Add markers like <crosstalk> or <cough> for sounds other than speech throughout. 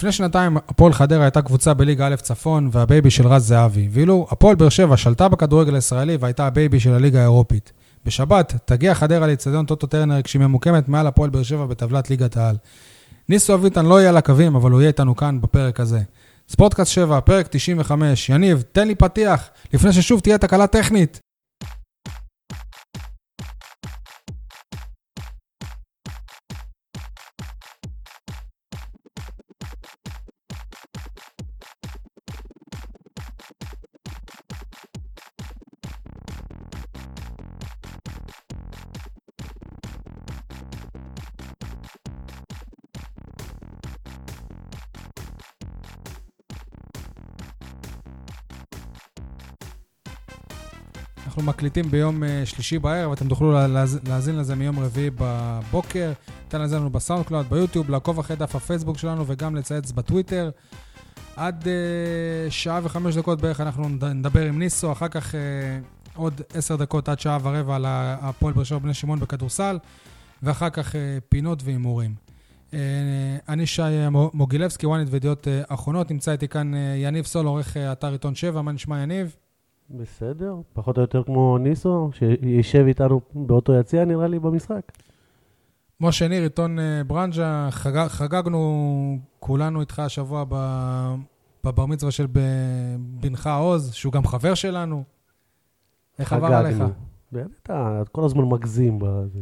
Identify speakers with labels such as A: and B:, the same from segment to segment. A: לפני שנתיים הפועל חדרה הייתה קבוצה בליגה א' צפון והבייבי של רז זהבי, ואילו הפועל באר שבע שלטה בכדורגל הישראלי והייתה הבייבי של הליגה האירופית. בשבת תגיע חדרה לאצטדיון טוטו טרנר כשהיא ממוקמת מעל הפועל באר שבע בטבלת ליגת העל. ניסו אביטן לא יהיה על הקווים, אבל הוא יהיה איתנו כאן בפרק הזה. ספורטקאסט 7, פרק 95. יניב, תן לי פתיח, לפני ששוב תהיה תקלה טכנית. אנחנו מקליטים ביום אה, שלישי בערב, אתם תוכלו להאז- להאזין לזה מיום רביעי בבוקר. ניתן לזה לנו בסאונדקלאוד, ביוטיוב, לעקוב אחרי דף הפייסבוק שלנו וגם לצייץ בטוויטר. עד אה, שעה וחמש דקות בערך אנחנו נד- נדבר עם ניסו, אחר כך אה, עוד עשר דקות עד שעה ורבע על ה- הפועל באר שבע בני שמעון בכדורסל, ואחר כך אה, פינות והימורים. אה, אני שי אה, מו- מוגילבסקי, וואנית וידיעות אה, אחרונות, נמצא איתי כאן אה, יניב סול, עורך אה, אתר עיתון 7, מה נשמע יניב?
B: בסדר, פחות או יותר כמו ניסו, שישב איתנו באותו יציע נראה לי במשחק.
A: משה ניר, עיתון אה, ברנז'ה, חג, חגגנו כולנו איתך השבוע ב, בבר מצווה של ב, בנך עוז, שהוא גם חבר שלנו. איך עבר
B: חגגנו.
A: עליך?
B: באמת, אתה כל הזמן מגזים לא. בזה.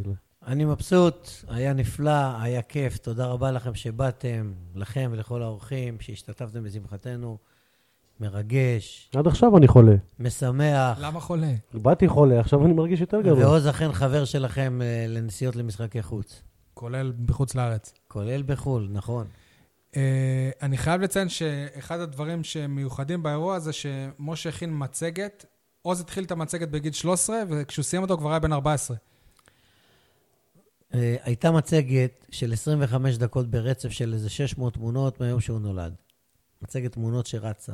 C: אני מבסוט, היה נפלא, היה כיף, תודה רבה לכם שבאתם, לכם ולכל האורחים שהשתתפתם בשמחתנו. מרגש,
B: עד עכשיו אני חולה.
C: משמח,
A: למה חולה?
B: באתי חולה, עכשיו אני מרגיש יותר גרוע.
C: ועוז אכן חבר שלכם אה, לנסיעות למשחקי חוץ,
A: כולל בחוץ לארץ.
C: כולל בחו"ל, נכון.
A: Uh, אני חייב לציין שאחד הדברים שמיוחדים באירוע הזה, שמשה הכין מצגת. עוז התחיל את המצגת בגיל 13, וכשהוא סיים אותו כבר היה בן 14.
C: אה, הייתה מצגת של 25 דקות ברצף של איזה 600 תמונות מהיום שהוא נולד. מצגת תמונות שרצה.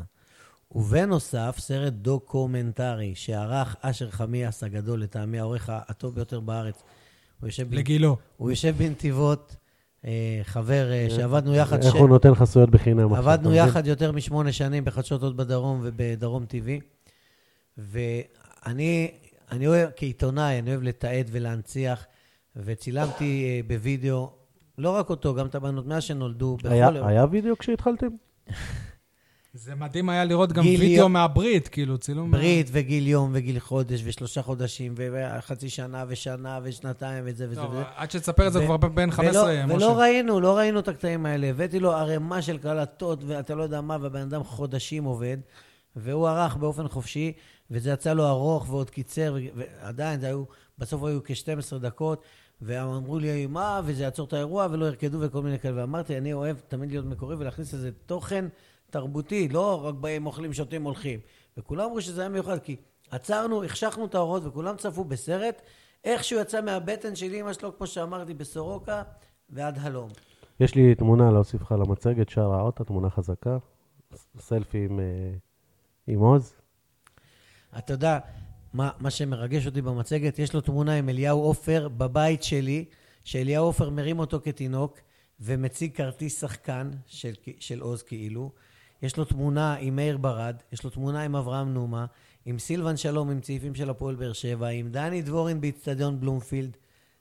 C: ובנוסף, סרט דוקומנטרי שערך אשר חמיאס הגדול, לטעמי העורך הטוב ביותר בארץ. הוא יושב בנ-
A: לגילו.
C: הוא יושב בנתיבות, אה, חבר אה, שעבדנו יחד,
B: כן. איך
C: ש-
B: הוא נותן חסויות בחינם עכשיו, אתה
C: עבדנו
B: מבין?
C: יחד יותר משמונה שנים בחדשות עוד בדרום ובדרום TV. ואני אני אוהב, כעיתונאי, אני אוהב לתעד ולהנציח, וצילמתי אה, בווידאו, לא רק אותו, גם את הבנות מאז שנולדו. בכל
B: היה-
C: יום.
B: היה וידאו כשהתחלתם?
A: זה מדהים היה לראות גם
C: גילי-
A: וידאו מהברית, כאילו, צילום... מה-
C: ברית וגיל יום וגיל חודש ושלושה חודשים וחצי שנה ושנה ושנתיים וזה וזה
A: טוב,
C: וזה.
A: עד שתספר את לא, זה
C: ו-
A: כבר בן 15,
C: ולא,
A: משה.
C: ולא ראינו, לא ראינו את הקטעים האלה. הבאתי לו ערימה של קלטות, ואתה לא יודע מה, והבן אדם חודשים עובד, והוא ערך באופן חופשי, וזה יצא לו ארוך ועוד קיצר, ו- ועדיין, זה היו, בסוף היו כ-12 דקות, ואמרו לי, מה, וזה יעצור את האירוע, ולא ירקדו וכל מיני כאלה. ואמרתי, אני אוהב תמיד להיות מקורי ולהכניס לזה תוכן תרבותי, לא רק באים, אוכלים, שותים, הולכים. וכולם אמרו שזה היה מיוחד, כי עצרנו, החשכנו את האורות, וכולם צפו בסרט. איך שהוא יצא מהבטן של אימא שלו, כמו שאמרתי, בסורוקה, ועד הלום.
B: יש לי תמונה להוסיף לך למצגת, שרה אותה, תמונה חזקה. ס- סלפי עם, אה, עם עוז.
C: אתה יודע, מה, מה שמרגש אותי במצגת, יש לו תמונה עם אליהו עופר בבית שלי, שאליהו עופר מרים אותו כתינוק, ומציג כרטיס שחקן של, של עוז כאילו. יש לו תמונה עם מאיר ברד, יש לו תמונה עם אברהם נומה, עם סילבן שלום, עם צעיפים של הפועל באר שבע, עם דני דבורין באיצטדיון בלומפילד.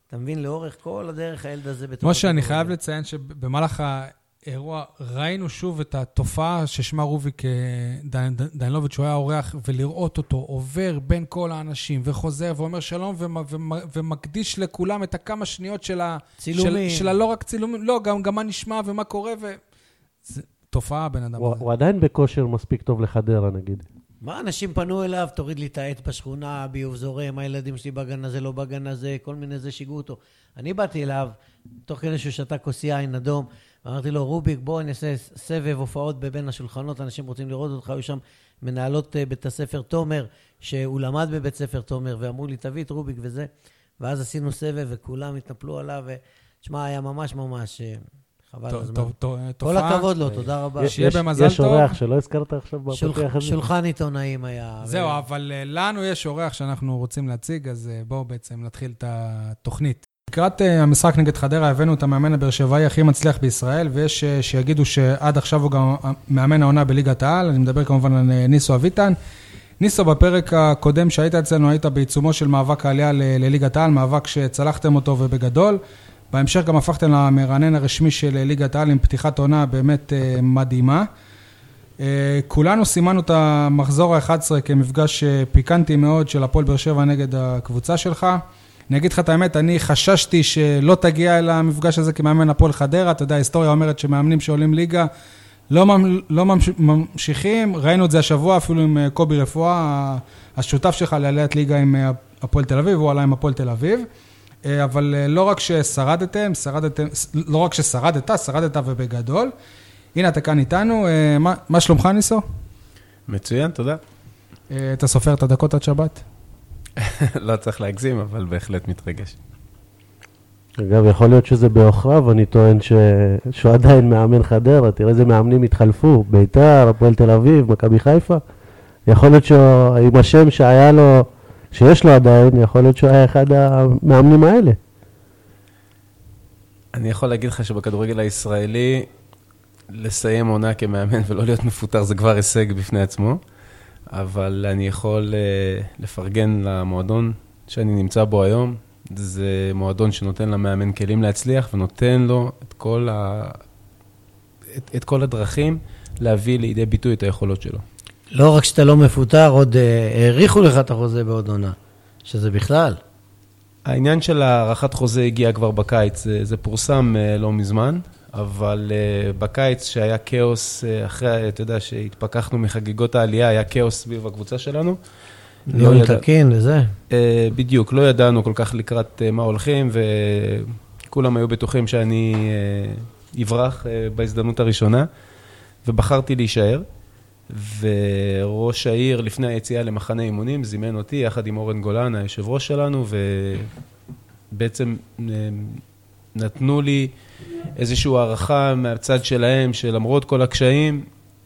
C: אתה מבין, לאורך כל הדרך הילד הזה בתוך...
A: משה, אני חייב
C: הכדורגל.
A: לציין שבמהלך האירוע ראינו שוב את התופעה ששמה רוביק אה, דן- דן- דנילוביץ', שהוא היה אורח, ולראות אותו עובר בין כל האנשים, וחוזר ואומר שלום, ומ- ומ- ומקדיש לכולם את הכמה שניות של ה...
C: צילומים.
A: של, של הלא רק צילומים, לא, גם, גם מה נשמע ומה קורה, ו... זה תופעה, הבן אדם
B: הוא
A: הזה.
B: הוא עדיין בכושר מספיק טוב לחדרה, נגיד.
C: מה, אנשים פנו אליו, תוריד לי את העט בשכונה, הביוב זורם, הילדים שלי בגן הזה, לא בגן הזה, כל מיני זה, שיגעו אותו. אני באתי אליו, תוך כדי שהוא שתה כוס יין אדום, ואמרתי לו, רוביק, בוא אני אעשה ס- סבב הופעות בבין השולחנות, אנשים רוצים לראות אותך, היו שם מנהלות אה, בית הספר תומר, שהוא למד בבית ספר תומר, ואמרו לי, תביא את רוביק וזה. ואז עשינו סבב, וכולם התנפלו עליו, ותשמע, היה ממש ממש אה, חבל
A: טוב,
C: הזמן.
A: טוב, טוב,
C: כל
A: תופעה.
C: הכבוד לו, תודה רבה.
A: יש- שיהיה
B: יש-
A: במזל
B: יש
A: טוב.
B: אורח שלא הזכרת עכשיו
C: שולח-
B: בפתיח הזה.
C: שולחן עיתונאים היה.
A: זהו,
C: ו-
A: אבל אה, לנו יש אורח שאנחנו רוצים להציג, אז אה, בואו בעצם נתחיל את התוכנית. לקראת אה, המשחק נגד חדרה הבאנו את המאמן הבאר שבעי הכי מצליח בישראל, ויש אה, שיגידו שעד עכשיו הוא גם אה, מאמן העונה בליגת העל, אני מדבר כמובן על אה, ניסו אביטן. ניסו, בפרק הקודם שהיית אצלנו, היית בעיצומו של מאבק העלייה ל- לליגת העל, מאבק שצלחתם אותו ובגדול. בהמשך גם הפכתם למרענן הרשמי של אה, ליגת העל עם פתיחת עונה באמת אה, מדהימה. אה, כולנו סימנו את המחזור ה-11 כמפגש אה, פיקנטי מאוד של הפועל באר שבע נגד הקבוצה שלך. אני אגיד לך את האמת, אני חששתי שלא תגיע אל המפגש הזה כמאמן הפועל חדרה. אתה יודע, ההיסטוריה אומרת שמאמנים שעולים ליגה לא, ממ, לא ממש, ממשיכים. ראינו את זה השבוע אפילו עם אה, קובי רפואה, ה- השותף שלך לעליית ליגה עם אה, הפועל תל אביב, הוא עלה עם הפועל תל אביב. אה, אבל אה, לא רק ששרדתם, שרדתם, ס- לא רק ששרדת, שרדת ובגדול. הנה, אתה כאן איתנו. אה, מה, מה שלומך, ניסו?
D: מצוין, תודה. <laughs>
A: אה, אתה סופר את הדקות עד שבת?
D: לא צריך להגזים, אבל בהחלט מתרגש.
B: אגב, יכול להיות שזה בעוכריו, אני טוען ש... שהוא עדיין מאמן חדרה, תראה איזה מאמנים התחלפו, ביתר, הפועל תל אביב, מכבי חיפה. יכול להיות שהוא, עם השם שהיה לו, שיש לו עדיין, יכול להיות שהוא היה אחד המאמנים האלה.
D: אני יכול להגיד לך שבכדורגל הישראלי, לסיים עונה כמאמן ולא להיות מפוטר זה כבר הישג בפני עצמו, אבל אני יכול אה, לפרגן למועדון שאני נמצא בו היום. זה מועדון שנותן למאמן כלים להצליח ונותן לו את כל, ה... את, את כל הדרכים להביא לידי ביטוי את היכולות שלו.
C: לא רק שאתה לא מפוטר, עוד אה, האריכו לך את החוזה בעוד עונה, שזה בכלל.
D: העניין של הארכת חוזה הגיע כבר בקיץ, זה, זה פורסם אה, לא מזמן, אבל אה, בקיץ שהיה כאוס, אה, אחרי, אתה יודע, שהתפכחנו מחגיגות העלייה, היה כאוס סביב הקבוצה שלנו.
C: לא
D: ידע-
C: לתקין וזה.
D: אה, בדיוק, לא ידענו כל כך לקראת אה, מה הולכים, וכולם היו בטוחים שאני אה, אברח אה, בהזדמנות הראשונה, ובחרתי להישאר. וראש העיר, לפני היציאה למחנה אימונים, זימן אותי יחד עם אורן גולן, היושב ראש שלנו, ובעצם אה, נתנו לי איזושהי הערכה מהצד שלהם, שלמרות כל הקשיים,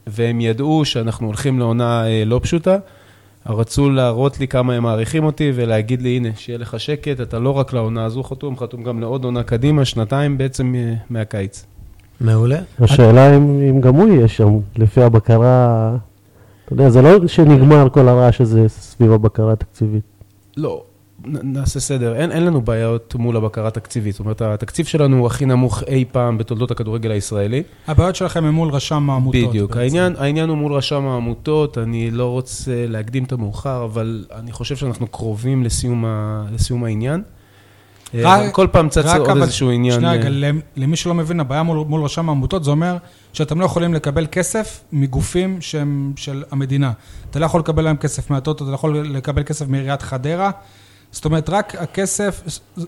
D: והם ידעו שאנחנו הולכים לעונה אה, לא פשוטה. רצו להראות לי כמה הם מעריכים אותי ולהגיד לי, הנה, שיהיה לך שקט, אתה לא רק לעונה הזו חתום, חתום גם לעוד עונה קדימה, שנתיים בעצם אה, מהקיץ.
C: מעולה.
B: השאלה אם, אם גם הוא יהיה שם, לפי הבקרה, אתה יודע, זה לא שנגמר כל הרעש הזה סביב הבקרה התקציבית.
D: לא, נ- נעשה סדר, אין, אין לנו בעיות מול הבקרה התקציבית. זאת אומרת, התקציב שלנו הוא הכי נמוך אי פעם בתולדות הכדורגל הישראלי.
A: הבעיות שלכם הם מול רשם העמותות.
D: בדיוק.
A: בעצם.
D: העניין, העניין הוא מול רשם העמותות, אני לא רוצה להקדים את המאוחר, אבל אני חושב שאנחנו קרובים לסיום, ה, לסיום העניין. אה, אבל כל פעם צץ
A: רק
D: עוד
A: אבל-
D: איזשהו עניין.
A: שנייה,
D: אה,
A: רגע, למ- למי שלא מבין, הבעיה מול, מול רשם העמותות, זה אומר שאתם לא יכולים לקבל כסף מגופים שהם של המדינה. אתה לא יכול לקבל להם כסף מהטוטו, אתה לא יכול לקבל כסף מעיריית חדרה. זאת אומרת, רק הכסף,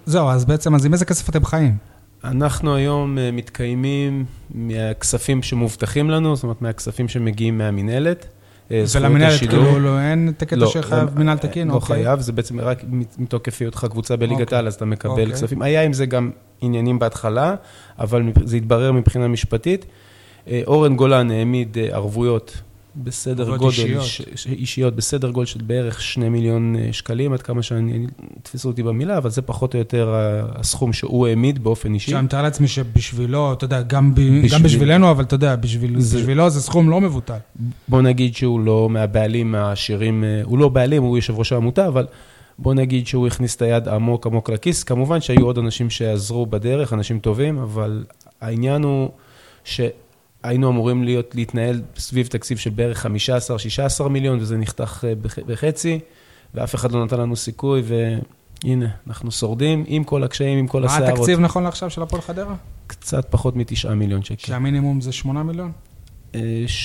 A: זהו, אז בעצם, אז עם איזה כסף אתם חיים?
D: אנחנו היום אה, מתקיימים מהכספים שמובטחים לנו, זאת אומרת, מהכספים שמגיעים מהמינהלת. אה, זכויות
A: ולמינהלת,
D: השידור.
A: כאילו, לא, אין את הקטע שחייב
D: הם-
A: מינהל תקין?
D: לא
A: אוקיי.
D: חייב, זה בעצם רק מתוקף היותך קבוצה בליגת
A: אוקיי.
D: העל, אז אתה מקבל
A: אוקיי.
D: כספים. היה עם זה גם עניינים בהתחלה, אבל מפ- זה התברר מבחינה משפטית. אה, אורן גולן העמיד אה, ערבויות בסדר
A: ערבויות
D: גודל,
A: אישיות.
D: ש- ש- אישיות, בסדר גודל של בערך 2 מיליון אה, שקלים, עד כמה שאני, תפסו אותי במילה, אבל זה פחות או יותר ה- הסכום שהוא העמיד באופן אישי.
A: שאני מתאר לעצמי שבשבילו, אתה יודע, גם, ב, גם
D: בשביל-
A: בשבילנו, אבל אתה יודע, בשביל,
D: זה-
A: בשבילו זה סכום לא מבוטל.
D: בוא נגיד שהוא לא מהבעלים העשירים, אה, הוא לא בעלים, הוא יושב ראש העמותה, אבל בוא נגיד שהוא הכניס את היד עמוק עמוק לכיס. כמובן שהיו עוד אנשים שעזרו בדרך, אנשים טובים, אבל העניין הוא שהיינו אמורים להיות, להתנהל סביב תקציב של בערך 15-16 מיליון, וזה נחתך אה, בח- בחצי, ואף אחד לא נתן לנו סיכוי, והנה, אנחנו שורדים עם כל הקשיים, עם כל
A: מה
D: הסערות.
A: התקציב נכון לעכשיו של הפועל חדרה?
D: כן. קצת פחות מ-9 מיליון שקל.
A: שהמינימום זה 8 מיליון?
D: אה,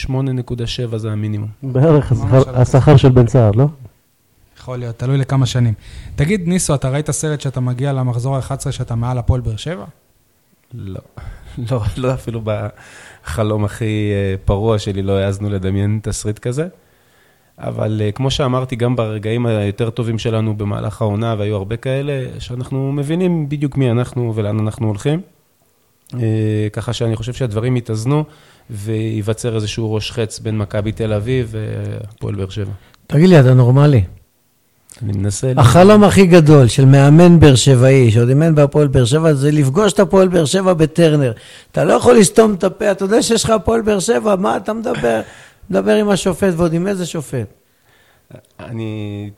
D: 8.7 זה המינימום.
B: בערך
A: ממש
B: השכר-
A: על הכסף.
B: השכר של בן סער, לא?
A: יכול להיות, תלוי לכמה שנים. תגיד, ניסו, אתה ראית סרט שאתה מגיע למחזור ה-11 שאתה מעל הפועל באר שבע?
D: לא, לא, לא אפילו בחלום הכי אה, פרוע שלי לא העזנו לדמיין תסריט כזה. אבל אה, כמו שאמרתי, גם ברגעים היותר טובים שלנו במהלך העונה, והיו הרבה כאלה, שאנחנו מבינים בדיוק מי אנחנו ולאן אנחנו הולכים. אה, ככה שאני חושב שהדברים יתאזנו וייווצר איזשהו ראש חץ בין מכבי תל אביב והפועל באר שבע.
C: תגיד לי, אתה נורמלי?
D: אני מנסה...
C: החלום הכי גדול של מאמן באר שבעי, שעוד אימן בהפועל באר שבע, זה לפגוש את הפועל באר שבע בטרנר. אתה לא יכול לסתום את הפה, אתה יודע שיש לך הפועל באר שבע, מה אתה מדבר? מדבר עם השופט ועוד עם איזה שופט.
D: אני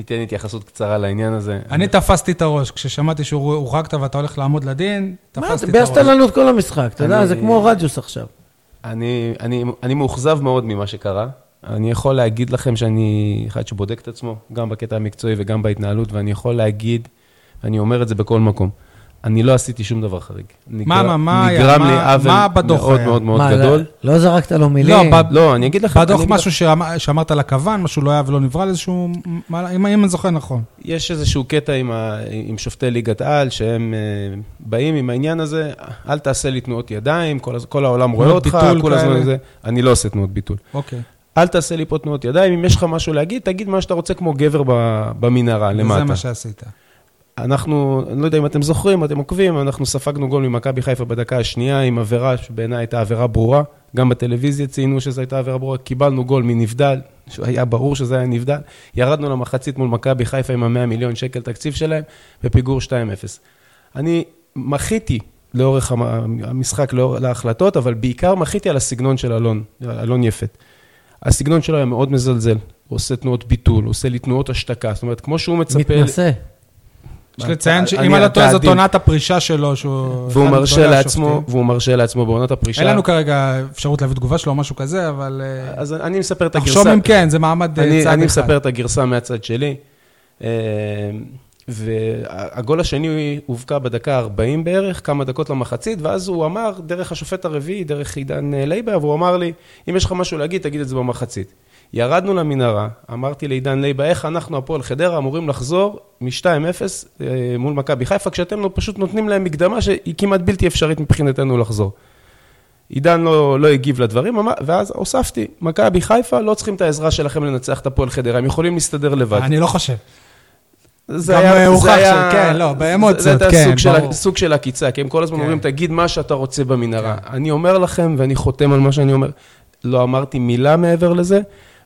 D: אתן התייחסות קצרה לעניין הזה.
A: אני תפסתי את הראש, כששמעתי שהורחקת ואתה הולך לעמוד לדין,
C: מה,
A: תפסתי את
C: ביאסת
D: לא
A: הראש.
C: לנו את כל המשחק, אתה יודע,
D: אני-
C: זה כמו רדיוס עכשיו.
D: אני, אני, אני מאוכזב מאוד ממה שקרה. אני יכול להגיד לכם שאני אחד שבודק את עצמו, גם בקטע המקצועי וגם בהתנהלות, ואני יכול להגיד, אני אומר את זה בכל מקום, אני לא עשיתי שום דבר חריג.
A: מה, מה, מה היה?
D: נגרם לי
A: מה-
D: עוול
A: מה בדוח
D: מאוד
A: היה?
D: מאוד מאוד
C: מה,
D: גדול.
C: לא לא זרקת לו
A: לא,
C: מילים?
A: ב-
D: לא, אני אגיד לך...
A: בדוח
D: אני אגיד
A: משהו שאמר- שאמרת לכוון, משהו לא היה ולא נברא לאיזשהו... מה- אם אם אני זוכר נכון.
D: יש איזשהו קטע עם, ה... עם שופטי ליגת על, שהם אה, באים עם העניין הזה, אל תעשה לי תנועות ידיים, כל, הז- כל העולם רואה
A: תנועות
D: אותך,
A: ביטול
D: כל הזמן
A: כאלה.
D: זה. אני לא עושה תנועות ביטול.
A: אוקיי.
D: אל תעשה לי פה תנועות ידיים, אם יש לך משהו להגיד, תגיד מה שאתה רוצה כמו גבר ב- במנהרה,
A: זה
D: למטה.
A: מה שעשית.
D: אנחנו, אני לא יודע אם אתם זוכרים, אתם עוקבים, אנחנו ספגנו גול ממכבי חיפה בדקה השנייה עם עבירה שבעיניי הייתה עבירה ברורה. גם בטלוויזיה ציינו שזו הייתה עבירה ברורה. קיבלנו גול מנבדל, שהיה ברור שזה היה נבדל. ירדנו למחצית מול מכבי חיפה עם ה-100 מיליון שקל תקציב שלהם, בפיגור 2-0. אני מחיתי לאורך המ- המשחק, לאור- להחלטות, אבל בעיקר מחיתי על הסגנון של אלון, אלון יפת. הסגנון שלו היה מאוד מזלזל. הוא עושה תנועות ביטול, הוא עושה לי תנועות השתקה. זאת אומרת, כמו שהוא מצפה...
C: מתנשא.
A: יש לציין שאם
D: אני-
A: אני לא טועה, זאת
D: אתה עדין.
A: עונת הפרישה שלו, שהוא...
D: והוא
A: אחד
D: מרשה
A: מגדולי
D: לעצמו,
A: השופטים.
D: והוא מרשה לעצמו בעונת הפרישה.
A: אין לנו כרגע אפשרות להביא תגובה שלו או משהו כזה, אבל... אה,
D: אז אני מספר את הגרסה.
A: תחשוב אם כן, זה מעמד אה, צעד
D: אני,
A: אחד.
D: אני מספר את הגרסה מהצד שלי. אה, והגול השני הובקע בדקה 40 בערך, כמה דקות למחצית, ואז הוא אמר, דרך השופט הרביעי, דרך עידן אה, לייבה, והוא אמר לי, אם יש לך משהו להגיד, תגיד את זה במחצית. ירדנו למנהרה, אמרתי לעידן לייבה, איך אנחנו, הפועל חדרה, אמורים לחזור מ-2-0 אה, מול מכבי חיפה, כשאתם לא- פשוט נותנים להם מקדמה שהיא כמעט בלתי אפשרית מבחינתנו לחזור. עידן לא, לא הגיב לדברים, אמר- ואז הוספתי, מכבי חיפה, לא צריכים את העזרה שלכם לנצח את הפועל חדרה, הם יכולים להסתדר לבד.
A: אני לא חושב.
D: זה
A: גם, אה, הוכח
D: זה היה-
A: שכן, לא,
D: זה-
A: באמוציות,
D: זה הייתה
A: כן,
D: סוג של-
A: ברור.
D: סוג של עקיצה, כי הם כל הזמן
A: כן.
D: אומרים, תגיד מה שאתה רוצה במנהרה. אני אומר לכם, ואני חותם על מה שאני אומר, לא אמרתי מילה מעבר לזה,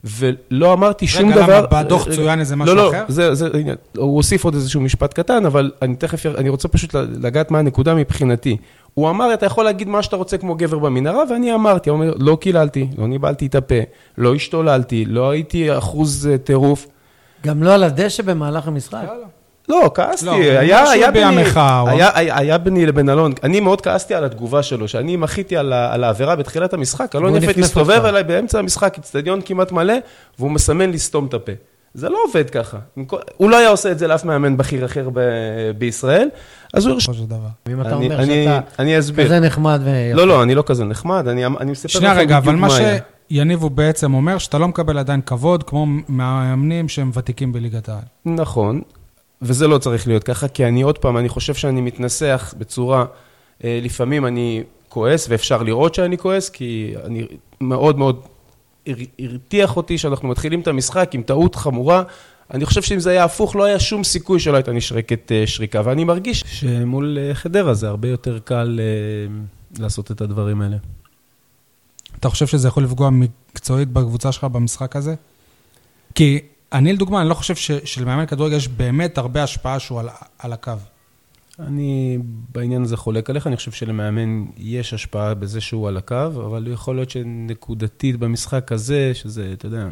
D: ולא אמרתי שום
A: רגע,
D: דבר...
A: למה? בדוח
D: רגע,
A: צוין איזה משהו
D: לא,
A: אחר?
D: לא, זה, זה העניין. הוא הוסיף עוד איזשהו משפט קטן, אבל אני תכף, אני רוצה פשוט לגעת מה הנקודה מבחינתי. הוא אמר, אתה יכול להגיד מה שאתה רוצה כמו גבר במנהרה, ואני אמרתי, הוא אומר, לא קיללתי, לא ניבלתי את הפה, לא השתוללתי, לא הייתי אחוז אה, טירוף.
C: גם לא על הדשא במהלך המשחק.
D: לא, כעסתי,
A: לא,
D: היה,
A: משהו
D: היה, ביני,
A: בימיך, הוא-
D: היה, היה, היה ביני לבין אלון, אני מאוד כעסתי על התגובה שלו, שאני מחיתי על, ה- על העבירה בתחילת המשחק, אלון
C: והוא
D: יפת
C: נפנף
D: הסתובב
C: אותך.
D: אליי באמצע המשחק, אצטדיון כמעט מלא, והוא מסמן לסתום את הפה. זה לא עובד ככה. עם כל- הוא לא היה עושה את זה לאף מאמן בכיר אחר ב, בישראל, אז הוא הרש...
A: בסופו של דבר.
C: ואם אתה
D: אני-
C: אומר
D: אני-
C: שאתה
D: אני אסביר.
C: כזה נחמד ו...
D: לא, לא, אני לא כזה נחמד, אני, אני מספר
A: שנייה
D: לכם
A: רגע, אבל
D: בדיוק
A: מה
D: מה היה.
A: שיניב הוא בעצם אומר, שאתה לא מקבל עדיין כבוד, כמו מאמנים שהם ותיקים בליגת העל.
D: נכון, וזה לא צריך להיות ככה, כי אני עוד פעם, אני חושב שאני מתנסח בצורה, אה, לפעמים אני כועס, ואפשר לראות שאני כועס, כי אני מאוד מאוד, הר- הרתיח אותי שאנחנו מתחילים את המשחק עם טעות חמורה. אני חושב שאם זה היה הפוך, לא היה שום סיכוי שלא הייתה נשרקת אה, שריקה, ואני מרגיש שמול אה, חדרה זה הרבה יותר קל אה, לעשות את הדברים האלה.
A: אתה חושב שזה יכול לפגוע מקצועית בקבוצה שלך במשחק הזה? כי אני, לדוגמה, אני לא חושב ש- שלמאמן כדורגל יש באמת הרבה השפעה שהוא על, על הקו.
D: אני בעניין הזה חולק עליך, אני חושב שלמאמן יש השפעה בזה שהוא על הקו, אבל יכול להיות שנקודתית במשחק הזה, שזה, אתה יודע,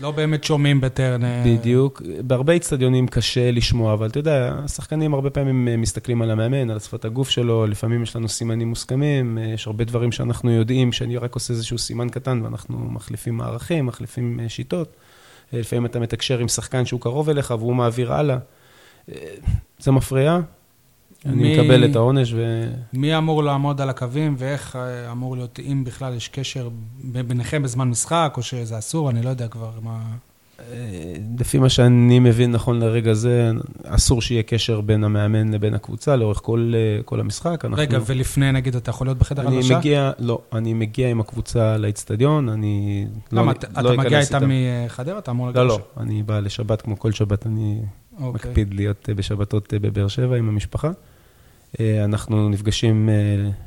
A: לא באמת שומעים בטרנר.
D: בדיוק, בהרבה אצטדיונים קשה לשמוע, אבל אתה יודע, השחקנים הרבה פעמים אה, מסתכלים על המאמן, על שפת הגוף שלו, לפעמים יש לנו סימנים מוסכמים, אה, יש הרבה דברים שאנחנו יודעים, שאני רק עושה איזשהו סימן קטן, ואנחנו מחליפים מערכים, מחליפים אה, שיטות. אה, לפעמים אתה מתקשר עם שחקן שהוא קרוב אליך והוא מעביר הלאה. אה, זה מפריע,
A: מי-
D: אני מקבל את העונש ו...
A: מי אמור לעמוד על הקווים ואיך אה, אמור להיות, אם בכלל יש קשר ב- ביניכם בזמן משחק, או שזה אסור, אני לא יודע כבר מה...
D: אה, לפי מה שאני מבין נכון לרגע זה, אסור שיהיה קשר בין המאמן לבין הקבוצה לאורך כל, אה, כל המשחק. אנחנו...
A: רגע, ולפני, נגיד, אתה יכול להיות בחדר
D: אני
A: הלבשה?
D: מגיע, לא, אני מגיע עם הקבוצה לאצטדיון, אני לא,
A: למה,
D: לא
A: אתה אתה מגיע
D: אכנס
A: איתה מחדרה? אתה אמור
D: לא,
A: לגרש?
D: לא, אני בא לשבת כמו כל שבת, אני
A: אוקיי.
D: מקפיד להיות אה, בשבתות אה, בבאר שבע עם המשפחה. אה, אנחנו נפגשים אה,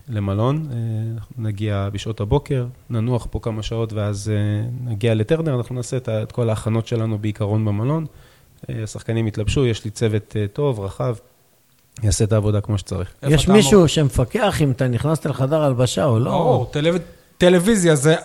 D: למלון, אה, אנחנו נגיע בשעות הבוקר, ננוח פה כמה שעות ואז אה, נגיע לטרנר, אנחנו נעשה את ה- את כל ההכנות שלנו בעיקרון במלון, אה, השחקנים יתלבשו, יש לי צוות אה, טוב, רחב, יעשה את העבודה כמו שצריך.
A: איפה
C: יש
A: אתה
C: מישהו שמפקח אם אתה נכנסת לחדר הלבשה או לא?
A: ברור, טלו- טלוויזיה זה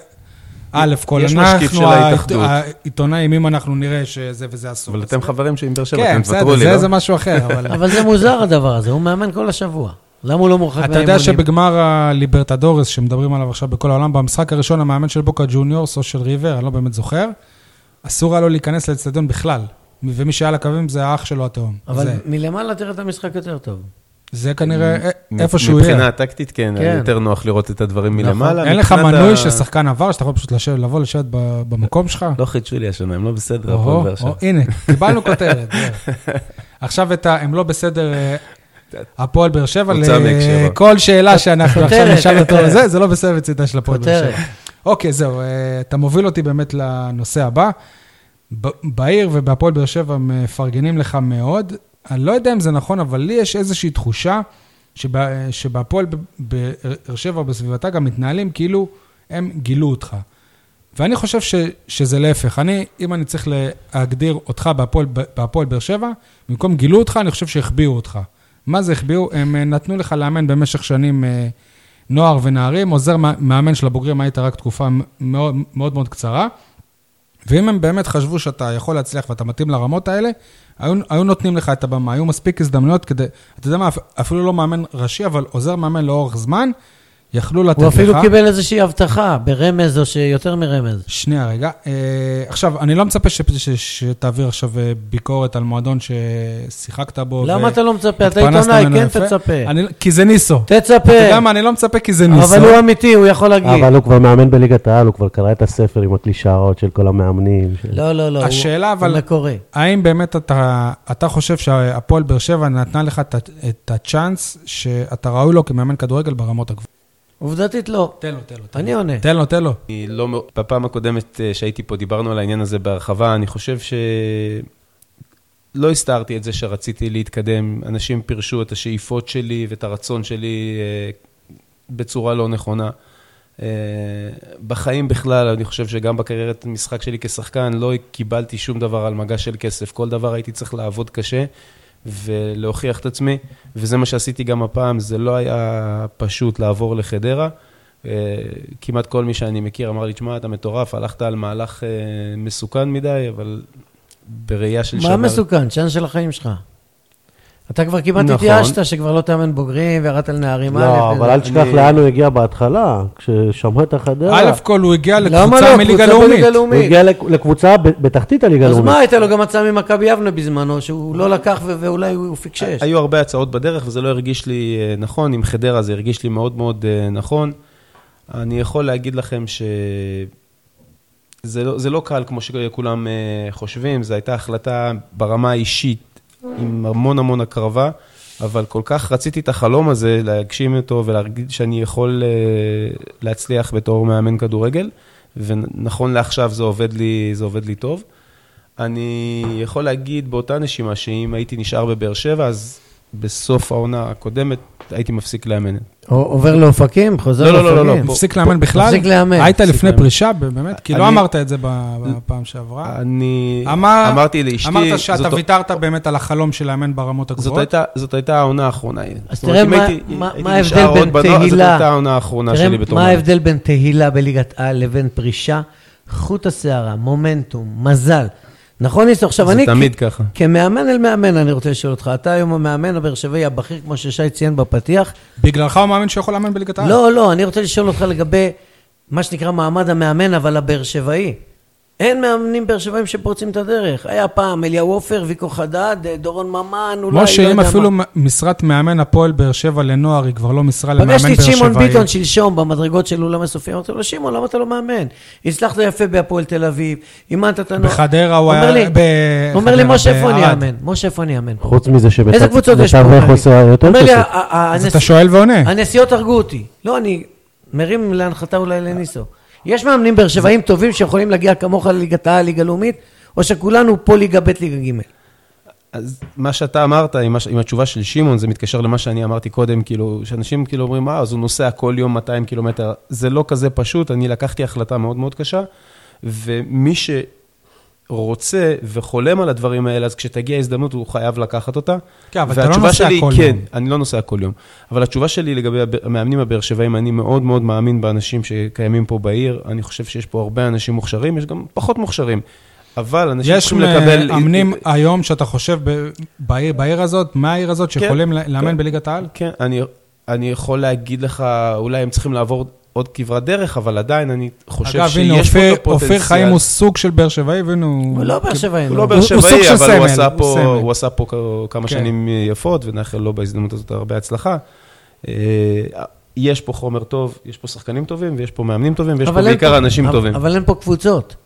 A: א' כל
D: יש משקיף של
A: אנחנו,
D: ההתאחדות.
A: העיתונאים, אם אנחנו נראה שזה וזה אסור.
D: אבל
A: אז-
D: אתם חברים שעם באר שבע,
A: כן,
D: אתם
A: בסדר,
D: תוותרו לי,
A: זה-
D: לא?
A: זה משהו אחר,
C: <laughs>
A: אבל...
C: אבל זה מוזר הדבר הזה, הוא מאמן כל השבוע. למה הוא לא מורחק
A: אתה יודע שבגמר הליברטדורס, שמדברים עליו עכשיו בכל העולם, במשחק הראשון המאמן של בוקה ג'וניורס או של ריבר, אני לא באמת זוכר, אסור היה לו להיכנס לאצטדיון בכלל. ומי שהיה על הקווים זה האח שלו התאום.
C: אבל
A: זה-
C: מלמעלה תראה את המשחק יותר טוב.
A: זה כנראה
D: מ-
A: א- איפה שהוא יהיה.
D: מבחינה טקטית, כן,
C: כן.
D: יותר נוח לראות את הדברים
C: נכון.
D: מלמעלה.
A: אין לך
D: מבחינת
A: מנוי
D: ה-
A: ששחקן עבר, שאתה יכול פשוט לשבת- לבוא לשבת ב- במקום שלך?
D: לא חידשו לי השנה, הם לא בסדר,
A: או-הו, אוקיי.
D: הפועל באר שבע.
A: או, הנה, קיבלנו כותרת. זהו.
D: <laughs>
A: עכשיו את ה... הם לא בסדר, אה, הפועל באר שבע,
D: הוצא מהקשרו.
A: לכל שאלה שאנחנו עכשיו
C: כותרת,
A: נשאל אותו,
C: כותרת.
A: זה זה לא בסדר בצדה של הפועל באר
C: כותרת.
A: שבע. אוקיי, זהו, אה, אתה מוביל אותי באמת לנושא הבא. ב- בעיר ובהפועל באר שבע מפרגנים לך מאוד. אני לא יודע אם זה נכון, אבל לי יש איזושהי תחושה שבה- שבהפועל ב- באר שבע ובסביבתה גם מתנהלים כאילו הם גילו אותך. ואני חושב ש, שזה להפך. אני, אם אני צריך להגדיר אותך בהפועל, בהפועל באר שבע, במקום גילו אותך, אני חושב שהחביאו אותך. מה זה החביאו? הם אה, נתנו לך לאמן במשך שנים אה, נוער ונערים, עוזר מא- מאמן של הבוגרים, היית רק תקופה מ- מאוד מאוד, מאוד קצרה. ואם הם באמת חשבו שאתה יכול להצליח ואתה מתאים לרמות האלה, היו, היו נותנים לך את הבמה, היו מספיק הזדמנויות כדי, אתה יודע מה, אפ- אפילו לא מאמן ראשי, אבל עוזר מאמן לאורך זמן, יכלו לתת לך.
C: הוא אפילו קיבל איזושהי הבטחה, ברמז או שיותר מרמז.
A: שנייה, רגע. אה, עכשיו, אני לא מצפה ש- ש- שתעביר עכשיו אה, ביקורת על מועדון ששיחקת בו.
C: למה
A: ו-
C: אתה לא מצפה? אתה
A: התפרנסת
C: עיתונאי,
A: ממנו
C: כן
A: יפה.
C: תצפה.
A: אני- כי זה ניסו. אתה יודע
C: תצפה,
A: מה, אני לא מצפה כי זה ניסו.
C: אבל הוא אמיתי, הוא יכול להגיד.
B: אבל הוא כבר מאמן בליגת העל, הוא כבר קרא את הספר עם הקלישאות של כל המאמנים. של-
C: לא, לא, לא, הוא-
A: השאלה, אבל-
C: הוא מקורי.
A: האם באמת אתה, אתה חושב שהפועל באר שבע נתנה לך את, ה- את הצ'אנס שאתה ראוי לו כמאמן כדורגל ברמות הגבוהות?
C: עובדתית לא.
A: תן לו, תן לו.
C: אני עונה.
A: תן לו, תן לו.
D: אני לא, מאו- בפעם הקודמת אה, שהייתי פה דיברנו על העניין הזה בהרחבה, אני חושב ש... לא הסתרתי את זה שרציתי להתקדם, אנשים פירשו את השאיפות שלי ואת הרצון שלי אה, בצורה לא נכונה. אה, בחיים בכלל, אני חושב שגם בקריירת משחק שלי כשחקן, לא קיבלתי שום דבר על מגע של כסף. כל דבר הייתי צריך לעבוד קשה ולהוכיח את עצמי, וזה מה שעשיתי גם הפעם, זה לא היה פשוט לעבור לחדרה. אה, כמעט כל מי שאני מכיר אמר לי, תשמע, אתה מטורף, הלכת על מהלך אה, מסוכן מדי, אבל בראייה של
C: מה מסוכן? צ'אנס של החיים שלך. אתה כבר כמעט
D: נכון.
C: התייאשת שכבר לא תאמן בוגרים וירדת לנערים
B: לא,
C: א'.
B: אבל
C: וזה.
B: אל תשכח
D: אני-
B: לאן הוא הגיע בהתחלה, כששמע את החדרה.
A: א' כל, הוא הגיע
C: לא. למה
A: לקבוצה
C: לא?
A: מליגה
C: קבוצה
A: לאומית.
C: בליגה
B: הוא
C: לאומית.
B: הגיע לק- לקבוצה ב- בתחתית הליגה
C: אז
B: הלאומית.
C: מה, הייתה לו גם הצעה ממכבי יבנה בזמנו, שהוא לא לקח ו- ואולי הוא פיקשש.
D: היו הרבה הצעות בדרך, וזה לא הרגיש לי אה, נכון. עם חדרה זה הרגיש לי מאוד מאוד אה, נכון. אני יכול להגיד לכם ש... זה לא, זה לא קל כמו שכולם אה, חושבים, זו הייתה החלטה ברמה האישית עם המון המון הקרבה, אבל כל כך רציתי את החלום הזה, להגשים אותו ולהגיד שאני יכול אה, להצליח בתור מאמן כדורגל, ונכון לעכשיו זה עובד לי, זה עובד לי טוב. אני יכול להגיד באותה נשימה שאם הייתי נשאר בבאר שבע, אז בסוף העונה הקודמת הייתי מפסיק לאמן.
C: עובר לאופקים, חוזר
D: לא, לא, לא, לא,
C: לאופקים.
D: לא.
A: מפסיק
D: פה-
A: לאמן בכלל?
C: מפסיק לאמן. אה,
A: היית
D: מפסיק
A: לפני
D: לאמן.
A: פרישה, באמת? כי לא
D: אני-
A: אמרת את זה ב- בפעם שעברה.
D: אני
A: אמר-
D: אמרתי לאשתי,
A: אמרת שאתה
D: זאת-
A: ויתרת באמת על החלום של לאמן ברמות
D: זאת
A: הגבוהות.
D: הייתה, זאת הייתה העונה האחרונה.
C: אז
D: זאת אומרת,
C: תראה
D: אם
C: מה-
D: הייתי-
C: מה-
D: הייתי
C: מה ההבדל
D: נשאר עוד
C: בין
D: בנוער, זאת
C: תהילה-
D: הייתה העונה האחרונה
C: תראה,
D: שלי בתור
C: מה
D: מאמן.
C: ההבדל בין תהילה בליגת על לבין פרישה? חוט השערה, מומנטום, מזל. נכון, ניסו? עכשיו,
D: זה
C: אני...
D: תמיד
C: כ-
D: ככה.
C: כמאמן אל מאמן, אני רוצה לשאול אותך. אתה היום המאמן הבאר שבעי הבכיר, כמו ששי ציין בפתיח.
A: בגללך הוא מאמין שהוא יכול לאמן בליגת העל.
C: לא, לא, אני רוצה לשאול אותך לגבי מה שנקרא מעמד המאמן, אבל הבאר שבעי. אין מאמנים באר שבעים שפורצים את הדרך. היה פעם אליהו עופר, ויקו חדד, אה, דורון ממן, אולי, לא
A: משה,
C: יודע
A: אם
C: מה.
A: אפילו מ- משרת מאמן הפועל באר שבע לנוער היא כבר לא משרה למאמן באר
C: פגשתי
A: שבעי.
C: את שמעון ביטון שלשום במדרגות של אולם הסופים, אמרתי לו, שמעון, למה אתה לא מאמן? הצלחת יפה בהפועל תל אביב, אימנת את הנוער.
A: בחדרה הוא
C: אומר
A: היה-
C: לי-
A: בחדרה,
C: הוא אומר לי, משה, איפה אני
A: בערד."
C: אאמן? משה, איפה אני אאמן?
B: חוץ מזה
C: איזה קבוצות יש פה?
B: שמתווך עושה יותר
C: אומר לי,
B: כסף.
C: "ה- ה-
A: אז
C: הנס-
A: אתה שואל
D: כן.
A: ועונה.
C: הנסיעות הרגו אותי. לא, אני מרים להנחתה אולי לניסו. יש מאמנים באר שבעים טובים שיכולים להגיע כמוך לליגת העל, ליגה לאומית, או שכולנו פה ליגה ב', ליגה ג'.
D: אז מה שאתה אמרת, עם, הש- עם התשובה של שמעון, זה מתקשר למה שאני אמרתי קודם, כאילו, שאנשים כאילו אומרים, אה, אז הוא נוסע כל יום 200 קילומטר. זה לא כזה פשוט, אני לקחתי החלטה מאוד מאוד קשה, ומי ש... רוצה וחולם על הדברים האלה, אז כשתגיע ההזדמנות הוא חייב לקחת אותה.
A: כן, אבל אתה לא
D: והתשובה
A: נוסע
D: שלי,
A: כל
D: כן,
A: יום.
D: אני לא נוסע כל יום. אבל התשובה שלי לגבי הב- המאמנים הבאר שבעים, אני מאוד מאוד מאמין באנשים שקיימים פה בעיר. אני חושב שיש פה הרבה אנשים מוכשרים, יש גם פחות מוכשרים. אבל אנשים
A: יש
D: צריכים לקבל... אה,
A: מאמנים היום שאתה חושב ב- בעיר, בעיר הזאת, מהעיר הזאת, שיכולים ל- לאמן
D: כן.
A: בליגת העל?
D: כן, אני, אני יכול להגיד לך, אולי הם צריכים לעבור עוד כברת דרך, אבל עדיין אני חושב
A: אגב, הנה,
D: שיש פה
A: אופיר-
D: את הפוטנציאל.
A: אופיר חיים הוא סוג של באר שבעי, והנה הוא...
C: הוא לא באר שבעי.
D: הוא
C: נו.
D: לא באר
A: הוא- הוא סוג
D: שבעי,
A: של
D: אבל הוא
A: סמל,
D: עשה
A: הוא
D: פה-
A: סמל.
D: הוא עשה פה כ- כמה
A: כן.
D: שנים אה, יפות, ונאחל לו בהזדמנות הזאת הרבה הצלחה. אה, יש פה חומר טוב, יש פה שחקנים טובים, ויש פה מאמנים טובים, ויש פה
C: אבל אין
D: בעיקר אנשים
C: אבל-
D: טובים.
C: אבל אין פה קבוצות.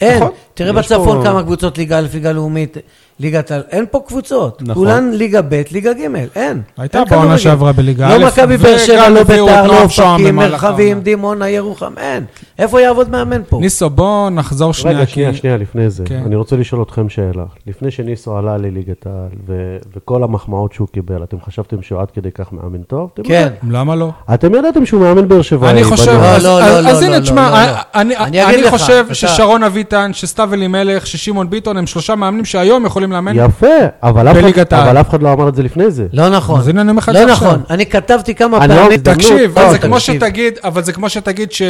C: אין.
D: נכון.
C: תראה
D: יש
C: בצפון
D: פה-
C: כמה קבוצות ליגה א', ליגה לאומית, ליגת על... אין פה קבוצות.
D: נכון.
C: כולן ליגה ב', ליגה ג', אין.
A: הייתה
C: אין
A: בעונה
C: כדורגל.
A: שעברה בליגה א',
C: לא מכבי באר שבע,
A: וגם
C: לא
A: הביאו את
C: ביתר,
A: נועם
C: לא
A: שוהם
C: אופקים,
A: במהלך
C: מרחבים,
A: העונה.
C: דימונה, ירוחם, אין. איפה יעבוד מאמן פה?
A: ניסו, בוא נחזור שנייה.
B: רגע,
A: כי-
B: שנייה, שנייה, לפני זה.
A: כן.
B: אני רוצה לשאול אתכם שאלה. לפני שניסו עלה לליגת העל, ו- וכל המחמאות שהוא קיבל, אתם חשבתם שהוא עד כדי כך מאמן טוב? אתם
C: כן.
A: למה לא?
B: אתם ידעתם שהוא מאמן באר שבעי.
A: אני חושב,
B: בנוער.
A: אז-
C: לא, לא,
A: אז-
C: לא,
A: אז
C: לא,
A: הנה,
C: לא,
A: תשמע,
C: לא,
A: אני-
C: לא.
A: אני-
C: אני אגיד
A: אני
C: לך,
A: חושב
C: אתה-
A: ששרון אביטן, שסתיו אלימלך, ששמעון ביטון, הם שלושה מאמנים שהיום יכולים לאמן.
B: יפה, אבל אף
A: בליגת
B: אחד-
A: העל.
B: אבל אף אחד לא אמר את זה לפני זה.
C: לא נכון.
A: אז הנה, אני אומר לך את
C: לא
A: זה עכשיו.
C: נכון. אני כתבתי כמה
B: אני לא-
C: פעמים...
B: הזדמנות.
A: תקשיב,
B: לא,
A: אבל זה כמו
C: תקשיב.
A: שתגיד, אבל זה כמו שתגיד ש-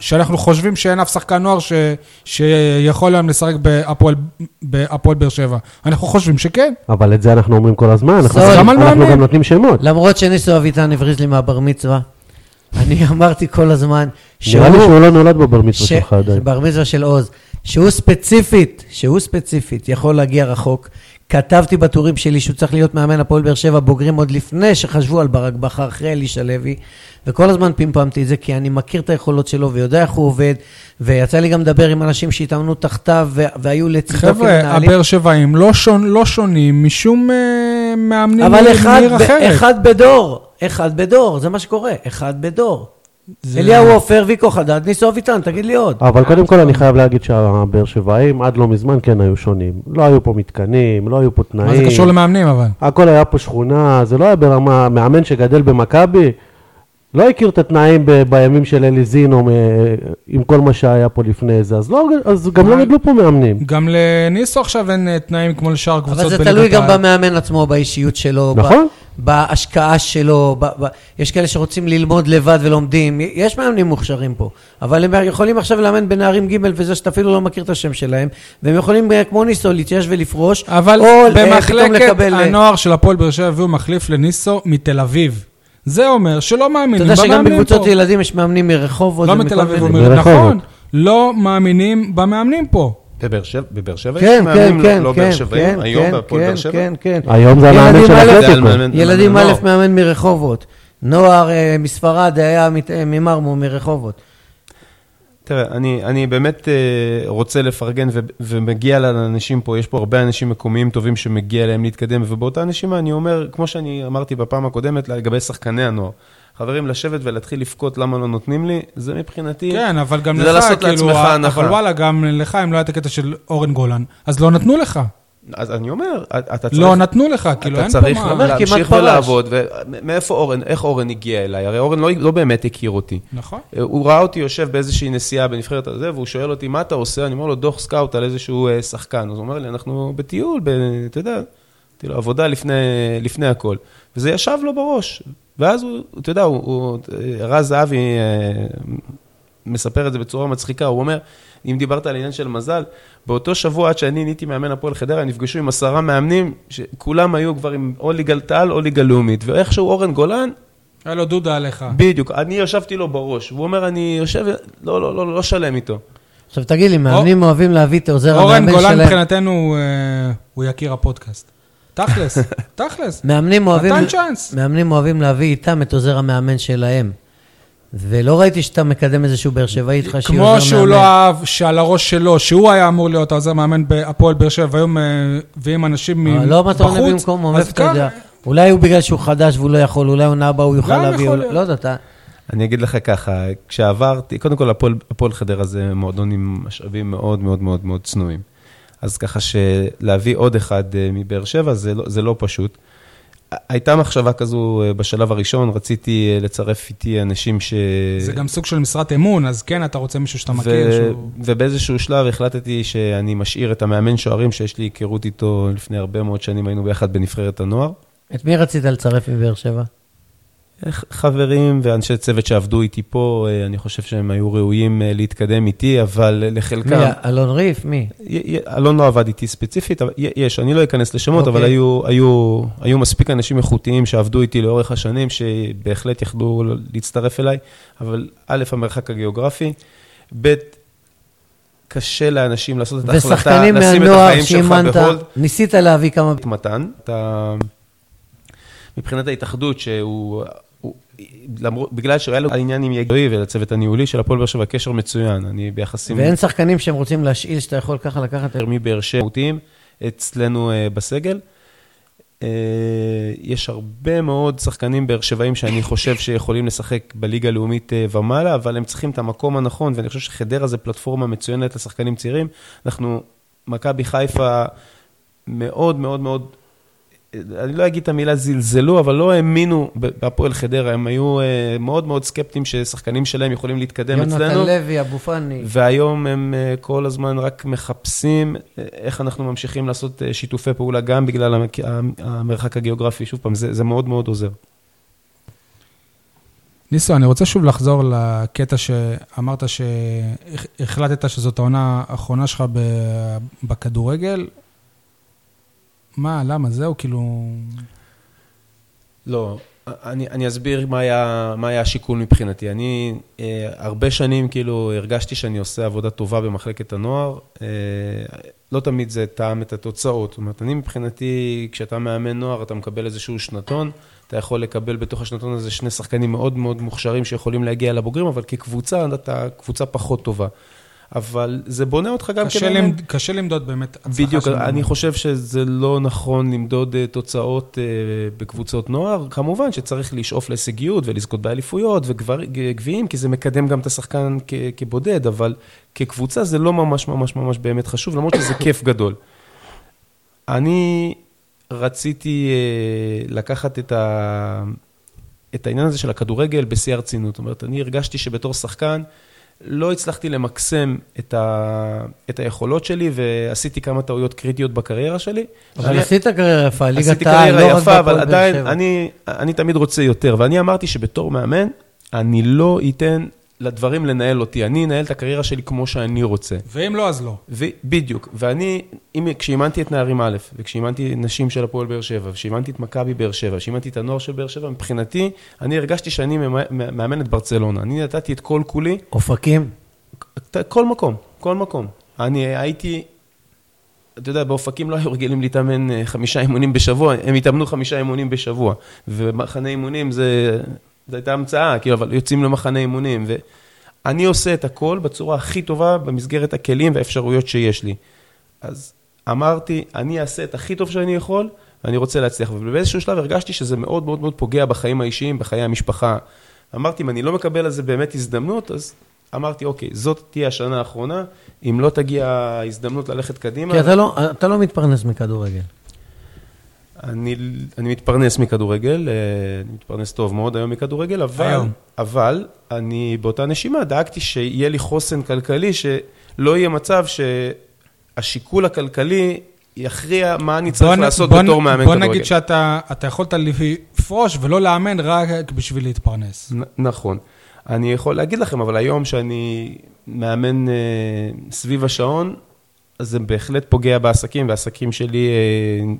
A: שאנחנו חושבים שאין אף שחקן נוער ש- שיכול היום לשחק בהפועל- בהפועל באר שבע. אנחנו חושבים שכן.
B: אבל את זה אנחנו אומרים כל הזמן, אנחנו
C: סול.
A: גם על
B: אנחנו
A: מאמן.
B: גם נותנים שמות.
C: למרות שניסו אביטן הבריז לי מהבר מצווה, אני <laughs> אמרתי כל הזמן שהוא...
B: נראה לי שהוא לא נולד בבר מצווה
C: ש-
B: שלך
C: זה
B: עדיין.
C: בר מצווה של עוז, שהוא ספציפית, שהוא ספציפית יכול להגיע רחוק. כתבתי בטורים שלי שהוא צריך להיות מאמן הפועל באר שבע בוגרים עוד לפני שחשבו על ברק בכר, אחרי אלישע לוי, וכל הזמן פמפמתי את זה כי אני מכיר את היכולות שלו ויודע איך הוא עובד, ויצא לי גם לדבר עם אנשים שהתאמנו תחתיו ו- והיו לצידו
A: חבר'ה,
C: כמנהלים.
A: הבאר שבעים לא שון- לא שונים משום אה, מאמנים
C: אבל אחד,
A: מעיר
C: ב-
A: אחרת.
C: אחד בדור, אחד בדור, זה מה שקורה, אחד בדור.
A: זה-
C: אליהו עופר, ויקו חדד, ניסו אביטן, תגיד לי עוד.
B: אבל קודם כל אני חייב להגיד שהבאר שבעים עד לא מזמן כן היו שונים. לא היו פה מתקנים, לא היו פה תנאים.
A: מה
C: אה.
A: זה קשור למאמנים אבל?
B: הכל היה פה שכונה, זה לא היה ברמה, מאמן שגדל במכבי, לא הכיר את התנאים ב, בימים של אלי זינו מ- עם כל מה שהיה פה לפני זה, אז, לא, אז גם לא גדלו פה מאמנים.
A: גם לניסו עכשיו אין אה, תנאים כמו לשאר קבוצות
C: אבל
A: בליגת
C: זה
A: העל.
C: תלוי גם במאמן עצמו, באישיות שלו, ב-
B: נכון.
C: בהשקעה שלו, ב- ב- יש כאלה שרוצים ללמוד לבד ולומדים, י- יש מאמנים מוכשרים פה, אבל הם יכולים עכשיו לאמן בנערים ג' וזה שאתה אפילו לא מכיר את השם שלהם, והם יכולים אה, כמו ניסו להתייאש ולפרוש,
A: אבל
C: או אה, פתאום
A: במחלקת
C: לקבל... אה,
A: הנוער של הפועל באר שבע הביאו מחליף לניסו מתל אביב. זה אומר שלא
C: אתה
A: מאמינים
C: יודע שגם
A: במאמנים
C: בקבוצות
A: פה.
C: ילדים יש מאמנים מרחובות
A: לא
C: ומכל
A: מתל אביב,
C: מיני-
A: אומר,
B: ברחובות.
A: נכון. לא מאמינים במאמנים פה.
D: בבאר שבע- בבאר שבע יש
C: כן,
D: מאמנים
C: כן,
D: לא-
C: כן,
D: לא באר
C: כן,
D: שבעים,
C: כן,
D: היום
C: כן,
D: בהפועל
C: כן,
D: באר שבע?
C: כן, כן.
B: היום זה המאמן
C: ילדים
B: של
C: א',
D: זה
B: אתלטיקו.
D: אלמן-
C: ילדים
A: לא.
D: אלמן
C: א'
D: הנוער.
C: מאמן מרחובות, נוער אה, מספרד היה מת- אה, ממרמו מרחובות.
D: תראה, אני, אני באמת אה, רוצה לפרגן ו, ומגיע לאנשים פה, יש פה הרבה אנשים מקומיים טובים שמגיע להם להתקדם, ובאותה נשימה אני אומר, כמו שאני אמרתי בפעם הקודמת לגבי שחקני הנוער, חברים, לשבת ולהתחיל לבכות למה לא נותנים לי, זה מבחינתי...
A: כן, אבל גם
D: זה
A: לך,
D: לעשות
A: כאילו,
D: לעצמך הנחה.
A: אבל וואלה, גם לך, אם לא היה את הקטע של אורן גולן, אז לא נתנו לך.
D: אז אני אומר, אתה צריך...
A: לא נתנו לך, כאילו,
D: אתה
A: אין פה
D: צריך
A: מה.
C: אומר, כמעט
D: להמשיך
C: פרש.
D: ולעבוד, ומאיפה אורן, איך אורן הגיע אליי? הרי אורן לא, לא באמת הכיר אותי.
A: נכון.
D: אה, הוא ראה אותי יושב באיזושהי נסיעה בנבחרת הזה, והוא שואל אותי, מה אתה עושה? אני אומר לו, דוח סקאוט על איזשהו אה, שחקן. אז הוא אומר לי, אנחנו בטיול, ב... אתה יודע, אמרתי לו, עבודה לפני, לפני הכל. וזה ישב לו בראש. ואז הוא, אתה יודע, הוא, הוא אה, רז זהבי אה, מספר את זה בצורה מצחיקה, הוא אומר, אם דיברת על עניין של מזל, באותו שבוע עד שאני נהייתי מאמן הפועל חדרה, נפגשו עם עשרה מאמנים, שכולם היו כבר עם או ליגת העל או ליגה לאומית, ואיכשהו אורן גולן
A: היה לו דודה עליך.
D: בדיוק, אני ישבתי לו בראש, והוא אומר, אני יושב, לא, לא, לא, לא שלם איתו.
C: עכשיו תגיד לי, מאמנים אוהבים להביא את עוזר
A: אורן
C: המאמן
A: גולן
C: שלהם.
A: מבחינתנו, אה, הוא יקיר הפודקאסט. תכלס,
C: <laughs>
A: תכלס.
C: מאמנים אוהבים...
A: נתן צ'אנס.
C: מאמנים אוהבים להביא איתם את עוזר המאמן שלהם. ולא ראיתי שאתה מקדם איזשהו באר שבעי איתך שיהיה עוזר
A: כמו
C: מאמן.
A: שהוא לא אהב שעל הראש שלו, שהוא היה אמור להיות העוזר מאמן בהפועל באר שבע, והיום מביאים אנשים
C: אה,
A: מבחוץ.
C: לא, מה אתה עונה במקומו,
A: אז כן.
C: מאיפה אתה
A: ככה-
C: יודע? אולי הוא בגלל שהוא חדש והוא לא יכול, אולי עונה הבאה הוא יוכל
A: גם
C: להביא,
A: יכול
C: אולי-
A: להיות.
C: לא יודע, אתה...
D: אני אגיד לך ככה, כשעברתי, קודם כל, הפועל, הפועל חדרה זה מועדון עם משאבים מאוד מאוד מאוד מאוד צנועים. אז ככה שלהביא עוד אחד אה, מבאר שבע זה לא, זה לא פשוט. הייתה מחשבה כזו אה, בשלב הראשון, רציתי אה, לצרף איתי אנשים ש...
A: זה גם סוג של משרת אמון, אז כן, אתה רוצה מישהו שאתה מכיר,
D: ו...
A: שהוא...
D: ובאיזשהו שלב החלטתי שאני משאיר את המאמן שוערים, שיש לי היכרות איתו לפני הרבה מאוד שנים, היינו ביחד בנבחרת הנוער.
C: את מי רצית לצרף מבאר שבע?
D: ח- חברים ואנשי צוות שעבדו איתי פה, אה, אני חושב שהם היו ראויים אה, להתקדם איתי, אבל אה,
C: מי?
D: לחלקם...
C: אלון ריף? מי?
D: י- י- אלון לא עבד איתי ספציפית, אבל י- יש, אני לא אכנס לשמות, אבל
C: אוקיי.
D: היו, היו, היו מספיק אנשים איכותיים שעבדו איתי לאורך השנים, שבהחלט יכלו להצטרף אליי, אבל א', המרחק הגיאוגרפי, ב', קשה לאנשים לעשות את ההחלטה,
C: ושחקנים
D: לשים את
C: מהנוער
D: החיים שלך
C: שאימנת,
D: בהולד.
C: ניסית להביא כמה...
D: את מתן, אתה... מבחינת ההתאחדות, שהוא... הוא- למרות, בגלל שהיה לו עניין עם יגדוי ולצוות הניהולי של הפועל באר שבע, קשר מצוין, אני ביחסים...
C: ואין שחקנים שהם רוצים להשאיל, שאתה יכול ככה לקחת...
D: יותר מבאר שבע מהותיים אצלנו אה, בסגל. אה, יש הרבה מאוד שחקנים באר שבעים שאני חושב שיכולים לשחק בליגה הלאומית אה, ומעלה, אבל הם צריכים את המקום הנכון, ואני חושב שחדרה זה פלטפורמה מצוינת לשחקנים צעירים. אנחנו, מכבי חיפה מאוד מאוד מאוד, אה, אני לא אגיד את המילה זלזלו, אבל לא האמינו ב- בהפועל חדרה, הם היו אה, מאוד מאוד סקפטיים ששחקנים שלהם יכולים להתקדם אצלנו.
C: יונתן לוי, אבו פאני.
D: והיום הם אה, כל הזמן רק מחפשים אה, איך אנחנו ממשיכים לעשות אה, שיתופי פעולה, גם בגלל המק- המ- המרחק הגיאוגרפי. שוב פעם, זה, זה מאוד מאוד עוזר.
A: ניסו, אני רוצה שוב לחזור לקטע שאמרת שהחלטת שזאת העונה האחרונה שלך ב- בכדורגל. מה, למה, זהו, כאילו...
D: לא, אני, אני אסביר מה היה, מה היה השיקול מבחינתי. אני אה, הרבה שנים כאילו הרגשתי שאני עושה עבודה טובה במחלקת הנוער. אה, לא תמיד זה טעם את התוצאות. זאת אומרת, אני מבחינתי, כשאתה מאמן נוער, אתה מקבל איזשהו שנתון. אתה יכול לקבל בתוך השנתון הזה שני שחקנים מאוד מאוד מוכשרים שיכולים להגיע לבוגרים, אבל כקבוצה, אתה קבוצה פחות טובה. אבל זה בונה אותך גם
A: קשה למד- קשה למדוד באמת הצלחה
D: בדיוק,
A: של
D: אני
A: מאמן.
D: חושב שזה לא נכון למדוד אה, תוצאות אה, בקבוצות נוער. כמובן שצריך לשאוף להישגיות ולזכות באליפויות וגביעים, כי זה מקדם גם את השחקן כ- כבודד, אבל כקבוצה זה לא ממש ממש ממש באמת חשוב, למרות שזה כיף גדול. אני רציתי אה, לקחת את, ה... את העניין הזה של הכדורגל בשיא הרצינות. זאת אומרת, אני הרגשתי שבתור שחקן לא הצלחתי למקסם את, ה... את היכולות שלי, ועשיתי כמה טעויות קריטיות בקריירה שלי.
C: אבל
D: אני-
C: עשית קריירה יפה, ליגת
D: עשיתי
C: העל, לא
D: קריירה
C: רק
D: יפה, אבל
C: בהפועל באר
D: עדיין,
C: שבע.
D: אני, אני תמיד רוצה יותר. ואני אמרתי שבתור מאמן, אני לא אתן לדברים לנהל אותי. אני אנהל את הקריירה שלי כמו שאני רוצה.
A: ואם לא, אז לא.
D: ו- בדיוק, ואני, אם, כשאימנתי את נערים א', וכשאימנתי נשים של הפועל באר שבע, וכשאימנתי את מכבי באר שבע, וכשאימנתי את הנוער של באר שבע, מבחינתי, אני הרגשתי שאני ממ- מאמן את ברצלונה. אני נתתי את כל כולי,
C: אופקים?
D: ת- כל מקום, כל מקום. אני הייתי, אתה יודע, באופקים לא היו רגילים להתאמן אה, חמישה אימונים בשבוע, הם התאמנו חמישה אימונים בשבוע. ומחנה אימונים זה, זו הייתה המצאה, כאילו, אבל יוצאים למחנה אימונים. ואני עושה את הכל בצורה הכי טובה במסגרת הכלים והאפשרויות שיש לי. אז אמרתי, אני אעשה את הכי טוב שאני יכול, ואני רוצה להצליח. ובאיזשהו שלב הרגשתי שזה מאוד מאוד מאוד פוגע בחיים האישיים, בחיי המשפחה. אמרתי, אם אני לא מקבל על זה באמת הזדמנות, אז אמרתי, אוקיי, זאת תהיה השנה האחרונה, אם לא תגיע ההזדמנות ללכת קדימה,
C: כי אתה לא- אתה לא מתפרנס מכדורגל.
D: אני, אני מתפרנס מכדורגל, אה, אני מתפרנס טוב מאוד היום מכדורגל, אבל,
A: היום.
D: אבל אני באותה נשימה דאגתי שיהיה לי חוסן כלכלי, שלא יהיה מצב שהשיקול הכלכלי יכריע מה אני צריך
A: נ-
D: לעשות
A: בוא נ-
D: בתור מאמן
A: בוא
D: כדורגל.
A: נגיד שאתה אתה יכולת לפרוש ולא לאמן רק בשביל להתפרנס.
D: נ- נכון. אני יכול להגיד לכם, אבל היום שאני מאמן אה, סביב השעון, אז זה בהחלט פוגע בעסקים, והעסקים שלי אה,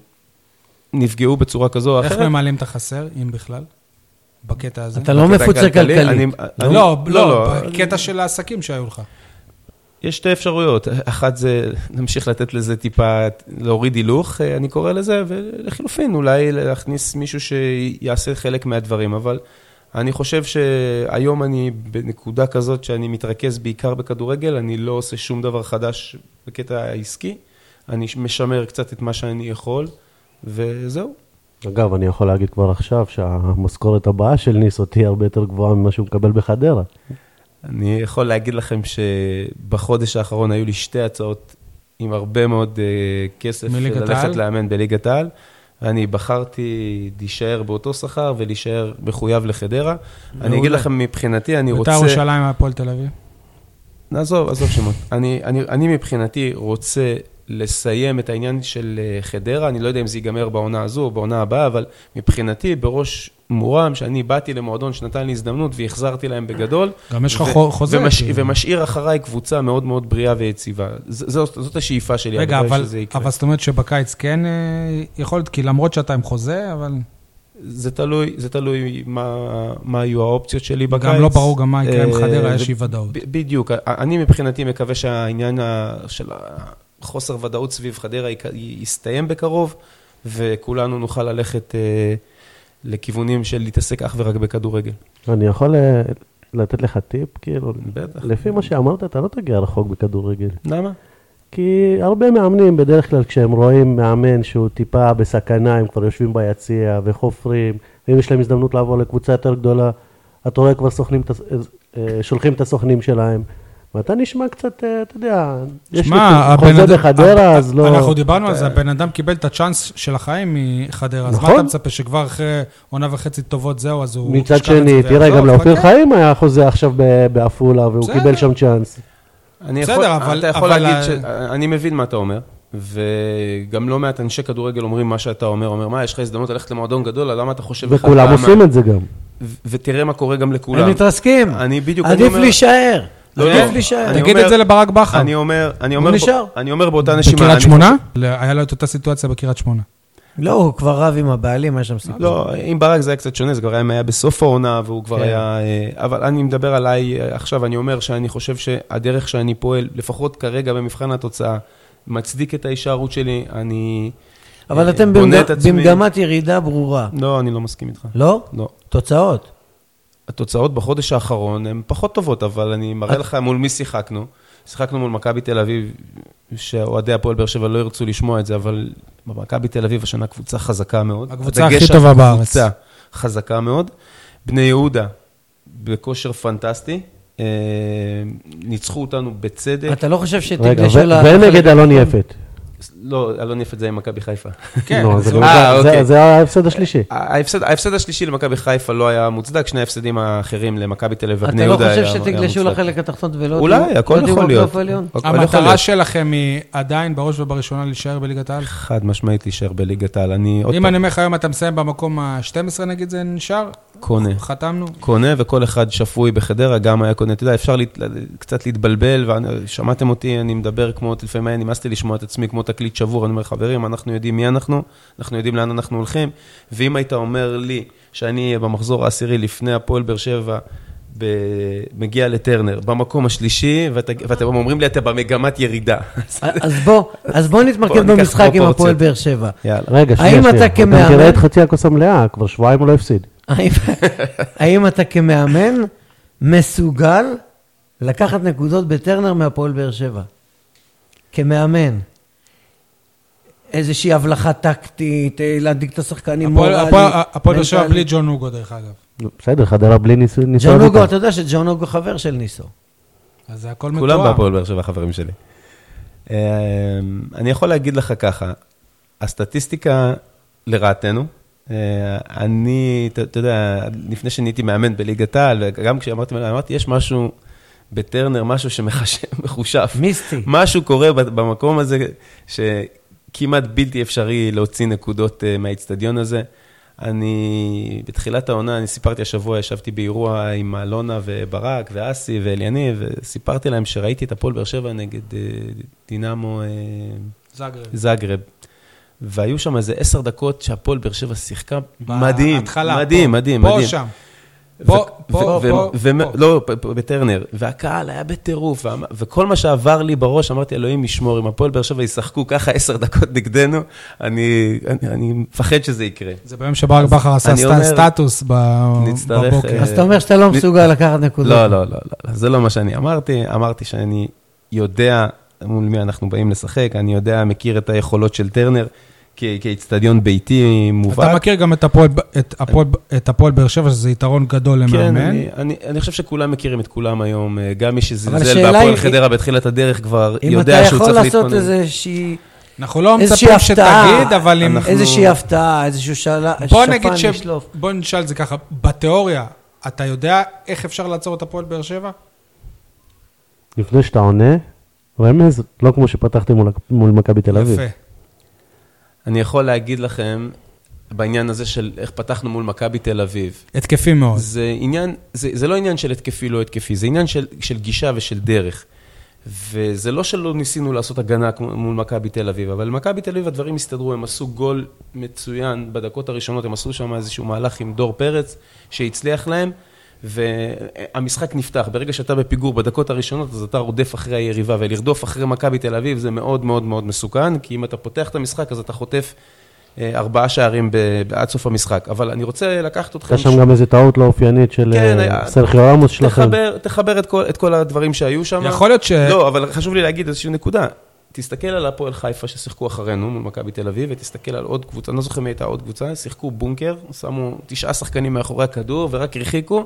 D: נפגעו בצורה כזו או
A: איך
D: אחרת.
A: ממלאים את החסר, אם בכלל? בקטע הזה?
C: אתה לא
D: בקטע
C: מפוצה
D: הכלכלי,
C: כלכלית.
D: אני- אני-
A: לא, לא,
D: אני-
A: בקטע של העסקים שהיו לך.
D: יש שתי אפשרויות. אחת זה, <laughs> נמשיך לתת לזה טיפה, להוריד הילוך, אה, אני קורא לזה, ולחילופין, אולי להכניס מישהו שיעשה חלק מהדברים. אבל אני חושב שהיום אני בנקודה כזאת שאני מתרכז בעיקר בכדורגל, אני לא עושה שום דבר חדש בקטע העסקי. אני משמר קצת את מה שאני יכול, וזהו.
B: אגב, אני יכול להגיד כבר עכשיו שהמשכורת הבאה של ניסו תהיה הרבה יותר גבוהה ממה שהוא מקבל בחדרה.
D: אני יכול להגיד לכם שבחודש האחרון היו לי שתי הצעות עם הרבה מאוד אה, כסף
A: מליגת
D: ללכת
A: העל?
D: לאמן בליגת העל, אני בחרתי להישאר באותו שכר ולהישאר מחויב לחדרה. אני אגיד לכם, מבחינתי, אני רוצה...
A: בית"ר ירושלים, הפועל תל אביב.
D: נעזוב, עזוב שמות. אני, אני, אני מבחינתי רוצה לסיים את העניין של אה, חדרה, אני לא יודע אם זה ייגמר בעונה הזו או בעונה הבאה, אבל מבחינתי, בראש מורם, שאני באתי למועדון שנתן לי הזדמנות והחזרתי להם בגדול.
A: גם יש לך
D: ו-
A: חו- חוזה,
D: ומש,
A: כאילו.
D: ומשאיר אחריי קבוצה מאוד מאוד בריאה ויציבה. ז, זאת, זאת השאיפה שלי,
A: רגע,
D: הלוואי
A: אבל,
D: שזה יקרה.
A: אבל זאת אומרת שבקיץ כן אה, יכול להיות, כי למרות שאתה עם חוזה, אבל
D: זה תלוי, זה תלוי מה, מה יהיו האופציות שלי בקיץ.
A: גם לא ברור גם מה יקרה עם
D: אה,
A: חדרה, יש
D: ו-
A: אי ודאות.
D: ב- בדיוק. אני מבחינתי מקווה שהעניין ה- של החוסר ודאות סביב חדרה ייק- י- יסתיים בקרוב, וכולנו נוכל ללכת אה, לכיוונים של להתעסק אך ורק בכדורגל.
B: אני יכול אה, לתת לך טיפ? כאילו,
D: בטח.
B: לפי מה שאמרת, אתה לא תגיע רחוק בכדורגל.
D: למה?
B: כי הרבה מאמנים, בדרך כלל כשהם רואים מאמן שהוא טיפה בסכנה, הם כבר יושבים ביציע וחופרים, ואם יש להם הזדמנות לעבור לקבוצה יותר גדולה, אתה רואה כבר סוכנים, את הס- אה, שולחים את הסוכנים שלהם. ואתה נשמע קצת, אה, אתה יודע, יש לי
A: שמע, הבן
B: חוזה
A: אדם-
B: בחדרה,
A: הבן-
B: אז לא...
A: אנחנו דיברנו על זה, הבן אדם קיבל את הצ'אנס של החיים מחדרה, אז מה
B: נכון.
A: אתה מצפה, שכבר אחרי עונה וחצי טובות זהו, אז הוא...
B: מצד
A: ישכח את זה
B: שני, תראה,
A: ויעזוב?
B: גם לאופיר
A: חכה.
B: חיים היה חוזה עכשיו ב- בעפולה, והוא
A: בסדר.
B: קיבל שם צ'אנס.
D: אני
A: בסדר,
D: יכול,
A: אבל-
D: אתה יכול
A: אבל
D: להגיד
A: ה-
D: ש... אני מבין מה אתה אומר, וגם לא מעט אנשי כדורגל אומרים מה שאתה אומר. אומר, מה, יש לך הזדמנות ללכת למועדון גדול, למה אתה חושב... אחד
B: וכולם
D: פעמיים?"
B: עושים את זה גם.
D: ו- ותראה מה קורה גם לכולם.
C: הם מתרסקים.
D: אני בדיוק, אני
C: עדיף
D: אומר-
C: להישאר.
D: לא,
C: עדיף
D: לא.
C: להישאר.
D: אני
A: תגיד
D: אומר-
A: את זה לברק בכר.
D: אני אומר, אני אומר,
C: הוא
D: בו-
C: נשאר.
D: אני אומר באותה נשימה.
A: בקריית
D: אני
A: שמונה? ל- היה לו את אותה סיטואציה בקריית שמונה.
C: לא, הוא כבר רב עם הבעלים, היה שם סיפור.
D: לא, עם ברק זה היה קצת שונה, זה כבר היה, היה בסוף העונה, והוא כבר
C: כן.
D: היה... אה, אבל אני מדבר עליי אה, עכשיו, אני אומר שאני חושב שהדרך שאני פועל, לפחות כרגע במבחן התוצאה, מצדיק את ההישארות שלי, אני...
C: אבל
D: אה,
C: אתם
D: בונה
C: במג-
D: את עצמי.
C: במגמת ירידה ברורה.
D: לא, אני לא מסכים איתך.
C: לא?
D: לא.
C: תוצאות.
D: התוצאות בחודש האחרון הן פחות טובות, אבל אני מראה
C: את-
D: לך מול מי שיחקנו. שיחקנו מול מכבי תל אביב, שאוהדי הפועל באר שבע לא ירצו לשמוע את זה, אבל מכבי תל אביב השנה קבוצה חזקה מאוד.
A: הקבוצה
D: הדגש
A: הכי
D: על
A: טובה בארץ.
D: קבוצה חזקה מאוד. בני יהודה, בכושר פנטסטי, אה, ניצחו אותנו בצדק.
C: אתה לא חושב
B: רגע,
C: שתגשר
B: ו-
C: ל...
B: ונגד אלון יפת.
D: לא, אלון יפת זה עם מכבי חיפה. <laughs>
A: כן,
B: נו,
A: אז
B: זה
A: הוא- אה,
B: גם-
D: אה,
B: זה-
D: אוקיי.
B: זה ההפסד השלישי.
D: ההפסד, ההפסד השלישי למכבי חיפה לא היה מוצדק, שני ההפסדים האחרים למכבי תל אביב ובני
C: אתה לא
D: יהודה היה
C: חושב
D: היה מוצדק.
C: שתגלשו לחלק התחתון ולא...
D: אולי,
C: תהיו-
D: הכל
C: לא תהיו
D: יכול להיות.
C: בפלייאוף העליון?
D: <laughs> הכל אוקיי, יכול
A: המטרה
D: להיות.
A: שלכם היא עדיין בראש ובראשונה להישאר בליגת העל?
D: חד משמעית להישאר בליגת העל. אני עוד
A: אם
D: פעם
A: אני אומר לך היום אתה מסיים במקום ה-12 נגיד זה נשאר?
D: קונה.
A: חתמנו?
D: קונה, וכל אחד שפוי בחדרה גם היה קונה. אתה יודע, אפשר להת... קצת להתבלבל, ושמעתם אותי, אני מדבר כמו, לפעמים היה נמאס לי לשמוע את עצמי כמו תקליט שבור, אני אומר, חברים, אנחנו יודעים מי אנחנו, אנחנו יודעים לאן אנחנו הולכים, ואם היית אומר לי שאני אהיה במחזור העשירי לפני הפועל באר שבע, ב... מגיע לטרנר, במקום השלישי, ואת... ואתם אומרים לי, אתה במגמת ירידה.
C: אה, אז בוא, אז בוא
D: בוא
C: נתמקד
D: ניקח
C: במשחק עם הפועל
D: פרופורציות.
C: באר שבע.
A: אה.
D: יאללה.
B: רגע, שנייה,
C: האם
B: שנייה.
C: אתה כמאמן-
B: גם תראה את חצי הכוס המלאה, כבר שבועיים הוא לא הפסיד.
D: <laughs>
C: האם- האם אתה כמאמן מסוגל לקחת נקודות בטרנר מהפועל באר שבע? כמאמן. איזושהי הבלחה טקטית, אה, להדאיג את השחקנים
A: הפועל- הפועל- הפועל באר שבע
C: מנטלי.
A: בלי ג'ון אוגו דרך אגב.
B: נו, בסדר, חדרה בלי ניסו- ניסיון.
C: ג'ון אוגו,
B: איתם.
C: אתה יודע שג'ון אוגו חבר של ניסו.
A: אז זה הכל
D: כולם
A: מתואם.
D: בהפועל באר שבע, חברים שלי. אמ, אני יכול להגיד לך ככה, הסטטיסטיקה לרעתנו, אה, אני, אתה אתה יודע, לפני שנהייתי מאמן בליגת העל, וגם כשאמרתי, אמרתי, יש משהו בטרנר, משהו <laughs> שמחושב.
C: מיסטי.
D: משהו קורה ב- במקום הזה, שכמעט בלתי אפשרי להוציא נקודות אה, מהאיצטדיון הזה. אני, בתחילת העונה, אני סיפרתי השבוע, ישבתי באירוע עם אלונה וברק ואסי ואליניב, וסיפרתי להם שראיתי את הפועל באר שבע נגד אה, דינמו אה,
A: זאגרב.
D: זאגרב. והיו שם איזה עשר דקות שהפועל באר שבע שיחקה מדהים,
A: בהתחלה,
D: מדהים,
A: פה,
D: מדהים,
A: פה
D: מדהים.
A: שם. פה,
D: ו-
A: פה,
D: ו- ו-
A: פה,
D: ו-
A: פה.
D: לא, פ- פ- בטרנר. והקהל היה בטירוף, וה- וכל מה שעבר לי בראש, אמרתי, אלוהים ישמור, אם הפועל באר שבע ישחקו ככה עשר דקות נגדנו, אני אני- אני מפחד שזה יקרה.
A: זה ביום שברק בכר עשה
D: אני
A: סטן-
D: אומר,
A: סטטוס ב-
D: נצטרך,
A: בבוקר.
D: אה,
C: אז אתה אומר שאתה לא
D: מי-
C: מסוגל לקחת נקודות.
D: לא, לא, לא, לא, זה לא מה שאני אמרתי. אמרתי שאני יודע מול מי אנחנו באים לשחק, אני יודע, מכיר את היכולות של טרנר כ- כאיצטדיון ביתי מובהק.
A: אתה מכיר גם את הפועל ב- את הפועל ב- את הפועל באר שבע, שזה יתרון גדול
D: כן,
A: למאמן.
D: אני, אני, אני חושב שכולם מכירים את כולם היום, אה, גם מי
C: אבל
D: שזלזל
C: השאלה
D: בהפועל
C: היא-
D: חדרה בתחילת הדרך כבר
C: אם אתה
D: יודע שהוא
C: יכול
D: צריך להתכונן.
C: לעשות איזושהי
A: אנחנו לא
C: איזושהי
A: מצפים
C: הפתעה,
A: שתגיד, אבל אם...
D: אנחנו-
C: איזושהי הפתעה, איזשהו שאלה,
A: בוא נגיד ש...
C: שפן לשלוף.
A: בוא נשאל את זה ככה, בתיאוריה, אתה יודע איך אפשר לעצור את הפועל באר שבע?
B: לפני שאתה עונה, רמז, לא כמו שפתחתי מול- מול מכבי תל אביב.
A: יפה.
D: אני יכול להגיד לכם, בעניין הזה של איך פתחנו מול מכבי תל אביב,
A: התקפי מאוד.
D: זה עניין, זה, זה לא עניין של התקפי, לא התקפי, זה עניין של, של גישה ושל דרך. וזה לא שלא ניסינו לעשות הגנה כמו- מול מכבי תל אביב, אבל מכבי תל אביב הדברים הסתדרו, הם עשו גול מצוין בדקות הראשונות, הם עשו שם איזשהו מהלך עם דור פרץ שהצליח להם, והמשחק נפתח. ברגע שאתה בפיגור בדקות הראשונות, אז אתה רודף אחרי היריבה, ולרדוף אחרי מכבי תל אביב זה מאוד מאוד מאוד מסוכן, כי אם אתה פותח את המשחק אז אתה חוטף אה, ארבעה שערים ב- עד סוף המשחק. אבל אני רוצה לקחת אתכם...
B: הייתה שם גם איזו טעות לא אופיינית של
D: כן,
B: אה,
D: היה-
B: סרחיו עמוס שלכם.
D: תחבר, תחבר את, כל, את כל הדברים שהיו שם.
A: יכול להיות ש-
D: לא, אבל חשוב לי להגיד איזושהי נקודה. תסתכל על הפועל חיפה ששיחקו אחרינו מול מכבי תל אביב, ותסתכל על עוד קבוצה, אני לא זוכר מי הייתה עוד קבוצה, שיחקו בונקר, שמו תשעה שחקנים מאחורי הכדור ורק הרחיקו,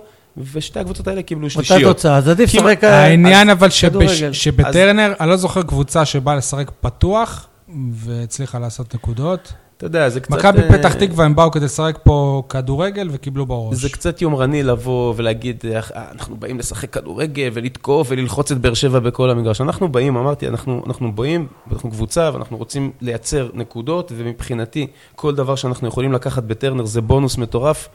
D: ושתי הקבוצות האלה קיבלו
C: אותה
D: שלישיות.
C: תוצאה, אז עדיף
D: כמעט-
C: לשחק... אה,
A: העניין אבל שבש-
C: כדורגל.
A: שבטרנר, אני לא זוכר קבוצה שבאה לשחק פתוח והצליחה לעשות נקודות.
D: אתה יודע, זה קצת...
A: מכבי
D: אה,
A: פתח תקווה, הם באו כדי לשחק פה כדורגל וקיבלו
D: זה
A: בראש.
D: קצת יומרני לבוא ולהגיד, "אה, אנחנו באים לשחק כדורגל ולתקוף וללחוץ את באר שבע בכל המגרש. אנחנו באים, אמרתי, אנחנו, אנחנו באים, אנחנו קבוצה ואנחנו רוצים לייצר נקודות, ומבחינתי, כל דבר שאנחנו יכולים לקחת בטרנר זה בונוס מטורף.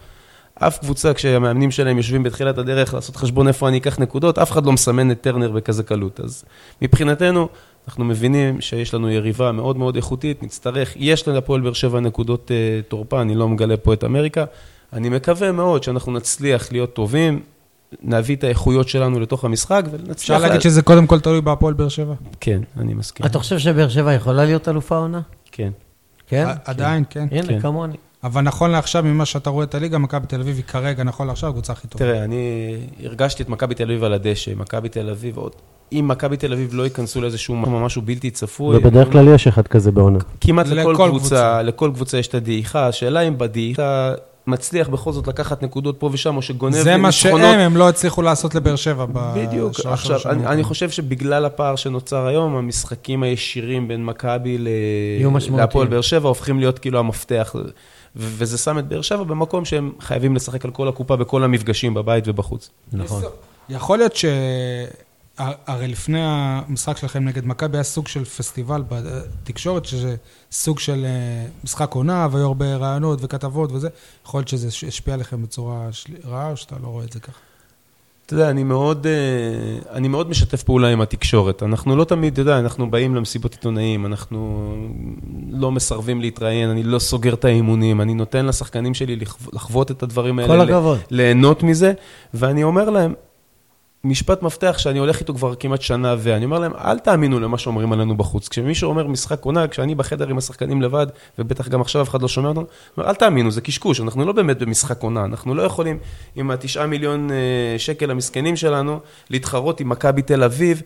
D: אף קבוצה, כשהמאמנים שלהם יושבים בתחילת הדרך לעשות חשבון איפה אני אקח נקודות, אף אחד לא מסמן את טרנר בכזה קלות. אז מבחינתנו, אנחנו מבינים שיש לנו יריבה מאוד מאוד איכותית, נצטרך, יש ללפועל באר שבע נקודות אה, תורפה, אני לא מגלה פה את אמריקה. אני מקווה מאוד שאנחנו נצליח להיות טובים, נביא את האיכויות שלנו לתוך המשחק ונצליח...
A: אפשר
D: לה-
A: להגיד שזה קודם כל תלוי בהפועל באר שבע?
D: כן, אני מסכים.
C: אתה חושב שבאר שבע יכולה להיות אלופה עונה?
D: כן.
C: כן?
A: ע- עדיין, כן.
C: הנה,
D: כן.
C: כמוני.
A: אבל נכון לעכשיו, ממה שאתה רואה את הליגה, מכבי תל אביב היא כרגע, נכון לעכשיו, הקבוצה הכי טובה.
D: תראה, אני הרגשתי את מכבי תל אביב על הדשא, מכבי תל אביב עוד... אם מכבי תל אביב לא ייכנסו לאיזשהו משהו בלתי צפוי...
B: ובדרך כלל יש אחד כזה בעונה.
D: כמעט
A: לכל
D: לכל קבוצה,
A: קבוצה.
D: קבוצה, לכל קבוצה יש את הדעיכה, השאלה אם בדעיכה מצליח בכל זאת לקחת נקודות פה ושם, או שגונב
A: זה מה שהם,
D: ניצחונות.
A: הם לא הצליחו לעשות לבאר שבע בשלוש
D: בדיוק.
A: שלוש
D: עכשיו,
A: שנים.
D: אני, אני חושב שבגלל הפער שנוצר היום, המשחקים הישירים בין מכבי ל-
C: יהיו משמעותיים.
D: להפועל באר שבע הופכים להיות כאילו המפתח. ו- וזה שם את באר שבע במקום שהם חייבים לשחק על כל הקופה בכל המפגשים, בבית ובחוץ.
C: נכון.
A: יכול להיות ש... ה- הרי לפני המשחק שלכם נגד מכבי היה סוג של פסטיבל בתקשורת, שזה סוג של אה, משחק עונה, והיו הרבה רעיונות וכתבות וזה. יכול להיות שזה ש- השפיע עליכם בצורה של- רעה, או שאתה לא רואה את זה ככה?
D: אתה יודע, אני מאוד, אה, אני מאוד משתף פעולה עם התקשורת. אנחנו לא תמיד, אתה יודע, אנחנו באים למסיבות עיתונאים, אנחנו לא מסרבים להתראיין, אני לא סוגר את האימונים, אני נותן לשחקנים שלי לחו- לחוות את הדברים האלה.
C: כל
D: ל-
C: הכבוד.
D: ליהנות מזה, ואני אומר להם, משפט מפתח שאני הולך איתו כבר כמעט שנה, ואני אומר להם, אל תאמינו למה שאומרים עלינו בחוץ. כשמישהו אומר משחק עונה, כשאני בחדר עם השחקנים לבד, ובטח גם עכשיו אף אחד לא שומע אותנו, אני אומר, אל תאמינו, זה קשקוש, אנחנו לא באמת במשחק עונה, אנחנו לא יכולים עם התשעה מיליון אה, שקל המסכנים שלנו להתחרות עם מכבי תל אביב.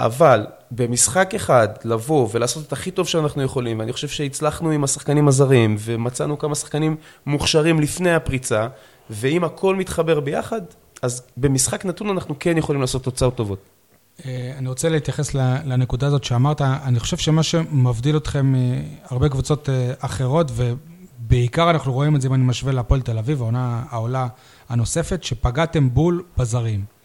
D: אבל במשחק אחד, לבוא ולעשות את הכי טוב שאנחנו יכולים, ואני חושב שהצלחנו עם השחקנים הזרים, ומצאנו כמה שחקנים מוכשרים לפני הפריצה, ואם הכל מתחבר ביחד, אז במשחק נתון אנחנו כן יכולים לעשות תוצאות טובות.
A: אה, אני רוצה להתייחס ל- לנקודה הזאת שאמרת. אני חושב שמה שמבדיל אתכם מהרבה קבוצות אה, אחרות, ובעיקר אנחנו רואים את זה אם אני משווה להפועל תל אביב, העונה העולה הנוספת, שפגעתם בול בזרים.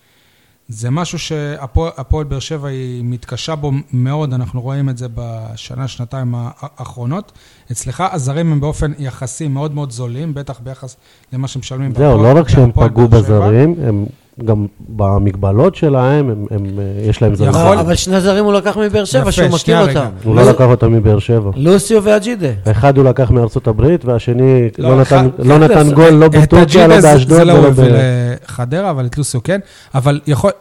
A: זה משהו שהפועל הפועל באר שבע היא מתקשה בו מאוד, אנחנו רואים את זה בשנה, שנתיים האחרונות. אצלך הזרים הם באופן יחסי מאוד מאוד זולים, בטח ביחס למה שמשלמים.
B: זהו,
A: בהפועל-
B: לא רק שהם
A: בהפועל
B: פגעו
A: באר שבע.
B: בזרים, הם גם במגבלות שלהם, הם- הם, אה, יש להם זרים.
A: יכול-
C: נכון, אבל שני זרים הוא לקח מבאר שבע,
A: יפה,
C: שהוא מכיר
A: שנייה רגע.
C: אותם.
B: הוא לא לקח אותם מבאר שבע.
C: לוסיו ואג'ידה.
B: אחד הוא לקח מארצות הברית, והשני
A: לא,
B: לא נתן-
A: אחד-
B: לא נתן גול, לא
A: את
B: בטורקיה, לא
A: הג'יבז
B: באשדוד.
A: זה לא
B: ולא
A: הוא
B: ב-
A: הביא לחדרה, אבל את לוסיו כן. אבל יכול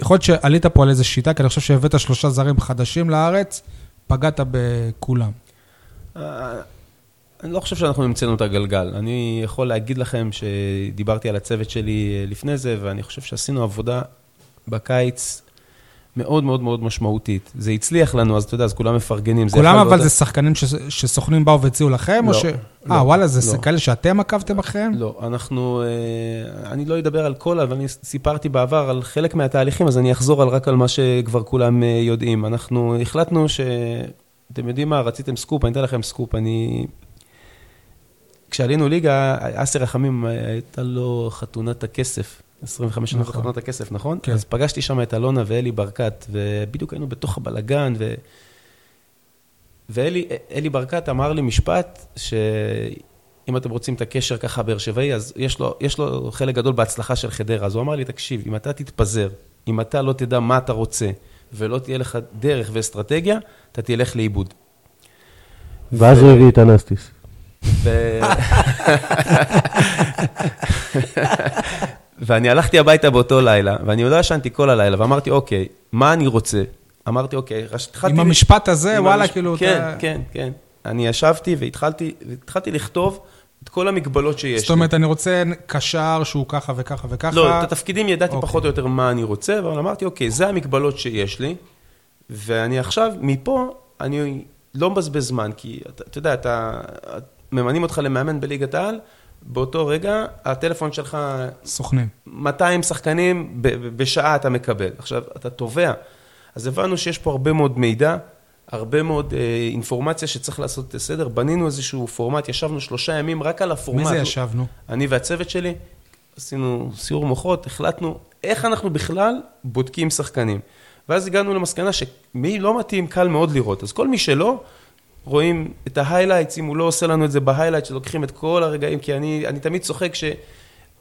A: יכול להיות שעלית פה על איזו שיטה, כי אני חושב שהבאת שלושה זרים חדשים לארץ, פגעת בכולם.
D: אה, אני לא חושב שאנחנו המצאנו את הגלגל. אני יכול להגיד לכם שדיברתי על הצוות שלי אה, לפני זה, ואני חושב שעשינו עבודה בקיץ מאוד מאוד מאוד משמעותית. זה הצליח לנו, אז אתה יודע, אז כולם מפרגנים. זה
A: כולם
D: יכול
A: אבל
D: להיות-
A: זה שחקנים ש- שסוכנים באו והציעו לכם, או
D: לא,
A: ש...
D: לא,
A: אה, וואלה, זה
D: לא.
A: כאלה שאתם עקבתם אחריהם?
D: לא, אנחנו... אה, אני לא אדבר על כל, אבל אני סיפרתי בעבר על חלק מהתהליכים, אז אני אחזור על רק על מה שכבר כולם אה, יודעים. אנחנו החלטנו ש... אתם יודעים מה, רציתם סקופ, אני אתן לכם סקופ. אני... כשעלינו ליגה, אסי רחמים, אה, הייתה לו חתונת הכסף. 25 שנה
A: נכון.
D: חתונת הכסף, נכון?
A: כן.
D: אז פגשתי שם את אלונה ואלי ברקת, ובדיוק היינו בתוך הבלגן, ו... ואלי אה, אלי ברקת אמר לי משפט, שאם אתם רוצים את הקשר ככה באר שבעי, אז יש לו, יש לו חלק גדול בהצלחה של חדרה. אז הוא אמר לי, תקשיב, אם אתה תתפזר, אם אתה לא תדע מה אתה רוצה, ולא תהיה לך דרך ואסטרטגיה, אתה תלך לאיבוד.
B: ואז הוא הביא את אנסטיס.
D: ו... ואני הלכתי הביתה באותו לילה, ואני לא ישנתי כל הלילה, ואמרתי, אוקיי, מה אני רוצה? אמרתי, אוקיי, רש- התחלתי...
A: עם המשפט הזה,
D: עם
A: וואלה,
D: המשפט-
A: כאילו,
D: כן,
A: אתה-
D: כן, כן. אני ישבתי והתחלתי, התחלתי לכתוב את כל המגבלות שיש לי.
A: זאת אומרת, אני רוצה קשר שהוא ככה וככה וככה.
D: לא, את התפקידים ידעתי
A: אוקיי.
D: פחות או יותר מה אני רוצה, אבל אמרתי, אוקיי, זה המגבלות שיש לי, ואני עכשיו, מפה, אני לא מבזבז זמן, כי אתה, אתה יודע, אתה, ממנים אותך למאמן בליגת העל, באותו רגע הטלפון שלך,
A: סוכנים.
D: 200 שחקנים ב- ב- בשעה אתה מקבל. עכשיו, אתה תובע. אז הבנו שיש פה הרבה מאוד מידע, הרבה מאוד אה, אינפורמציה שצריך לעשות סדר. בנינו איזשהו פורמט, ישבנו שלושה ימים רק על הפורמט.
A: מי זה ישבנו?
D: אני והצוות שלי עשינו סיור מוחות, החלטנו איך אנחנו בכלל בודקים שחקנים. ואז הגענו למסקנה שמי לא מתאים, קל מאוד לראות. אז כל מי שלא, רואים את ההיילייטס, אם הוא לא עושה לנו את זה בהיילייטס, שלוקחים את כל הרגעים, כי אני, אני תמיד צוחק ש...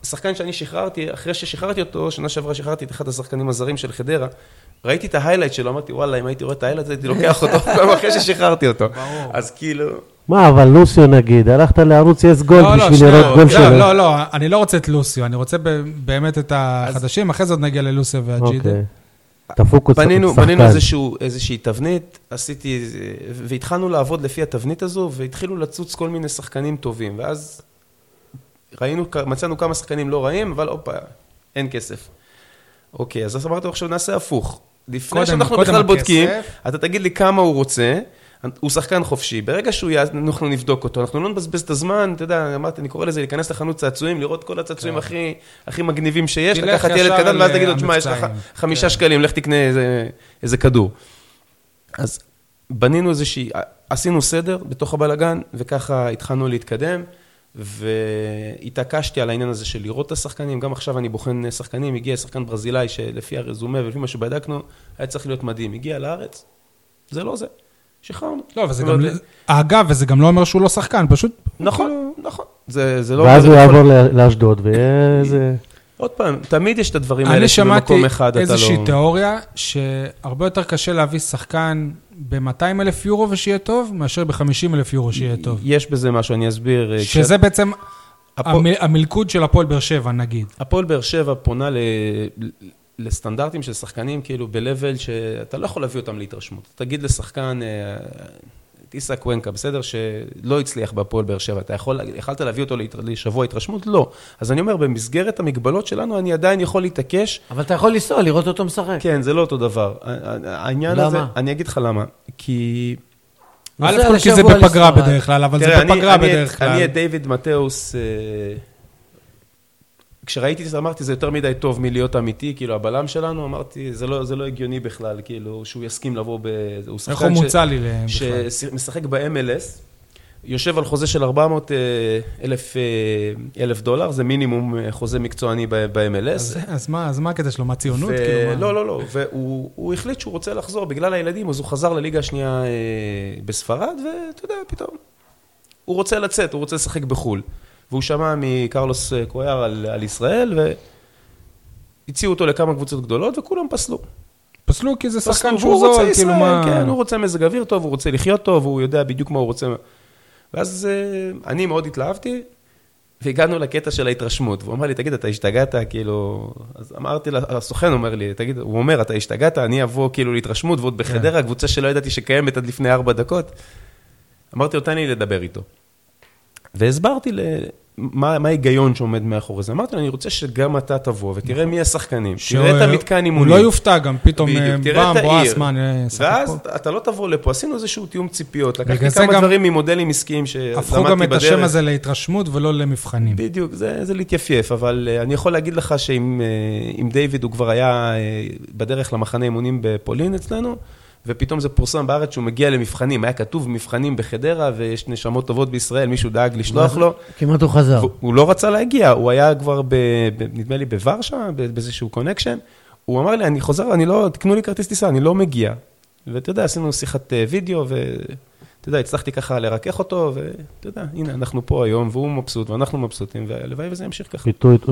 D: שחקן שאני שחררתי, אחרי ששחררתי אותו, שנה שעברה שחררתי את אחד השחקנים הזרים של חדרה, ראיתי את ההיילייט שלו, אמרתי, וואלה, אם הייתי רואה את ההיילייט הזה, הייתי לוקח אותו גם אחרי ששחררתי אותו.
A: ברור.
D: אז כאילו...
B: מה, אבל לוסיו נגיד, הלכת לערוץ יס גולד
A: לא, לא,
B: בשביל
A: שנייה,
B: לראות גול
A: לא,
B: שלו.
A: לא, לא, אני לא רוצה את לוסיו, אני רוצה ב- באמת את החדשים, אחרי זה עוד נגיע ללוסיו והג'ידה.
B: אוקיי. תפוק הוא
D: בנינו,
B: שחקן.
D: בנינו איזשהו, איזושהי תבנית, עשיתי, איזה- והתחלנו לעבוד לפי התבנית הזו, והתחילו לצוץ כל מיני שחקנים טובים, ואז ראינו, כ- מצאנו כמה שחקנים לא רעים, אבל הופה, אין כסף. אוקיי, אז אמרתי, עכשיו נעשה הפוך. לפני
A: קודם-
D: שאנחנו
A: קודם
D: בכלל בודקים,
A: הכסף.
D: אתה תגיד לי כמה הוא רוצה, הוא שחקן חופשי, ברגע שהוא יעז, אנחנו נבדוק אותו, אנחנו לא נבזבז את הזמן, אתה יודע, אמרתי, אני קורא לזה להיכנס לחנות צעצועים, לראות כל
A: כן.
D: הצעצועים הכי, הכי מגניבים שיש,
A: תלך
D: לקחת ילד
A: ישר כן.
D: קטן ואז להגיד לו, תשמע, יש לך
A: למבצעים."
D: חמישה שקלים, לך תקנה איזה, איזה כדור. אז בנינו איזושהי, עשינו סדר בתוך הבלגן, וככה התחלנו להתקדם, והתעקשתי על העניין הזה של לראות את השחקנים, גם עכשיו אני בוחן שחקנים, הגיע שחקן ברזילאי שלפי הרזומה ולפי מה שבדקנו, היה צריך להיות מדהים, הגיע לארץ, זה לא זה, שחררנו.
A: לא, אבל זה
D: זאת
A: גם...
D: אומרת,
A: אגב, וזה גם לא אומר שהוא לא שחקן, פשוט...
D: נכון,
A: כאילו-
D: נכון, זה, זה לא...
B: ואז
D: זה
B: הוא
D: לא יכול-
B: יעבור ל- לאשדוד
A: <laughs>
B: ויהיה איזה...
D: עוד פעם, תמיד יש את הדברים האלה
A: אני שמעתי
D: שבמקום אחד אתה לא...
A: איזושהי תיאוריה שהרבה יותר קשה להביא שחקן ב-200 אלף יורו ושיהיה טוב, מאשר ב-50 אלף יורו שיהיה טוב.
D: יש בזה משהו, אני אסביר. אה, כש-
A: שזה בעצם
D: אה, הפועל-
A: המל- המלכוד של הפועל באר שבע, נגיד.
D: הפועל באר שבע פונה ל... לסטנדרטים של שחקנים, כאילו ב-level שאתה לא יכול להביא אותם להתרשמות. תגיד לשחקן, אה, טיסה קוונקה, בסדר? שלא הצליח בהפועל באר שבע, אתה יכול, יכלת להביא אותו להת... לשבוע התרשמות? לא. אז אני אומר, במסגרת המגבלות שלנו, אני עדיין יכול להתעקש.
C: אבל אתה יכול לנסוע, לראות אותו משחק.
D: כן, זה לא אותו דבר. ה- ה- העניין
C: למה?
D: הזה, אני אגיד לך למה. כי
A: א'
C: נוסע
A: כל כי זה
C: לשבוע
A: בפגרה
C: לספרד.
A: בדרך כלל, אבל זה
D: תראה, אני-
A: בפגרה
D: אני-
A: בדרך כלל.
D: אני את דיוויד מתאוס, אה, כשראיתי את זה אמרתי, זה יותר מדי טוב מלהיות אמיתי, כאילו הבלם שלנו, אמרתי, זה לא, זה לא הגיוני בכלל, כאילו, שהוא יסכים לבוא ב... הוא
A: איך הוא
D: ש-
A: מוצע לי ל- בכלל?
D: שמשחק ב-MLS, יושב על חוזה של 400 אה, אלף, אה, אלף דולר, זה מינימום אה, חוזה מקצועני
A: אז-
D: ב-MLS.
A: אז מה, אז מה הקטע שלו? מה ציונות? כאילו, מה?
D: לא, לא, לא, והוא הוא החליט שהוא רוצה לחזור בגלל הילדים, אז הוא חזר לליגה השנייה אה, בספרד, ואתה יודע, פתאום, הוא רוצה לצאת, הוא רוצה לשחק בחו"ל. והוא שמע מקרלוס אה, קויאר על, על ישראל, והציעו אותו לכמה קבוצות גדולות, וכולם פסלו.
A: פסלו כי זה שחקן
D: פסלו,
A: שהוא
D: והוא רוצה
A: זול, כאילו
D: ישראל,
A: מה...
D: כן, הוא רוצה מזג אוויר טוב, הוא רוצה לחיות טוב, הוא יודע בדיוק מה הוא רוצה. ואז אה, אני מאוד התלהבתי, והגענו לקטע של ההתרשמות. והוא אמר לי, תגיד, אתה השתגעת? כאילו... אז אמרתי, לה- הסוכן אומר לי, תגיד, הוא אומר, אתה השתגעת? אני אבוא כאילו להתרשמות, ועוד בחדרה,
A: כן.
D: קבוצה שלא ידעתי שקיימת עד לפני ארבע דקות. אמרתי לו, תן לי לדבר איתו. והסברתי ל... מה, מה ההיגיון שעומד מאחורי זה. אמרתי לו, אני רוצה שגם אתה תבוא ותראה מי השחקנים, תראה את המתקן אימונים.
A: נכון. הוא לא יופתע גם, פתאום
D: בדיוק,
A: אה,
D: תראה
A: בם,
D: את העיר.
A: בועס, מה, אני אשחק
D: ואז
A: אה, פה?
D: אתה לא תבוא לפה, עשינו איזשהו תיאום ציפיות,
A: בגלל
D: לקחתי
A: זה
D: כמה
A: גם-
D: דברים ממודלים עסקיים שלמדתי אה, בדרך.
A: הפכו גם את השם הזה להתרשמות ולא למבחנים.
D: בדיוק, זה, זה להתייפייף, אבל אה, אני יכול להגיד לך שאם אה, עם דיוויד הוא כבר היה אה, בדרך למחנה אימונים בפולין אצלנו, ופתאום זה פורסם בארץ שהוא מגיע למבחנים. היה כתוב מבחנים בחדרה, ויש נשמות טובות בישראל, מישהו דאג לשלוח לו.
C: כמעט הוא חזר.
D: והוא- הוא לא רצה להגיע, הוא היה כבר, ב, ב, נדמה לי, בוורשה, ב- באיזשהו קונקשן. הוא אמר לי, אני חוזר, אני לא, תקנו לי כרטיס טיסה, אני לא מגיע. ואתה יודע, עשינו שיחת אה, וידאו, ואתה יודע, הצלחתי ככה לרכך אותו, ואתה יודע, הנה, אנחנו פה היום, והוא מבסוט, ואנחנו מבסוטים, והלוואי וזה ימשיך ככה.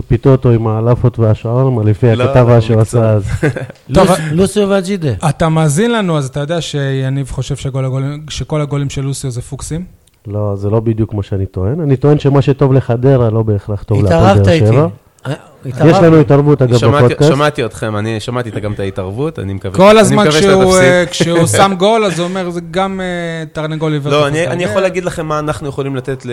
B: פיתו אותו עם הלאפות והשעון, מה לפי
D: לא,
B: הכתבה
D: לא,
B: שהוא
D: מקצוע.
B: עשה אז.
A: <laughs> טוב,
D: לא-
A: אה,
C: לוס-
B: אה,
C: לוסיו ואג'ידה.
A: אתה מאזין לנו, אז אתה יודע שיניב חושב שגול הגולים- שכל הגולים של לוסיו זה פוקסים?
B: לא, זה לא בדיוק מה שאני טוען. אני טוען שמה שטוב לחדרה לא בהכרח טוב להפועל
C: התערבת
B: באר
C: איתי.
B: שבע.
C: אה,
B: יש
C: התערבת.
B: לנו התערבות,
D: אני
B: אגב,
D: שמעתי-
B: בפודקאסט.
D: שמעתי אתכם, אני שמעתי את- גם את ההתערבות, אני מקווה
A: כל
D: אני
A: הזמן
D: מקווה שאתה
A: כשהוא,
D: תפסיק.
A: אה,
D: <laughs>
A: כשהוא שם גול, אז הוא אומר, זה גם אה, תרנגול עיוור.
D: לא,
A: תפס
D: אני,
A: את
D: אני
A: הרגל."
D: יכול להגיד לכם מה אנחנו יכולים לתת ל,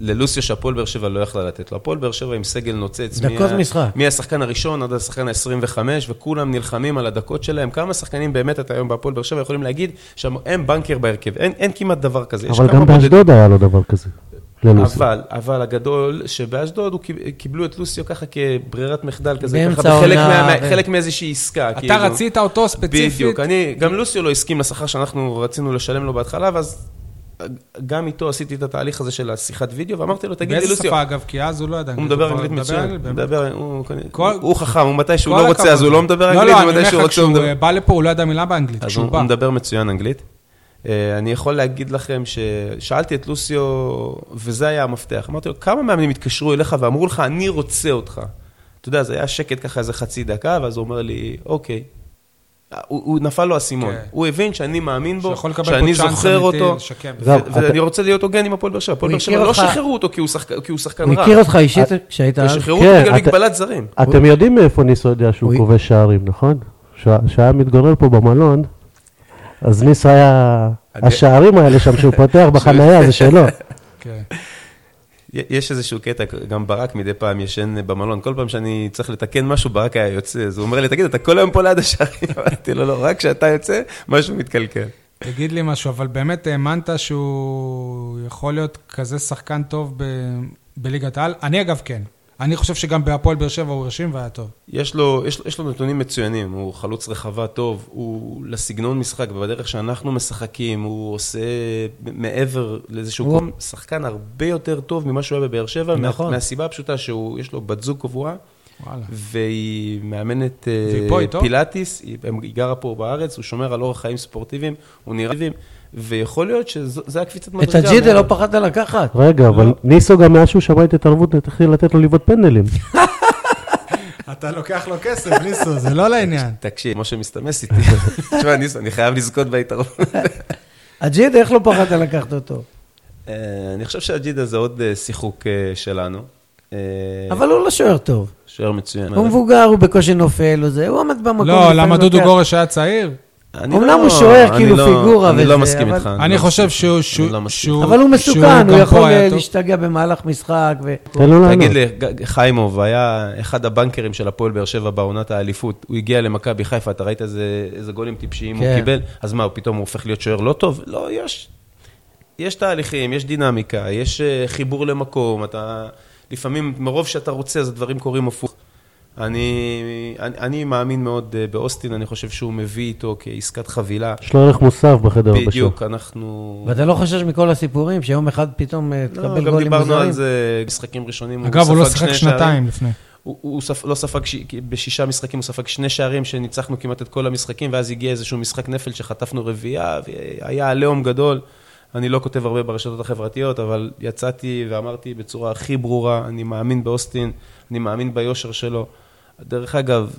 D: ללוסיו שהפועל באר שבע לא יכלה לתת לו. הפועל באר שבע עם סגל נוצץ.
C: דקות
D: מה-
C: משחק.
D: מהשחקן הראשון עד השחקן ה-25, וכולם נלחמים על הדקות שלהם. כמה שחקנים באמת אתה היום בהפועל באר שבע יכולים להגיד שהם בנקר בהרכב. אין, אין כמעט דבר כזה. יש
B: אבל
D: כמה
B: גם
D: בודדים.
B: באשדוד היה לו דבר כזה. ללוסי.
D: אבל, אבל הגדול, שבאשדוד הוא קיב- קיבלו את לוסיו ככה כברירת מחדל כזה,
C: באמצע
D: ככה בחלק
C: העונה, כן.
D: מה-
C: ו-
D: חלק מאיזושהי עסקה. כאילו.
A: אתה רצית אותו ספציפית?
D: בדיוק, אני, גם לוסיו לא הסכים לשכר שאנחנו רצינו לשלם לו בהתחלה, ואז גם איתו עשיתי את התהליך הזה של השיחת וידאו, ואמרתי לו, תגיד לי,
A: באיזה
D: לוסיו,
A: שפה, אגב? כי אז הוא לא ידע.
D: הוא מדבר
A: כבר
D: אנגלית מצוין,
A: אנגלית,
D: הוא
A: באמת.
D: מדבר, הוא כנראה-
A: כל-
D: הוא- הוא חכם, הוא מתי שהוא
A: כל
D: לא רוצה,
A: הכבוד.
D: אז הוא לא מדבר אנגלית,
A: לא, לא, אני
D: ומתי שהוא
A: אומר לך,
D: רוצה,
A: כשהוא
D: הוא מדבר...
A: אה, בא לפה, הוא לא ידע מילה באנגלית,
D: אז
A: כשהוא
D: הוא
A: בא.
D: הוא מדבר מצוין אנגלית. אה, אני יכול להגיד לכם ששאלתי את לוסיו, וזה היה המפתח. אמרתי לו, כמה מאמנים התקשרו אליך ואמרו לך, אני רוצה אותך. אתה יודע, זה היה שקט ככה איזה חצי דקה, ואז הוא אומר לי, אוקיי. אה, הוא, הוא נפל לו האסימון.
A: כן.
D: הוא הבין שאני מאמין בו,
A: שיכול לקבל
D: שאני
A: פה צ'אנס
D: זוכר
A: אמיתי
D: אותו,
A: לשקם.
D: ו-
B: גם,
D: ואני רוצה להיות הוגן עם הפועל באר שבע. הפועל
C: הוא
D: באר שבע
C: הכיר
D: לא
C: אותך-
D: שחררו אותו כי הוא שחקן- כי הוא שחקן
C: הוא
D: רע.
C: הכיר אותך אישית כשהיית אז?
D: שחררו
B: כן,
D: אותו בגלל
B: אתה-
D: מגבלת זרים.
B: אתם יודעים מאיפה ניסו יודע שהוא
C: הוא-
B: כובש שערים, נכון? ש- שהיה מתגורר פה במלון, אז ניסו היה...
D: אני- לא.
B: השערים האלה שם שהוא
D: <laughs>
B: פותח בחנייה זה שלו.
A: כן.
D: יש איזשהו קטע, גם ברק מדי פעם ישן במלון, כל פעם שאני צריך לתקן משהו, ברק היה יוצא, אז הוא אומר לי, תגיד, אתה כל היום פה ליד השערים? <laughs> אמרתי לו, לא, רק כשאתה יוצא, משהו מתקלקל.
A: תגיד לי משהו, אבל באמת האמנת שהוא יכול להיות כזה שחקן טוב ב... בליגת העל? אני אגב כן. אני חושב שגם בהפועל באר שבע הוא הרשים והיה טוב.
D: יש לו, יש, לו- יש לו נתונים מצוינים, הוא חלוץ רחבה טוב, הוא לסגנון משחק ובדרך שאנחנו משחקים, הוא עושה מעבר לאיזשהו
C: הוא-
D: הוא... שחקן הרבה יותר טוב ממה שהוא היה בבאר שבע,
C: נכון.
D: מה, מהסיבה הפשוטה שיש לו בת זוג קבועה,
A: וואלה.
D: והיא מאמנת
A: והיא
D: אה,
A: פה איתו?
D: פילאטיס, היא הם- היא גרה פה בארץ, הוא שומר על אורח חיים ספורטיביים, הוא נראה... ויכול להיות שזה הקפיצת
C: את
D: מדרגה.
C: הג'ידה
D: מה-
C: לא פחדת לקחת.
B: רגע, אבל
D: לא.
B: ניסו גם מאז שהוא שמע את התערבות, התחיל לתת לו לבעוט פנדלים.
A: אתה לוקח לו כסף, ניסו, זה לא לעניין.
D: תקשיב, משה
C: <laughs>
D: מסתמס איתי. תשמע, ניסו, אני חייב לזכות בהתערבות.
C: הג'ידה, איך לא פחדת לקחת אותו?
D: אה, אני חושב שהג'ידה זה עוד אה, שיחוק אה, שלנו. אה,
C: אבל הוא לא שוער טוב.
D: שוער מצוין.
C: הוא מבוגר, הוא בקושי נופל, הוא זה, הוא עמד במקום.
A: לא,
C: לפעמים
A: למה דודו
C: לוקח.
A: גורש היה צעיר?
D: אני
C: אומנם
D: לא-
C: אמ- הוא שוער,
D: אני
C: כאילו
D: לא-
C: פיגורה
D: אני
C: וזה,
D: לא מסכים
C: אבל-
D: איתך.
A: אני
D: לא
A: חושב
D: מסכים.
A: שהוא...
D: אני לא
A: שהוא-
D: מסכים.
A: שהוא-
C: אבל הוא
A: שהוא
C: מסוכן, הוא
A: גם
C: יכול
A: פה היה
C: אה,
A: טוב.
C: להשתגע במהלך משחק. ו-
B: תן לו
C: לא.
B: לענות.
D: תגיד לי, ג- חיימוב היה אחד הבנקרים של הפועל באר שבע בעונת האליפות. הוא הגיע למכבי חיפה, אתה ראית איזה, איזה גולים טיפשיים
C: כן.
D: הוא קיבל? אז מה, הוא פתאום הופך להיות שוער לא טוב? לא, יש. יש תהליכים, יש דינמיקה, יש אה, חיבור למקום, אתה... לפעמים, מרוב שאתה רוצה, אז הדברים קורים הפוך. אני, אני, אני מאמין מאוד אה, באוסטין, אני חושב שהוא מביא איתו כעסקת חבילה.
B: יש לו ערך מוסף
C: לא,
B: בחדר בשם.
D: בדיוק, אנחנו...
C: ואתה לא חושש מכל הסיפורים, שיום אחד פתאום אה,
D: לא,
C: תקבל
D: גם
C: גולים
D: דיברנו על
C: מוזרים?
D: זה, משחקים ראשונים.
A: אגב, הוא לא
D: ספג
A: שיחק
D: שני שערים.
A: שנתיים לפני.
D: הוא, הוא ספ, לא ספג, ש, בשישה משחקים הוא ספג שני שערים שניצחנו כמעט את כל המשחקים, ואז הגיע איזשהו משחק נפל שחטפנו רביעייה, והיה עליהום גדול. אני לא כותב הרבה ברשתות החברתיות, אבל יצאתי ואמרתי בצורה הכי ברורה, אני מאמין באוסטין, אני מאמין ביושר שלו. דרך אגב,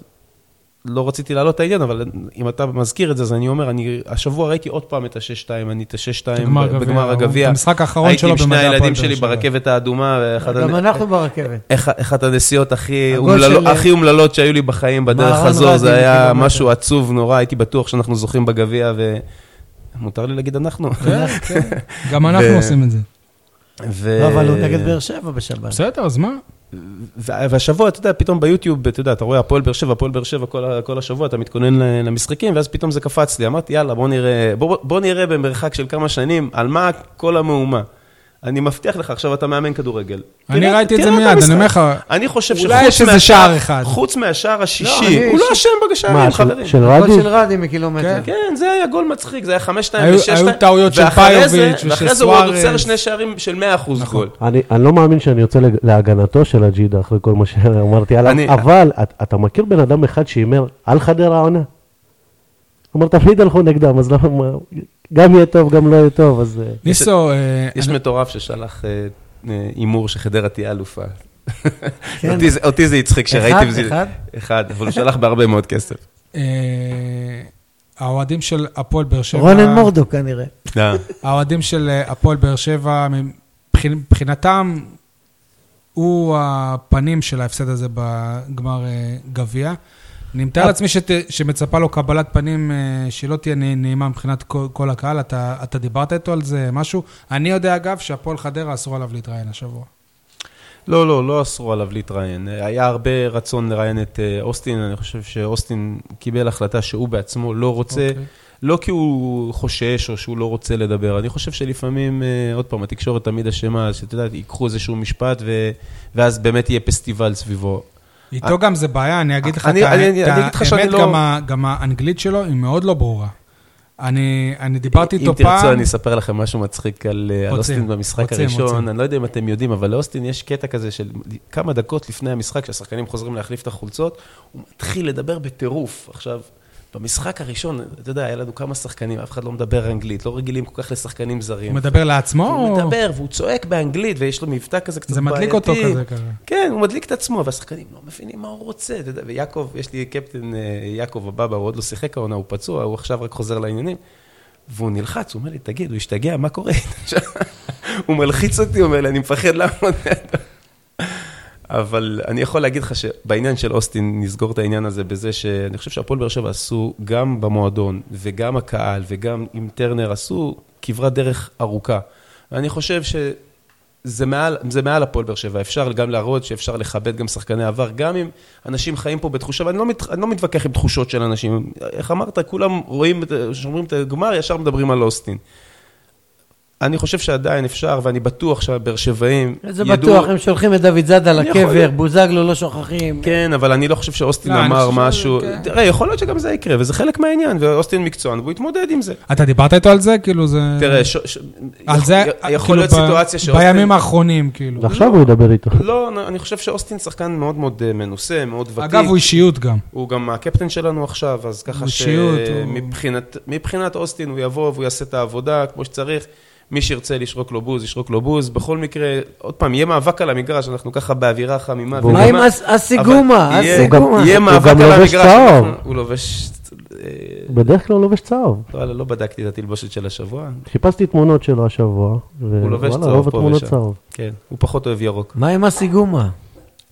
D: לא רציתי להעלות את העניין, אבל אם אתה מזכיר את זה, אז אני אומר, אני השבוע ראיתי עוד פעם את ה-6-2, אני את ה-6-2
A: בגמר גביע,
D: בגמר
A: הוא-
D: הגביע.
A: המשחק האחרון שלו
D: הייתי עם
A: במדעי
D: שני
A: הפועל
D: הילדים
A: באר
D: שלי
A: שבע.
D: ברכבת האדומה, ואחד
C: גם
D: ה-
C: אנחנו ברכבת.
D: איך- אחת הנסיעות הכי
C: הגול
D: אומללות-
C: של-
D: הכי אומללות שהיו לי בחיים בדרך
C: מהרן
D: חזור, זה
C: רדי
D: היה
C: מקילומטר.
D: משהו עצוב נורא, הייתי בטוח שאנחנו זוכים בגביע, ומותר לי להגיד אנחנו.
A: כן, גם אנחנו
D: כן. ו-
A: עושים את זה.
D: <laughs> ו-
C: כן. לא, אבל הוא נגד באר שבע בשבת.
A: בסדר, אז מה?
D: וה- והשבוע, אתה יודע, פתאום ביוטיוב, אתה יודע, אתה רואה הפועל באר שבע, הפועל באר שבע כל ה- כל השבוע, אתה מתכונן ל- למשחקים, ואז פתאום זה קפץ לי. אמרתי, יאללה, בוא נראה, בוא- בוא נראה במרחק של כמה שנים, על מה כל המהומה. אני מבטיח לך, עכשיו אתה מאמן כדורגל.
A: אני
D: תראה-
A: ראיתי את
D: תראה
A: זה מיד, אני
D: המשחק.
A: אומר לך,
D: אני חושב
A: אולי
D: שחוץ מהשער...
A: יש איזה שער אחד.
D: חוץ מהשער
C: אני-
D: השישי, הוא לא אשם
B: מה,
D: בגשרים,
B: של-
D: חברים.
B: של
C: גול
B: רדי?
C: של רדי מקילומטר.
D: כן, זה היה גול מצחיק, זה היה 5-2
A: היו-
D: ו-6-2.
A: היו טעויות של פאיוביץ' ושל
D: ואחרי זה הוא עוד
A: סוארז. נכון.
D: עוצר שני שערים של 100% גול.
B: אני, אני לא מאמין שאני יוצא לג- להגנתו של הג'ידה אחרי כל מה שאמרתי עליו,
D: אני-
B: אבל את, אתה מכיר בן אדם אחד שהימר על חדרה העונה? אמר, תמיד הלכו נגדם, אז למה, גם יהיה טוב, גם לא יהיה טוב, אז... אה,
A: ניסו, אה,
D: יש
A: אני-
D: מטורף ששלח אה, אה, הימור שחדרה תהיה אלופה. אותי זה- אותי זה הצחיק שראיתי.
C: אחד,
D: וזה-
C: אחד?
D: אחד, אבל הוא שלח בהרבה מאוד כסף.
A: אה, האוהדים של הפועל באר שבע...
C: רונן מורדו כנראה.
D: <laughs> אה.
A: האוהדים של אה, הפועל באר שבע, מבחינ- מבחינתם, הוא הפנים של ההפסד הזה בגמר אה, גביע. אני
D: אה.
A: מתאר לעצמי שת, שמצפה לו קבלת פנים אה, שלא תהיה נע- נעימה מבחינת כל, כל הקהל. אתה, אתה דיברת איתו על זה משהו? אני יודע, אגב, שהפועל חדרה אסור עליו להתראיין השבוע.
D: לא, לא, לא אסרו עליו להתראיין. היה הרבה רצון לראיין את אה, אוסטין, אני חושב שאוסטין קיבל החלטה שהוא בעצמו לא רוצה,
A: אוקיי.
D: לא כי הוא חושש או שהוא לא רוצה לדבר. אני חושב שלפעמים, אה, עוד פעם, התקשורת תמיד אשמה, אז שאתה יודע, ייקחו איזשהו משפט ו... ואז באמת יהיה פסטיבל סביבו.
A: איתו גם זה בעיה, אני אגיד לך
D: אה. אני-
A: את ה-
D: אני- אני
A: את
D: אגיד לך שאני
A: האמת,
D: לא-
A: גם ה- גם האנגלית שלו היא מאוד לא ברורה. אני אני דיברתי
D: אם
A: איתו פעם...
D: תרצו, אני אספר לכם משהו מצחיק על אה, על
A: רוצים,
D: אוסטין במשחק
A: רוצים, רוצים.
D: הראשון. אני לא יודע אם אתם יודעים, אבל לאוסטין יש קטע כזה של כמה דקות לפני המשחק, כשהשחקנים חוזרים להחליף את החולצות, הוא מתחיל לדבר בטירוף. עכשיו, במשחק הראשון, אתה יודע, היה לנו כמה שחקנים, אף אחד לא מדבר אנגלית, לא רגילים כל כך לשחקנים זרים.
A: הוא מדבר לעצמו?
D: הוא
A: או-
D: מדבר, והוא צועק באנגלית, ויש לו מבטא כזה קצת
A: זה
D: בעייתי.
A: מדליק אותו כזה, כזה.
D: כן, הוא מדליק את עצמו, והשחקנים לא מבינים מה הוא רוצה. אתה יודע, ויעקב, יש לי קפטן אה, יעקב הבבא, הוא עוד לא שיחק העונה, הוא פצוע, הוא עכשיו רק חוזר לעניינים. והוא נלחץ, הוא אומר לי, תגיד, הוא השתגע, מה קורה? <laughs> הוא מלחיץ אותי, הוא אומר לי, אני מפחד לעמוד לידו." אבל אני יכול להגיד לך שבעניין של אוסטין, נסגור את העניין הזה בזה שאני חושב שהפועל באר שבע עשו, גם במועדון, וגם הקהל, וגם עם טרנר, עשו כברת דרך ארוכה. ואני חושב שזה מעל, זה מעל הפועל באר שבע. אפשר גם להראות שאפשר לכבד גם שחקני עבר, גם אם אנשים חיים פה בתחושה, ואני לא, מת, אני לא מתווכח עם תחושות של אנשים. איך אמרת, כולם רואים, את- שומרים את הגמר, ישר מדברים על אוסטין. אני חושב שעדיין אפשר, ואני בטוח שהבאר שבעים
C: זה בטוח, הם שולחים את דוד זאדה
D: אני יכול
C: לקבר,
D: להיות.
C: בוזגלו לא שוכחים.
D: כן, אבל אני לא חושב שאוסטין
A: לא, אני
D: אמר
A: חושב שזה-
D: משהו.
A: כן.
D: תראה, יכול להיות שגם זה יקרה, וזה חלק מהעניין, ואוסטין מקצוען, והוא יתמודד עם זה.
A: אתה דיברת איתו על זה? כאילו זה...
D: תראה, ש- ש-
A: אה. על
D: יכול-
A: זה, כאילו,
D: יכול להיות
A: ב-
D: סיטואציה שאוסטין...
A: בימים האחרונים, כאילו.
B: עכשיו הוא ידבר איתו.
D: לא, אני חושב שאוסטין שחקן מאוד מאוד אה, מנוסה, מאוד ותיק.
A: אגב, הוא אישיות גם.
D: הוא גם הקפטן שלנו עכשיו, אז ככה
A: הוא אישיות, הוא-
D: שמבחינת מבחינת אוסטין הוא יבוא והוא יעשה את העבודה כמו שצריך. מי שירצה לשרוק לו בוז, ישרוק לו בוז. בכל מקרה, עוד פעם, יהיה מאבק על המגרש, אנחנו ככה באווירה חמימה.
B: והוא-
D: ונעימה,
C: מה עם אס- אסי גומה?
D: אבל
C: אסי
D: יהיה-
C: גומה.
D: יהיה
B: הוא
D: מאבק
B: גם
D: על
B: לובש
D: המגרש. נכון.
B: צהוב.
D: אנחנו- אה, הוא לובש... אה,
B: בדרך כלל הוא לובש צהוב.
D: וואלה, לא בדקתי את התלבושת של השבוע.
B: חיפשתי תמונות שלו השבוע,
D: הוא לובש
B: ווואלה,
D: צהוב
B: רוב
D: פה
B: התמונות
D: ושם.
B: צהוב.
D: כן, הוא פחות אוהב ירוק.
C: מה עם אסי גומה?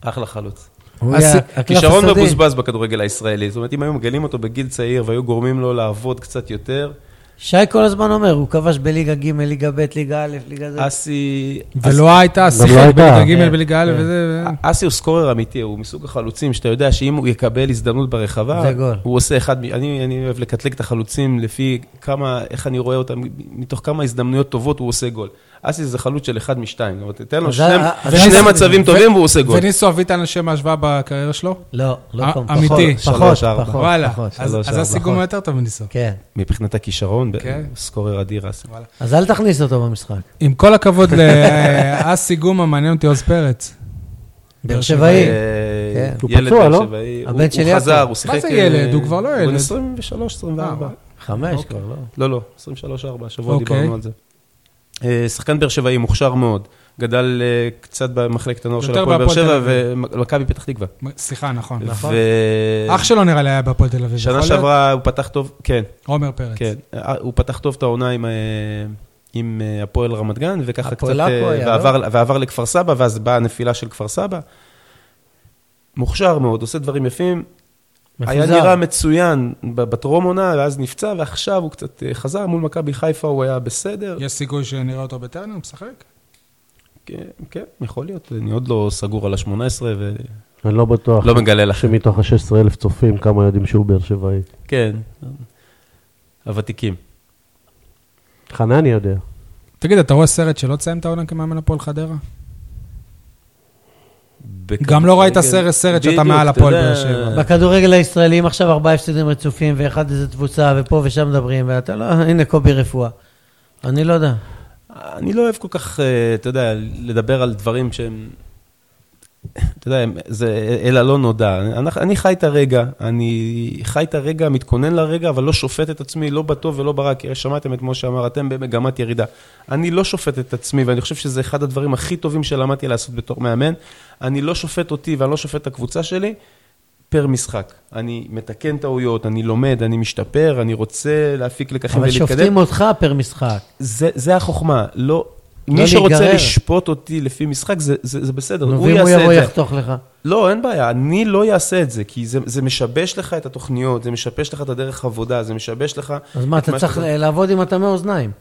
D: אחלה חלוץ.
C: הוא
A: אסי-
C: היה לא, הקלף
D: כישרון
C: השדה.
D: מבוזבז בכדורגל הישראלי. זאת אומרת, אם היו מגלים אותו בגיל צעיר והיו גורמים לו לעבוד קצת יותר,
C: שי כל הזמן אומר, הוא כבש בליגה ג', ליגה ב', ליגה א', ליגה זה.
D: אסי... אסי-
A: ולא הייתה
B: לא
A: שיחק
B: הייתה.
A: בליגה ג'
B: כן,
A: בליגה א' וזה... ו-
D: אסי הוא סקורר אמיתי, הוא מסוג החלוצים שאתה יודע שאם הוא יקבל הזדמנות ברחבה,
C: זה גול.
D: הוא עושה אחד, מ- אני, אני אוהב לקטלג את החלוצים לפי כמה, איך אני רואה אותם, מתוך כמה הזדמנויות טובות הוא עושה גול. אסי זה חלוץ של אחד משתיים, זאת אומרת, תן לו
C: אז
D: שני,
C: ה- אז
D: שני
C: ה-
D: מצבים טובים והוא עושה גול.
A: וניסו אביטן לשם ההשוואה בקריירה שלו?
C: לא, לא
A: אה,
C: קום.
A: אמיתי.
C: פחות,
D: שלוש,
C: פחות,
D: ארבע.
C: פחות.
A: וואלה,
C: פחות.
A: אז-
D: שלוש,
A: אז
D: ארבע,
A: הסיגום
C: נכון.
A: יותר טוב מניסו.
C: כן.
D: מבחינת הכישרון, ב-
A: כן.
D: סקורר אדיר אסי.
C: אז אל תכניס אותו
D: לא,
C: במשחק.
A: עם כל הכבוד לאסי גומה, מעניין אותי עוז פרץ.
C: באר שבעי.
D: אה,
C: כן.
B: הוא
D: ילד
B: פצוע,
D: באר
B: לא?
D: שבעי,
C: הבן
D: הוא
C: של
D: הוא
C: יעקב.
D: חזר, הוא
A: מה
D: שיחק...
A: זה ילד?
D: אה,
A: הוא כבר לא
D: הוא
A: ילד.
D: בן 23, 24.
A: אה,
C: חמש
A: אוקיי.
C: כבר, לא?
D: לא, לא, 23, 4, השבוע
A: אוקיי.
D: דיברנו על זה. אה, שחקן באר שבעי מוכשר מאוד, גדל אה, קצת במחלקת הנוער של
A: יותר
D: הפועל באר
A: בהפועל
D: שבע
A: תל
D: ומכבי פתח תקווה.
A: סליחה, נכון.
C: נכון.
D: ו-
A: אח שלו נראה לי היה בהפועל תל אביב.
D: שנה
A: יכול להיות?
D: שעברה הוא פתח טוב, כן,
A: עומר פרץ.
D: כן. אה, הוא פתח טוב את העונה עם, אה, עם אה, הפועל רמת גן, וככה קצת...
C: הפועל
D: אה,
C: עכו
A: לא?
C: היה,
D: ועבר, ועבר לכפר סבא, ואז באה הנפילה של כפר סבא. מוכשר מאוד, עושה דברים יפים. היה
C: מפוזר.
D: נראה מצוין ב- בטרום עונה, ואז נפצע, ועכשיו הוא קצת אה, חזר מול מכבי חיפה, הוא היה בסדר.
A: יש סיכוי שנראה אותו בטרנר? הוא משחק?
D: כן, כן, יכול להיות. אני עוד לא סגור על ה-18 ולא
B: אני לא
A: נכון.
B: בטוח
D: מגלה לכם.
B: שמתוך ה-16 אלף צופים, כמה יודעים שהוא באר שבעי.
D: כן, הוותיקים.
B: חנני יודע.
A: תגיד, אתה רואה סרט שלא תסיים את העונה כמאמן הפועל חדרה? גם לא
D: כן.
A: ראית סרט- סרט שאתה מעל הפועל באר
D: אה,
A: שבע.
C: בכדורגל הישראלי, אם עכשיו ארבעה הפסדים רצופים, ואחד איזה תבוסה, ופה ושם מדברים, ואתה לא... הנה, קובי רפואה. אני לא יודע.
D: אני לא אוהב כל כך, אה, אתה יודע, לדבר על דברים שהם... אתה יודע, הם- זה אל הלא נודע. אני, אני חי את הרגע, אני חי את הרגע, מתכונן לרגע, אבל לא שופט את עצמי, לא בטוב ולא ברע, כי שמעתם את מה שאמר, אתם במגמת ירידה. אני לא שופט את עצמי, ואני חושב שזה אחד הדברים הכי טובים שלמדתי לעשות בתור מאמן. אני לא שופט אותי ואני לא שופט את הקבוצה שלי, פר משחק. אני מתקן טעויות, אני לומד, אני משתפר, אני רוצה להפיק לקחים
C: אבל
D: ולהתקדם.
C: שופטים אותך פר משחק.
D: זה, זה החוכמה, לא...
C: לא
D: מי שרוצה
C: להיגרר.
D: לשפוט אותי לפי משחק, זה, זה, זה בסדר,
C: נו,
D: הוא
C: ואם הוא
D: יעשה
C: יבוא
D: את זה.
C: יחתוך לך.
D: לא, אין בעיה, אני לא אעשה את זה, כי זה, זה משבש לך את התוכניות, זה משבש לך את הדרך עבודה, זה משבש לך...
C: אז מה,
D: את
C: אתה צריך
D: שאתה-
C: לעבוד עם הטמא אוזניים.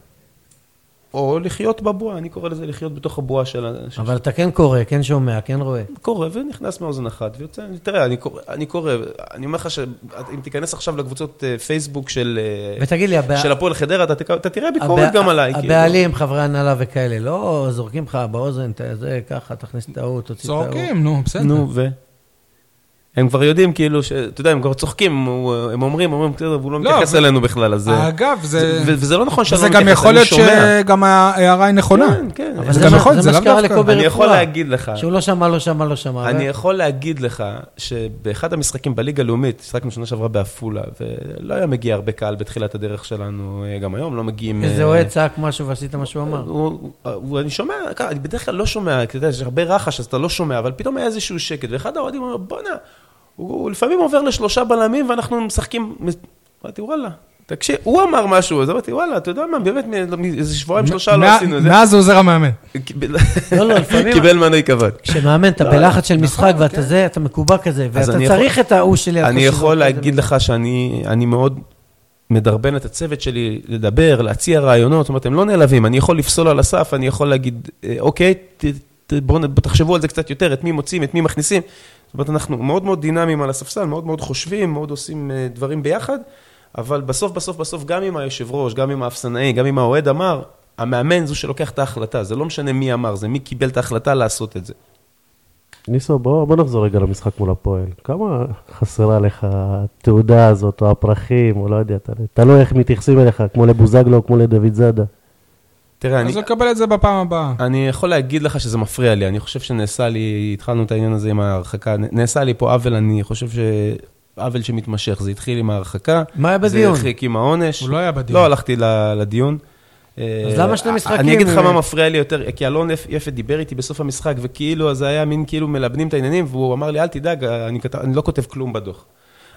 D: או לחיות בבועה, אני קורא לזה לחיות בתוך הבועה של... ה- של-
C: אבל אתה כן קורא, כן שומע, כן רואה.
D: קורא ונכנס מאוזן אחת ויוצא, תראה, אני קורא, אני, קורא, אני אומר לך שאם תיכנס עכשיו לקבוצות אה, פייסבוק של, אה,
C: ותגיד לי, הבע-
D: של הפועל חדרה, אתה, תק- אתה תראה ביקורת
C: הבע-
D: גם עליי. כאילו.
C: הבעלים, חברי הנהלה וכאלה, לא זורקים לך באוזן, ת- זה ככה, תכניס את ההוא, תוציא את ההוא.
A: צועקים, נו, בסדר.
D: נו, ו? הם כבר יודעים, כאילו, ש- אתה יודע, הם כבר צוחקים, הם הם אומרים, אומרים, בסדר, והוא לא
A: לא,
D: מתייחס
A: ו-
D: אלינו בכלל, אז... אה,
A: אגב, זה...
D: ו- וזה לא נכון שאני
A: וזה
D: לא
A: גם
D: מתייחס,
A: יכול
D: אני
A: להיות
D: שומע.
A: שגם ההערה היא נכונה.
D: כן, כן.
A: זה
C: אבל זה
A: גם
C: מה-
A: יכול,
C: זה
A: זה
C: מה
A: לאו
C: שקרה
A: דווקא.
C: לקובי
D: אני יכול
C: רפואה.
D: להגיד לך,
C: שהוא לא שמע, לא שמע, לא שמע.
D: אני
C: ו-
D: יכול להגיד לך שבאחד המשחקים בליגה הלאומית, משחקנו שנה שעברה בעפולה, ולא היה מגיע הרבה קהל בתחילת הדרך שלנו, אה, גם היום לא מגיעים...
C: איזה
D: אה,
C: אוהד צעק משהו ועשית מה שהוא אמר.
D: הוא- הוא- הוא- אני שומע, ככה, אני בדרך כלל לא שומע, כי אתה יודע, יש הרבה רחש, אז אתה לא שומע, אבל פתאום היה איזשהו שקט, ואחד האוהדים אומר, בואנה, הוא הוא לפעמים עובר לשלושה בלמים ואנחנו משחקים... אמרתי, וואלה, תקשיב, הוא אמר משהו, אז אמרתי, וואלה, אתה יודע מה, באמת, מ- מ- איזה שבועיים, שלושה לא
A: מא-
D: עשינו <laughs> את זה.
A: מאז עוזר המאמן.
D: קיבל-
C: לא, לא, לפעמים-
D: קיבל מנוי כבוד.
C: כשמאמן, אתה בלחץ של משחק ואתה זה, אתה מקובע כזה,
D: נכון, כן. אז
C: ואתה
D: אני יכול-
C: צריך את ההוא שלי.
D: אני יכול להגיד לך שאני אני מאוד מדרבן את הצוות שלי לדבר, להציע רעיונות, זאת אומרת, הם לא נעלבים, אני יכול לפסול על הסף, אני יכול להגיד, אה, אוקיי, ת- ת- בואו נ- בואו תחשבו על זה קצת יותר, את מי מוצאים, את מי מכניסים. זאת אומרת, אנחנו מאוד מאוד דינמיים על הספסל, מאוד מאוד חושבים, מאוד עושים אה, דברים ביחד, אבל בסוף, בסוף, בסוף, גם אם היושב ראש, גם אם האפסנאי, גם אם האוהד אמר, המאמן זו שלוקח את ההחלטה, זה לא משנה מי אמר, זה מי קיבל את ההחלטה לעשות את זה.
B: ניסו, בוא, בוא נחזור רגע למשחק מול הפועל. כמה חסרה לך התעודה הזאת, או הפרחים, או לא יודע, ת- תלוי איך מתייחסים אליך, כמו לבוזגלו, או כמו לדוד זאדה.
D: תראה, אני...
A: אז הוא יקבל את זה בפעם הבאה.
D: אני יכול להגיד לך שזה מפריע לי, אני חושב שנעשה לי, התחלנו את העניין הזה עם ההרחקה, נ- נעשה לי פה עוול, אני חושב ש... עוול שמתמשך, זה התחיל עם ההרחקה.
C: מה היה בדיון?
D: זה הרחיק עם העונש.
A: הוא לא היה בדיון.
D: לא הלכתי ל- לדיון. אה,
C: אז למה שני משחקים? אה,
D: אני אגיד לך מה מפריע לי יותר, כי אלון יפ- יפת דיבר איתי בסוף המשחק, וכאילו, אז היה מין כאילו מלבנים את העניינים, והוא אמר לי, אל תדאג, אני, כת... אני לא כותב כלום בדוח.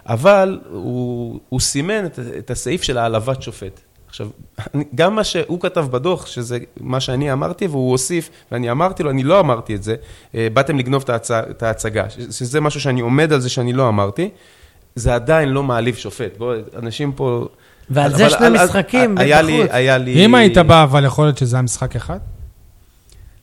D: אבל הוא, הוא סימן את, את הסעיף של העלבת שופט. עכשיו, אני- גם מה שהוא כתב בדוח, שזה מה שאני אמרתי, והוא הוסיף, ואני אמרתי לו, אני לא אמרתי את זה, אה, באתם לגנוב את ההצ- את ההצגה, ש- שזה משהו שאני עומד על זה שאני לא אמרתי, זה עדיין לא מעליב שופט. בואו, אנשים פה...
C: ועל זה
D: אבל-
C: שני
D: על- על-
C: משחקים
D: היה לי-
C: בחוץ.
D: היה לי...
A: אם היית בא, אבל יכול להיות שזה היה משחק אחד?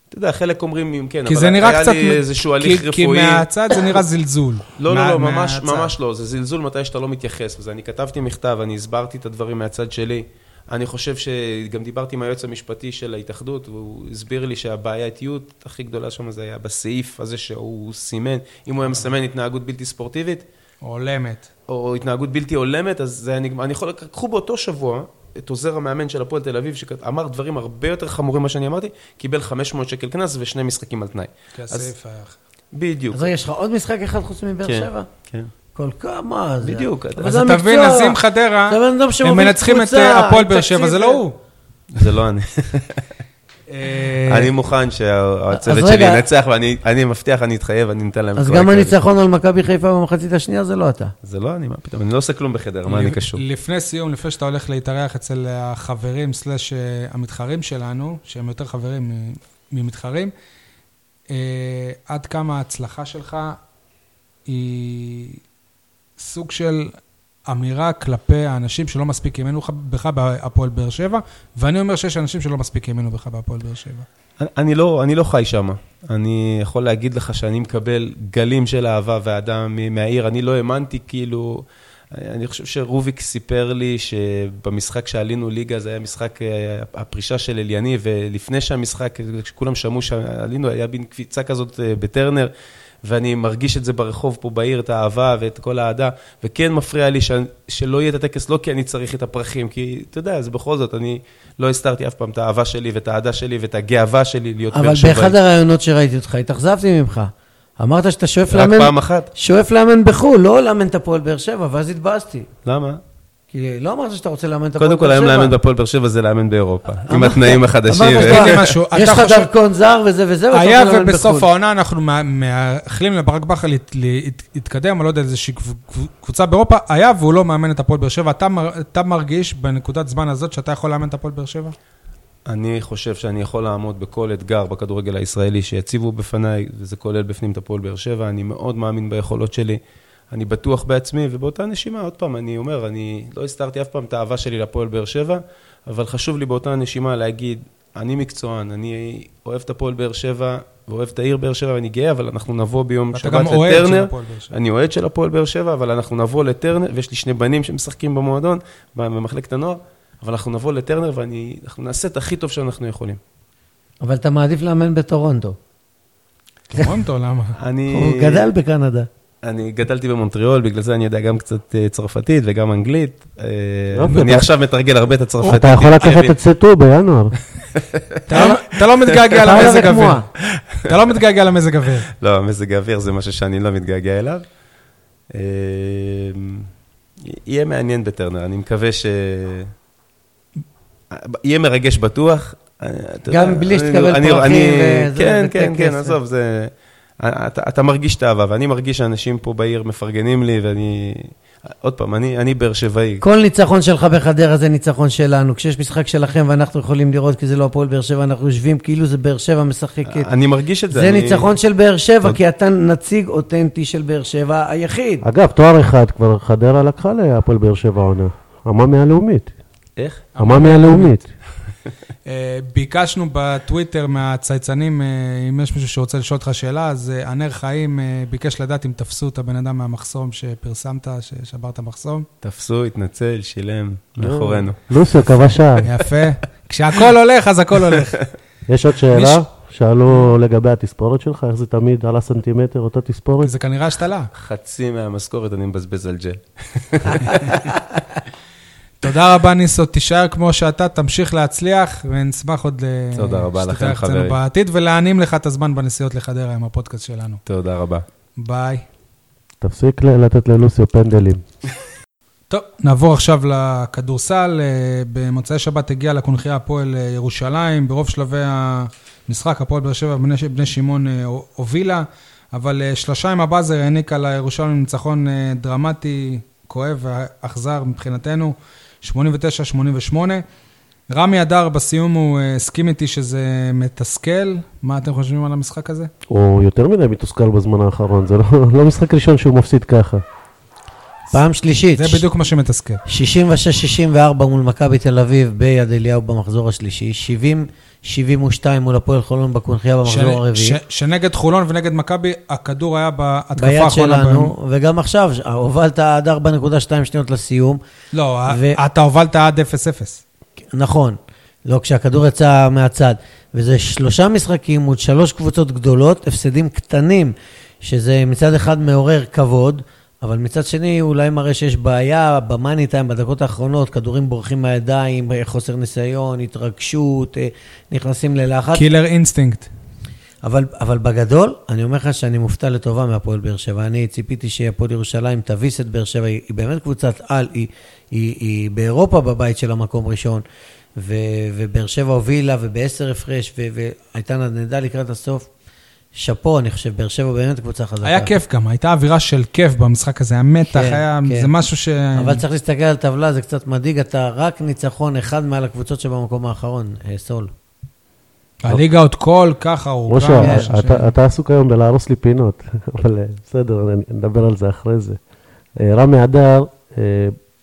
D: אתה יודע, חלק אומרים אם כן,
A: כי
D: אבל
A: זה נראה קצת...
D: היה לי
A: מ-
D: איזשהו
A: כי-
D: הליך
A: כי
D: רפואי.
A: מהצד זה נראה זלזול.
D: <laughs> לא,
A: מה-
D: לא, לא, ממש,
A: מהצד.
D: ממש לא, זה זלזול מתי שאתה לא מתייחס לזה. אני כתבתי מכתב, אני הסברתי את הדברים מהצד שלי. אני חושב שגם דיברתי עם היועץ המשפטי של ההתאחדות, והוא הסביר לי שהבעייתיות הכי גדולה שם זה היה בסעיף הזה שהוא סימן. אם הוא היה מסמן התנהגות בלתי ספורטיבית,
A: הולמת.
D: או התנהגות בלתי הולמת, אז זה היה נגמר. אני יכול, קחו באותו שבוע את עוזר המאמן של הפועל תל אביב, שאמר דברים הרבה יותר חמורים ממה שאני אמרתי, קיבל 500 שקל קנס ושני משחקים על תנאי.
A: כי
D: אז-
A: הסעיף היה...
D: בדיוק.
C: אז רגע, יש לך עוד משחק אחד חוץ מבאר
D: כן,
C: שבע?
D: כן.
C: כל כמה זה?
D: בדיוק.
C: אבל
A: אז
C: זה
A: אתה מבין,
C: המקצוע.
A: אז אם חדרה,
C: זה בן אדם
A: הם
C: שמוביל
A: מנצחים את
C: קבוצה,
A: אה, הפועל
C: עם
A: באר שבע,
C: תקציב
A: זה לא
C: ו-
A: הוא.
D: זה לא אני.
A: אה,
D: אני מוכן שהצוות
C: אז
D: שלי
C: רגע.
D: ינצח, ואני אני מבטיח, אני אתחייב, אני נותן להם...
C: אז
D: כל
C: גם
D: הקרדיט.
C: הניצחון על מכבי חיפה במחצית השנייה זה לא אתה.
D: זה לא אני, מה פתאום, אני לא עושה כלום בחדר, מה אני קשור?
A: לפני סיום, לפני שאתה הולך להתארח אצל החברים סלאש אה, המתחרים שלנו, שהם יותר חברים מ- ממתחרים, אה, עד כמה ההצלחה שלך היא סוג של אמירה כלפי האנשים שלא מספיק האמינו לך- בך בהפועל באר שבע, ואני אומר שיש אנשים שלא מספיק האמינו בך בהפועל באר שבע.
D: אני- אני לא, אני לא חי שם. אני יכול להגיד לך שאני מקבל גלים של אהבה ואהדה מ- מהעיר, אני לא האמנתי כאילו... אני חושב שרוביק סיפר לי שבמשחק שעלינו ליגה, זה היה משחק, אה, הפרישה של אליאני, ולפני שהמשחק, כשכולם שמעו שעלינו, היה מין קפיצה כזאת אה, בטרנר, ואני מרגיש את זה ברחוב פה בעיר, את האהבה ואת כל האהדה, וכן מפריע לי ש... שלא יהיה את הטקס, לא כי אני צריך את הפרחים, כי אתה יודע, זה בכל זאת, אני לא הסתרתי אף פעם את האהבה שלי ואת האהדה שלי ואת הגאווה שלי להיות
C: אבל
D: שבעי.
C: באחד הראיונות שראיתי אותך, התאכזבתי ממך. אמרת שאתה שואף
D: רק
C: לאמן...
D: פעם אחת.
C: שואף לאמן בחו"ל, לא לאמן את הפועל באר שבע, ואז התבאסתי.
D: למה?
C: כי לא אמרת שאתה רוצה לאמן את הפועל
D: קודם
C: באר שבע.
D: כל, היום לאמן בפועל באר שבע זה לאמן באירופה, עם
C: אמרת-
D: התנאים החדשים.
C: אמרת
A: תגיד לי
C: שאתה-
A: משהו,
C: יש
A: אתה
C: לך
A: חושב-
C: דרכון זר וזה וזה, ואתה
A: היה
C: רוצה לאמן
A: ובסוף
C: בחו"ל.
A: העונה אנחנו מה- מאחלים לברק בכר להת- להת- להתקדם, אני לא יודע, איזושהי קב- קב- קבוצה באירופה, היה והוא לא מאמן את הפועל באר שבע. אתה מר- אתה מרגיש בנקודת זמן הזאת שאתה יכול לאמן את הפועל באר שבע?
D: אני חושב שאני יכול לעמוד בכל אתגר בכדורגל הישראלי שיציבו בפניי, וזה כולל בפנים את הפועל באר שבע, אני מאוד מאמין ביכולות שלי, אני בטוח בעצמי, ובאותה נשימה, עוד פעם, אני אומר, אני לא הסתרתי אף פעם את האהבה שלי לפועל באר שבע, אבל חשוב לי באותה נשימה להגיד, אני מקצוען, אני אוהב את הפועל באר שבע, ואוהב את העיר באר שבע, ואני גאה, אבל אנחנו נבוא ביום
A: ואתה
D: שבת
A: גם אוהד של
D: לטרנר,
A: הפועל באר שבע.
D: אני אוהד של הפועל באר שבע, אבל אנחנו נבוא לטרנר, ויש לי שני בנים שמשחקים במועדון, במחלקת הנוער, אבל אנחנו נבוא לטרנר ואנחנו נעשה את הכי טוב שאנחנו יכולים.
C: אבל אתה מעדיף לאמן בטורונטו.
A: טורונטו, למה?
D: אני...
C: הוא
A: אה.
C: גדל בקנדה.
D: אני גדלתי במונטריאול, בגלל זה אני יודע גם קצת אה, צרפתית וגם אנגלית. אה,
B: אוקיי,
D: אני
B: אתה-
D: עכשיו מתרגל הרבה את הצרפתית. אה,
B: אתה יכול
D: כי
B: לקחת
D: אני-
B: את סטו בינואר.
A: אתה לא- אתה לא מתגעגע
C: אתה
A: למזג
C: אוהב את
A: אוויר.
C: מועה.
A: אתה לא מתגעגע למזג אוויר.
D: לא, מזג האוויר זה משהו שאני לא מתגעגע אליו. אה, יהיה מעניין בטרנר, אני מקווה ש... יהיה מרגש בטוח. אה, אתה
C: גם
D: יודע,
C: בלי
D: אני-
C: שתקבל
D: אני-
C: פרחים
D: אני-
C: וזה,
D: כן, כן,
C: וטקס.
D: כן, עזוב, זה... אה, אתה, אתה מרגיש את האהבה, ואני מרגיש שאנשים פה בעיר מפרגנים לי, ואני... עוד פעם, אני, אני באר שבעי.
C: כל ניצחון שלך בחדרה זה ניצחון שלנו. כשיש משחק שלכם ואנחנו יכולים לראות כי זה לא הפועל באר שבע, אנחנו יושבים כאילו זה באר שבע משחקת.
D: אני מרגיש את זה.
C: זה
D: אני...
C: ניצחון של באר שבע, כי אתה נציג אותנטי של באר שבע היחיד.
B: אגב, תואר אחד כבר חדרה לקחה להפועל באר שבע עונה. עממי הלאומית.
D: איך?
B: עממי הלאומית.
A: אה, ביקשנו בטוויטר מהצייצנים, אה, אם יש מישהו שרוצה לשאול אותך שאלה, אז אה, ענר חיים אה, ביקש לדעת אם תפסו את הבן אדם מהמחסום שפרסמת, ששברת מחסום.
D: תפסו, התנצל, שילם, מאחורינו.
B: לוסיו כבש שער.
A: יפה. כשהכול הולך, אז הכל הולך.
B: יש עוד שאלה?
A: מיש-
B: שאלו לגבי התספורת שלך, איך זה תמיד על הסנטימטר, אותה תספורת?
A: זה כנראה השתלה.
D: חצי מהמשכורת אני מבזבז על ג'ל.
A: תודה רבה, ניסו. תישאר כמו שאתה, תמשיך להצליח, ונשמח עוד ל-
D: תודה רבה לכם,
A: שתתארח אצלנו
D: חברים.
A: בעתיד, ולהנים לך את הזמן בנסיעות לחדרה עם הפודקאסט שלנו.
D: תודה רבה.
A: ביי.
B: תפסיק ל- לתת ללוסיו פנדלים.
A: טוב, נעבור עכשיו לכדורסל. אה, במוצאי שבת הגיע לקונחייה הפועל אה, ירושלים. ברוב שלבי המשחק, הפועל באר שבע בני, בני שמעון אה, הובילה, אבל אה, שלושה עם הבאזר העניקה לירושלים ניצחון אה, דרמטי, כואב ואכזר מבחינתנו, 89-88. רמי אדר בסיום הוא אה, הסכים איתי שזה מתסכל. מה אתם חושבים על המשחק הזה?
B: הוא יותר מדי מתוסכל בזמן האחרון, זה לא, לא משחק ראשון שהוא מפסיד ככה.
C: פעם שלישית.
A: זה בדיוק מה שמתסכל.
C: 66-64 מול מכבי תל אביב ביד אליהו במחזור השלישי, 70-72 מול הפועל חולון בקונחייה במחזור
A: ש-
C: הרביעי.
A: ש- שנגד חולון ונגד מכבי, הכדור היה בהתקפה
C: ביד
A: האחרונה. בהם.
C: שלנו, וגם עכשיו, הובלת עד 4.2 שניות לסיום.
A: לא,
C: ו-
A: ו... אתה הובלת עד 0-0.
C: נכון, לא, כשהכדור יצא מהצד. וזה שלושה משחקים מול שלוש קבוצות גדולות, הפסדים קטנים, שזה מצד אחד מעורר כבוד, אבל מצד שני אולי מראה שיש בעיה במאני טיים בדקות האחרונות, כדורים בורחים מהידיים, חוסר ניסיון, התרגשות, אה, נכנסים ללחץ.
A: קילר אינסטינקט.
C: אבל, אבל בגדול, אני אומר לך שאני מופתע לטובה מהפועל באר שבע. אני ציפיתי שהפועל ירושלים תביס את באר שבע, היא, היא באמת קבוצת על, היא, היא, היא באירופה בבית של המקום ראשון, ו, ובאר שבע הובילה, ובעשר הפרש, ו, והייתה נדנדה לקראת הסוף. שאפו, אני חושב, באר שבע באמת קבוצה חזקה.
A: היה כיף גם, הייתה אווירה של כיף במשחק הזה, היה מתח,
C: כן,
A: היה...
C: כן.
A: זה משהו ש...
C: אבל צריך להסתכל על הטבלה, זה קצת מדאיג, אתה רק ניצחון אחד מעל הקבוצות שבמקום האחרון, אה, סול.
A: הליגה עוד כל כך ארוכה.
B: משה,
A: משהו ש-
B: אתה, אתה עסוק היום בלהרוס לי פינות, <laughs> אבל אה, בסדר, אני- נדבר על זה אחרי זה. אה, רמי אדר, אה,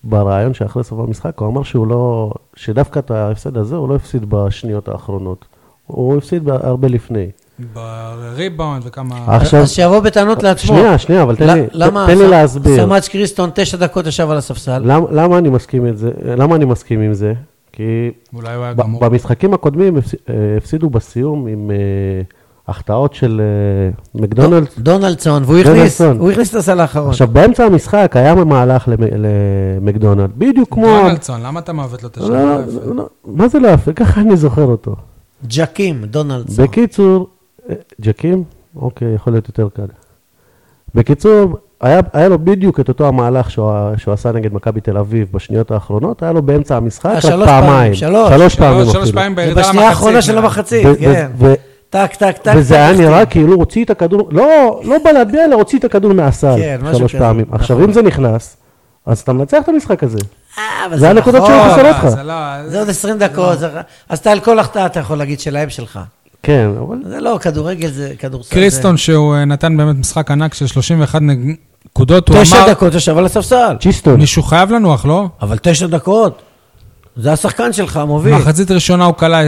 B: ברעיון שאחרי סוף המשחק, הוא אמר שהוא לא, שדווקא את ההפסד הזה הוא לא הפסיד בשניות האחרונות. הוא הפסיד בה- הרבה לפני.
A: בריבאונד וכמה...
B: אח עכשיו-
C: אז שיבוא בטענות לעצמו.
B: שנייה, שנייה, אבל תן לי-
C: ל- למה
B: תן לי
C: ס-
B: להסביר.
C: סמאץ' קריסטון תשע דקות ישב על הספסל?
B: למ- למה אני מסכים את זה- למה אני מסכים עם זה? כי
A: אולי הוא היה
B: ב-
A: גמור.
B: במשחקים הקודמים הפס- אה, הפסידו בסיום עם אה, החטאות של אה, מקדונלדס.
C: דונלדסון, והוא הכניס,
B: דונלדסון.
C: הוא הכניס את הסל האחרון.
B: עכשיו, באמצע המשחק היה מהלך למ- למקדונלד, בדיוק כמו...
A: דונלדסון, למה אתה מעוות לו את השם?
B: לא, לא, לא, מה זה לא יפה? ככה אני זוכר אותו.
C: ג'קים, דונלדסון.
B: בקיצור, אה, ג'קים? אוקיי, יכול להיות יותר קל. בקיצור, היה, היה לו בדיוק את אותו המהלך שהוא, שהוא עשה נגד מכבי תל אביב בשניות האחרונות, היה לו באמצע המשחק רק
C: אה, שלוש
B: פעמיים.
C: פעמים, שלוש.
B: שלוש פעמים
A: שלוש
B: אפילו.
A: שלוש פעמים בירידה למחצית. לא,
C: ובשנייה האחרונה של
A: נראה לי.
B: ו-
C: המחצית, כן.
B: ו- ו-
C: טק, טק, טק.
B: וזה
C: טק,
B: היה
C: טק.
B: נראה כאילו הוא הוציא את הכדור, לא, לא בלט בי, אלא הוציא את הכדור מהסל
C: כן, משהו
B: שלוש
C: כזה,
B: פעמים.
C: נכון.
B: עכשיו, אם זה נכנס, אז אתה מנצח את המשחק הזה.
C: אה, אבל
B: זה הנקודות
C: נכון.
B: שהוא
A: לא,
B: פסל
A: לא,
B: אותך.
A: זה לא-
C: זה עוד 20 דקות. זה- אז אתה על כל החטאה אתה יכול להגיד שלהם שלך.
B: כן, אבל
C: זה לא, כדורגל זה כדורסל.
A: קריסטון, שהוא אה, נתן באמת משחק ענק של 31 נקודות,
C: זה-
A: הוא
C: תשע
A: אמר,
C: דקות ישב על הספסל.
B: צ'יסטון,
A: מישהו חייב לנוח, לא?
C: אבל תשע דקות. זה השחקן שלך, המוביל.
A: מחצית ראשונה הוא כלה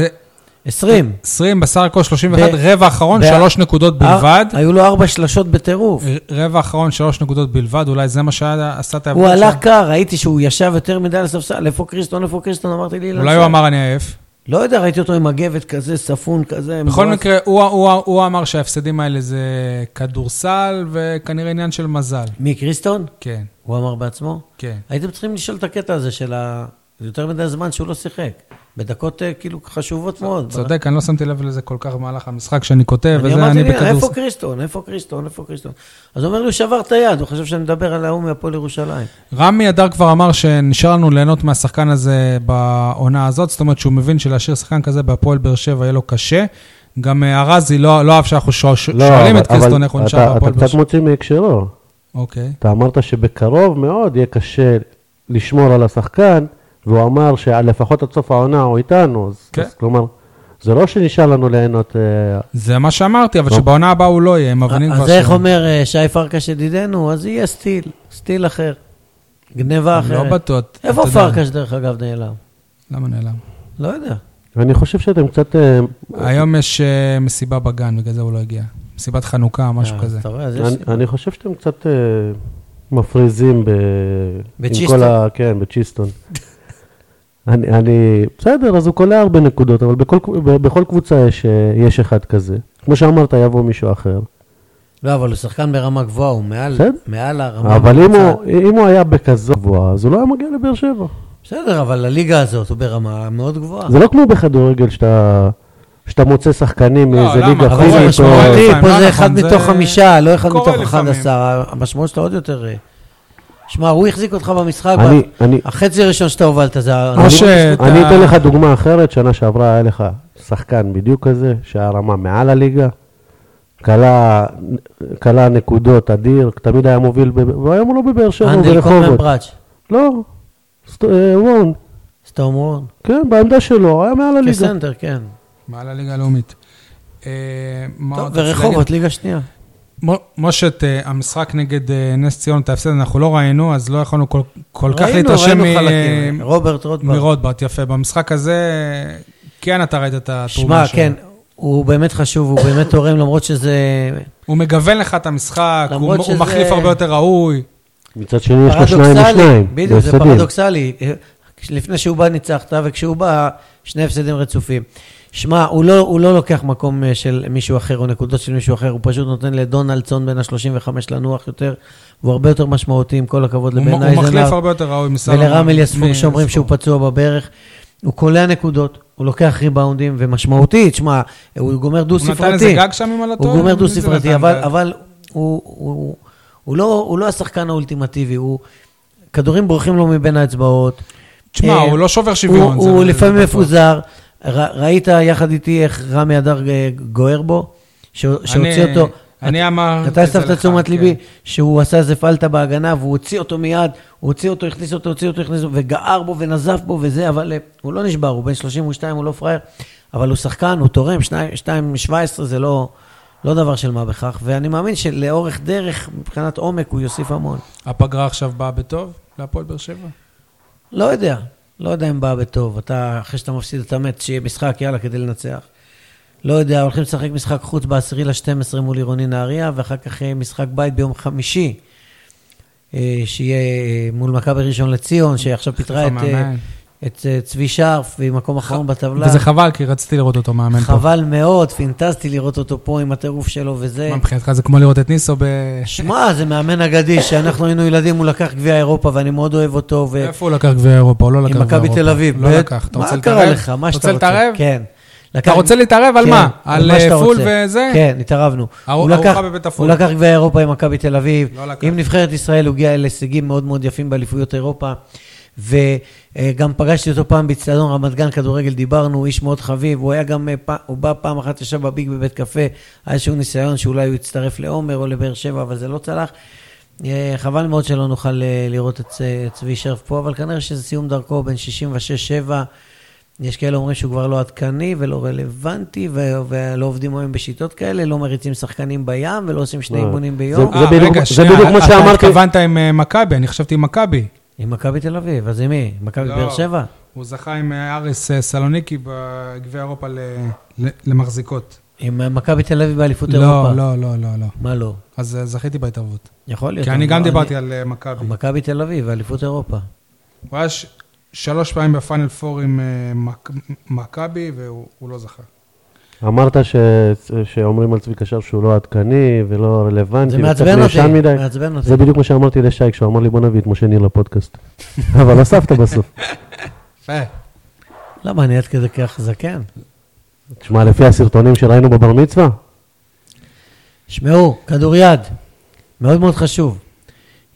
C: 20.
A: 20, בסך הכל 31,
C: ב-
A: רבע אחרון,
C: ב-
A: 3 נקודות בלבד. אה,
C: אה, היו לו ארבע שלשות בטירוף.
A: רבע אחרון, 3 נקודות בלבד, אולי זה מה שעשה את ההבדל
C: הוא הלך
A: שם.
C: קר, ראיתי שהוא ישב יותר מדי על הספסל, איפה קריסטון, איפה קריסטון, אמרתי לי...
A: אולי הוא אמר אני עייף.
C: לא יודע, ראיתי אותו עם מגבת כזה, ספון כזה.
A: בכל
C: מבואס.
A: מקרה, הוא- הוא הוא אמר שההפסדים האלה זה כדורסל וכנראה עניין של מזל.
C: מי, קריסטון?
A: כן,
C: הוא אמר בעצמו?
A: כן.
C: הייתם צריכים לשאול את הקטע הזה של ה... זה יותר מדי זמן שהוא לא שיחק. בדקות אה, כאילו חשובות מאוד.
A: צודק, אני לא שמתי לב לזה כל כך במהלך המשחק שאני כותב,
C: אני
A: וזה אני
C: אמרתי, "נראה, איפה
A: בכדורסל.
C: קריסטון? איפה קריסטון? איפה קריסטון? אז הוא אומר לי, הוא שבר את היד, הוא חשב שאני מדבר על ההוא מהפועל ירושלים.
A: רמי אדר כבר אמר שנשאר לנו ליהנות מהשחקן הזה בעונה הזאת, זאת אומרת שהוא מבין שלהשאיר שחקן כזה בהפועל באר שבע יהיה לו קשה. גם אה, ארזי לא לא אהב שאנחנו שואל-
B: לא,
A: שואלים את
B: אבל-
A: קריסטון
B: אבל
A: איך הוא
B: אתה-
A: נשאר בהפועל
B: אתה
A: באר
B: קצת
A: שבע.
B: מוציא מהקשרו.
A: אוקיי.
B: אתה אמרת שבקרוב מאוד יהיה קשה לשמור על השחקן, והוא אמר שלפחות עד סוף העונה הוא איתנו, אז,
A: כן.
B: אז כלומר, זה לא שנשאר לנו ליהנות... אה,
A: זה מה שאמרתי, אבל
B: לא.
A: שבעונה הבאה הוא לא יהיה, הם מבינים כבר
C: אה, אז
A: שהוא-
C: איך אומר אה, שי פרקש ידידנו? אז יהיה סטיל, סטיל אחר. גניבה
A: אני לא
C: אחרת.
A: בטוח.
C: איפה
A: אתה יודע.
C: פרקש, דרך אגב, נעלם?
A: למה נעלם?
C: לא יודע.
B: ואני חושב שאתם קצת... אה,
A: היום יש אה, מסיבה בגן, בגלל זה הוא לא הגיע. מסיבת חנוכה, משהו
C: אה,
A: כזה.
C: אתה רואה, אז יש...
B: אני, אני חושב שאתם קצת אה, מפריזים ב... עם
C: בצ'יסטון?
B: כל ה... כן, בצ'יסטון. אני, אני... בסדר, אז הוא קולע הרבה נקודות, אבל בכל, קב- ב- בכל קבוצה יש, אה, יש אחד כזה. כמו שאמרת, יבוא מישהו אחר.
C: לא, אבל הוא שחקן ברמה גבוהה, הוא מעל-
B: בסדר.
C: מעל הרמה.
B: אבל אם
C: הממוצעת.
B: הוא, אם הוא היה בכזו גבוהה, אז הוא לא היה מגיע לבאר שבע.
C: בסדר, אבל הליגה הזאת הוא ברמה מאוד גבוהה.
B: זה לא כמו בכדורגל שאתה, שאתה מוצא שחקנים
A: לא,
B: מאיזה
A: למה?
B: ליגה
A: אבל
C: אבל זה
A: קורה,
B: פיזית או...
A: קורה
C: משמעותי,
A: לפעמים,
C: פה
A: לא
C: זה
A: נכון,
C: אחד
A: זה
C: מתוך חמישה, לא אחד
A: קורה
C: מתוך
A: לפעמים.
C: 11. המשמעות שלה עוד יותר... אה, שמע, הוא החזיק אותך במשחק,
B: אני,
C: ב-
B: אני,
C: החצי הראשון שאתה הובלת זה... ה-
A: או
B: אני-
A: שאתה-
B: אני
C: אה.
B: אתן לך דוגמה אחרת, שנה שעברה היה לך שחקן בדיוק כזה, שהיה רמה מעל הליגה, כלה כלה נקודות אדיר, תמיד היה מוביל, ב- והיום הוא לא בבאר שבע, הוא
C: אנדל קומן
B: ברחובות.
C: בראץ',
B: לא, סט- אה, וון,
C: סטום וורן.
B: כן, בעמדה שלו, היה מעל הליגה.
C: כסנטר, כן.
A: מעל הליגה הלאומית. אה, מה
C: טוב,
A: עוד רציתי להגיד?
C: ורחובות, ליגה שנייה.
A: מ- משה, את, אה, המשחק נגד אה, נס ציון, את ההפסד אנחנו לא ראינו, אז לא יכולנו כל- כל כך
C: ראינו,
A: להתרשם
C: ראינו
A: מ-
C: חלקים. אה, רוברט רוטברג.
A: מרוטברט, יפה. במשחק הזה, כן, אתה ראית את
C: שמע,
A: התרומה שלו.
C: כן, הוא באמת חשוב, הוא באמת תורם, למרות שזה...
A: הוא מגוון לך את המשחק, הוא
C: למרות
A: הוא
C: שזה-
A: מחליף הרבה יותר ראוי.
B: מצד שני יש לו שניים ושניים,
C: בדיוק, זה
B: בהפסדים.
C: פרדוקסלי. לפני שהוא בא ניצחת, וכשהוא בא, שני הפסדים רצופים. שמע, הוא לא, הוא לא לוקח מקום אה, של מישהו אחר או נקודות של מישהו אחר, הוא פשוט נותן לדונלדסון בין ה-35 לנוח יותר, והוא הרבה יותר משמעותי, עם כל הכבוד
A: הוא
C: לבן
A: הוא מחליף
C: אייזנר,
A: הרבה יותר ראוי מסלומון.
C: ולרם
A: מ-
C: אליספור שאומרים שהוא
A: ספור.
C: פצוע בברך. הוא קולע נקודות, הוא לוקח ריבאונדים, ומשמעותית, שמע, הוא גומר
A: הוא
C: דו-ספרתי.
A: נתן איזה גג שם עם הלטור?
C: לא הוא גומר
A: מי זה נתן
C: דו-ספרתי, אבל,
A: גג?
C: אבל הוא, הוא, הוא, לא, הוא לא השחקן האולטימטיבי, הוא... כדורים בורחים לו מבין האצבעות.
A: תשמע,
C: אה,
A: הוא לא שובר שוויון.
C: הוא,
A: זה-
C: הוא
A: זה
C: לפעמים
A: בטוח.
C: מפוזר. ר, ראית יחד איתי איך רמי הדר אה, גוער בו? ש- שהוציא
A: אני-
C: אותו.
A: אני אמרתי
C: אתה
A: את זה
C: הסבת
A: לך,
C: תשומת
A: כן.
C: ליבי שהוא עשה איזה פלטה בהגנה, והוא הוציא אותו מיד, הוא הוציא אותו, הכניס אותו, הוציא אותו, הכניס אותו, וגער בו ונזף בו וזה, אבל אה, הוא לא נשבר, הוא בן 32, הוא לא פראייר, אבל הוא שחקן, הוא תורם, 2.17 זה לא, לא דבר של מה בכך, ואני מאמין שלאורך דרך, מבחינת עומק, הוא יוסיף המון.
A: הפגרה עכשיו באה בטוב להפועל באר שבע?
C: לא יודע, לא יודע אם בא בטוב. אתה, אחרי שאתה מפסיד, אתה מת, שיהיה משחק, יאללה, כדי לנצח. לא יודע, הולכים לשחק משחק חוץ בעשירי ל-12 מול עירוני נהריה, ואחר כך אה, משחק בית ביום חמישי, אה, שיהיה אה, מול מכבי ראשון לציון, שעכשיו פיטרה את, אה,
A: מאמן.
C: את אה, צבי שרף, והיא מקום אחרון בטבלה.
A: וזה חבל, כי רציתי לראות אותו מאמן פה.
C: חבל מאוד, פינטסטי לראות אותו פה עם הטירוף שלו וזה.
A: מה, מבחינתך זה כמו לראות את ניסו ב...
C: שמע, זה מאמן אגדי, שאנחנו היינו ילדים, הוא לקח גביע אירופה, ואני מאוד אוהב אותו, ו...
A: איפה הוא לקח גביע אירופה? הוא לא לקח
C: עם
A: גביע אירופה.
C: מכבי תל אביב.
A: לא
C: ב'-
A: לקח. אתה רוצה
C: מה קרה
A: להתערב?
C: לך? מה
A: אתה
C: שאתה
A: רוצה
C: רוצה.
A: להתערב?
C: כן.
A: אתה
C: לקח-
A: רוצה להתערב על
C: כן,
A: מה? על
C: מה שאתה
A: אה, פול
C: רוצה.
A: וזה?
C: כן, התערבנו.
A: ארוח-
C: הוא לקח-
A: ארוחה בבית הפול.
C: הוא לקח גביע אירופה עם מכבי תל אביב.
A: לא לקח.
C: עם נבחרת ישראל הוא הגיע להישגים מאוד מאוד יפים באליפויות אירופה. וגם פגשתי אותו פעם באצטדיון רמת גן, כדורגל, דיברנו, הוא איש מאוד חביב. הוא היה גם, אה, פ- הוא בא פעם אחת, ישב בביג בבית קפה, היה איזשהו ניסיון שאולי הוא יצטרף לעומר או לבאר שבע, אבל זה לא צלח. אה, חבל מאוד שלא נוכל אה, לראות את צ- את צבי שרף פה, אבל כנראה שזה סיום דרכו, בין 66-7. יש כאלה אומרים שהוא כבר לא עדכני ולא רלוונטי, ו- ולא עובדים היום בשיטות כאלה, לא מריצים שחקנים בים ולא עושים שני
B: לא.
C: אימונים ביום.
B: זה
A: אה,
B: בדיוק-
A: רגע,
B: זה
A: שנייה,
B: בדיוק מה שאמרתי.
A: אתה התכוונת עם אה, מכבי, אני חשבתי עם מכבי.
C: עם מכבי תל אביב, אז עם מי? מכבי
A: לא.
C: באר שבע?
A: הוא זכה עם אה, אריס אה, סלוניקי בגביע אירופה ל- ל- למחזיקות.
C: עם אה, מכבי תל אביב באליפות אירופה.
A: לא, לא, לא, לא, לא.
C: מה לא?
A: אז אה, זכיתי בהתערבות.
C: יכול להיות.
A: כי אני
C: אבל
A: גם
C: לא,
A: דיברתי על אה, מכבי.
C: מכבי תל אביב, באליפות אירופה.
B: כן,
A: הוא היה ש- שלוש פעמים בפאנל פור עם אה, מק- מכבי, והוא הוא לא זכה.
B: אמרת ש... שאומרים על צביקה שר שהוא לא עדכני ולא רלוונטי.
C: זה
B: וקצת
C: מעצבן אותי,
B: מיושן מדי.
C: מעצבן אותי.
B: זה בדיוק מה שאמרתי לשי כשהוא אמר לי בוא נביא את משה ניר
C: <laughs>
B: לפודקאסט. אבל הוספת בסוף.
A: יפה.
C: למה אני עד כדי כך זקן?
B: תשמע, לפי הסרטונים שראינו בבר מצווה,
C: שמעו, כדוריד, מאוד מאוד חשוב.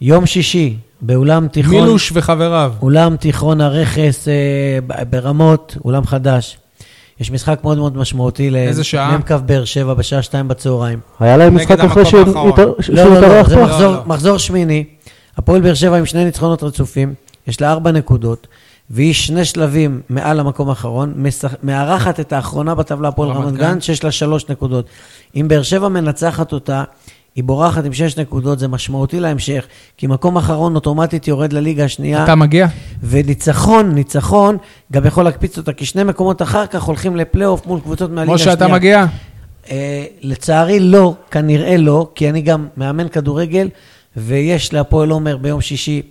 C: יום שישי, באולם תיכון...
A: מילוש וחבריו.
C: אולם תיכון הרכס אה, ב- ברמות, אולם חדש. יש משחק מאוד מאוד משמעותי. ל-
A: איזה שעה?
C: מ"כ באר שבע בשעה שתיים בצהריים.
B: היה להם
A: נגד
B: משחק
A: המקום
B: אחרי שהם
A: האחרון.
B: התאר- ש-
C: לא,
B: שהוא
C: לא, לא,
B: התארח
C: זה
B: פה.
C: מחזור,
A: לא, לא.
C: מחזור שמיני. הפועל באר שבע עם שני ניצחונות רצופים, יש לה ארבע נקודות, והיא שני שלבים מעל המקום האחרון, משח... מארחת את האחרונה בטבלה, הפועל
A: רמת
C: רמת
A: גן.
C: גן, שיש לה שלוש נקודות. אם באר שבע מנצחת אותה, היא בורחת עם שש נקודות, זה משמעותי להמשך, כי מקום אחרון אוטומטית יורד לליגה השנייה.
A: אתה מגיע?
C: וניצחון, ניצחון, גם יכול להקפיץ אותה, כי שני מקומות אחר כך הולכים לפלייאוף מול קבוצות מהליגה
A: משה,
C: השנייה.
A: אתה מגיע?
C: אה, לצערי לא, כנראה לא, כי אני גם מאמן כדורגל, ויש להפועל עומר ביום שישי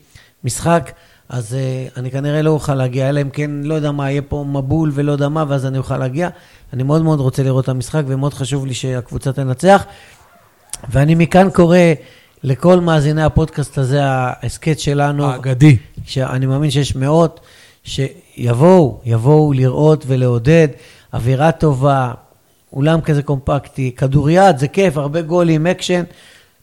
C: משחק, אז אה, אני כנראה לא אוכל להגיע, אלא אם כן, לא יודע מה, יהיה פה מבול ולא יודע מה, ואז אני אוכל להגיע. אני מאוד מאוד רוצה לראות את המשחק, ומאוד חשוב לי שהקבוצה תנצח. ואני מכאן קורא לכל מאזיני הפודקאסט הזה, ההסכת
A: לא.
C: שלנו.
A: האגדי.
C: שאני מאמין שיש מאות שיבואו, יבואו לראות ולעודד, אווירה טובה, אולם כזה קומפקטי, כדוריד, זה כיף, הרבה גולים, אקשן,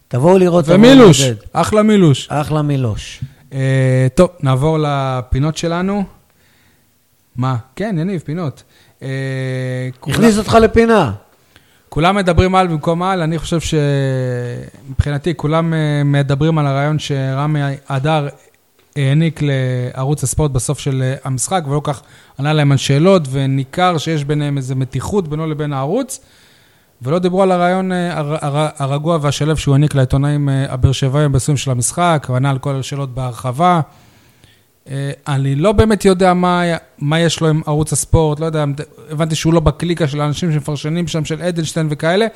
C: תבואו לראות. תבואו
A: ומילוש,
C: לעודד.
A: אחלה מילוש.
C: אחלה מילוש.
A: אה, טוב, נעבור לפינות שלנו. מה? כן, יניב, פינות. אה, כולם-
C: הכניס אותך לפינה.
A: כולם מדברים על במקום על, אני חושב שמבחינתי כולם אה, מדברים על הרעיון שרמי אדר העניק לערוץ הספורט בסוף של אה, המשחק, ולא כך ענה להם על שאלות, וניכר שיש ביניהם איזו מתיחות בינו לבין הערוץ, ולא דיברו על הרעיון אה, הר- הר- הרגוע והשלב שהוא העניק לעיתונאים אה, הבאר שבעים בסיום של המשחק, הוא ענה על כל השאלות בהרחבה. אה, אני לא באמת יודע מה, היה- מה יש לו עם ערוץ הספורט, לא יודע, הבנתי שהוא לא בקליקה של האנשים שמפרשנים שם, של אדלשטיין וכאלה.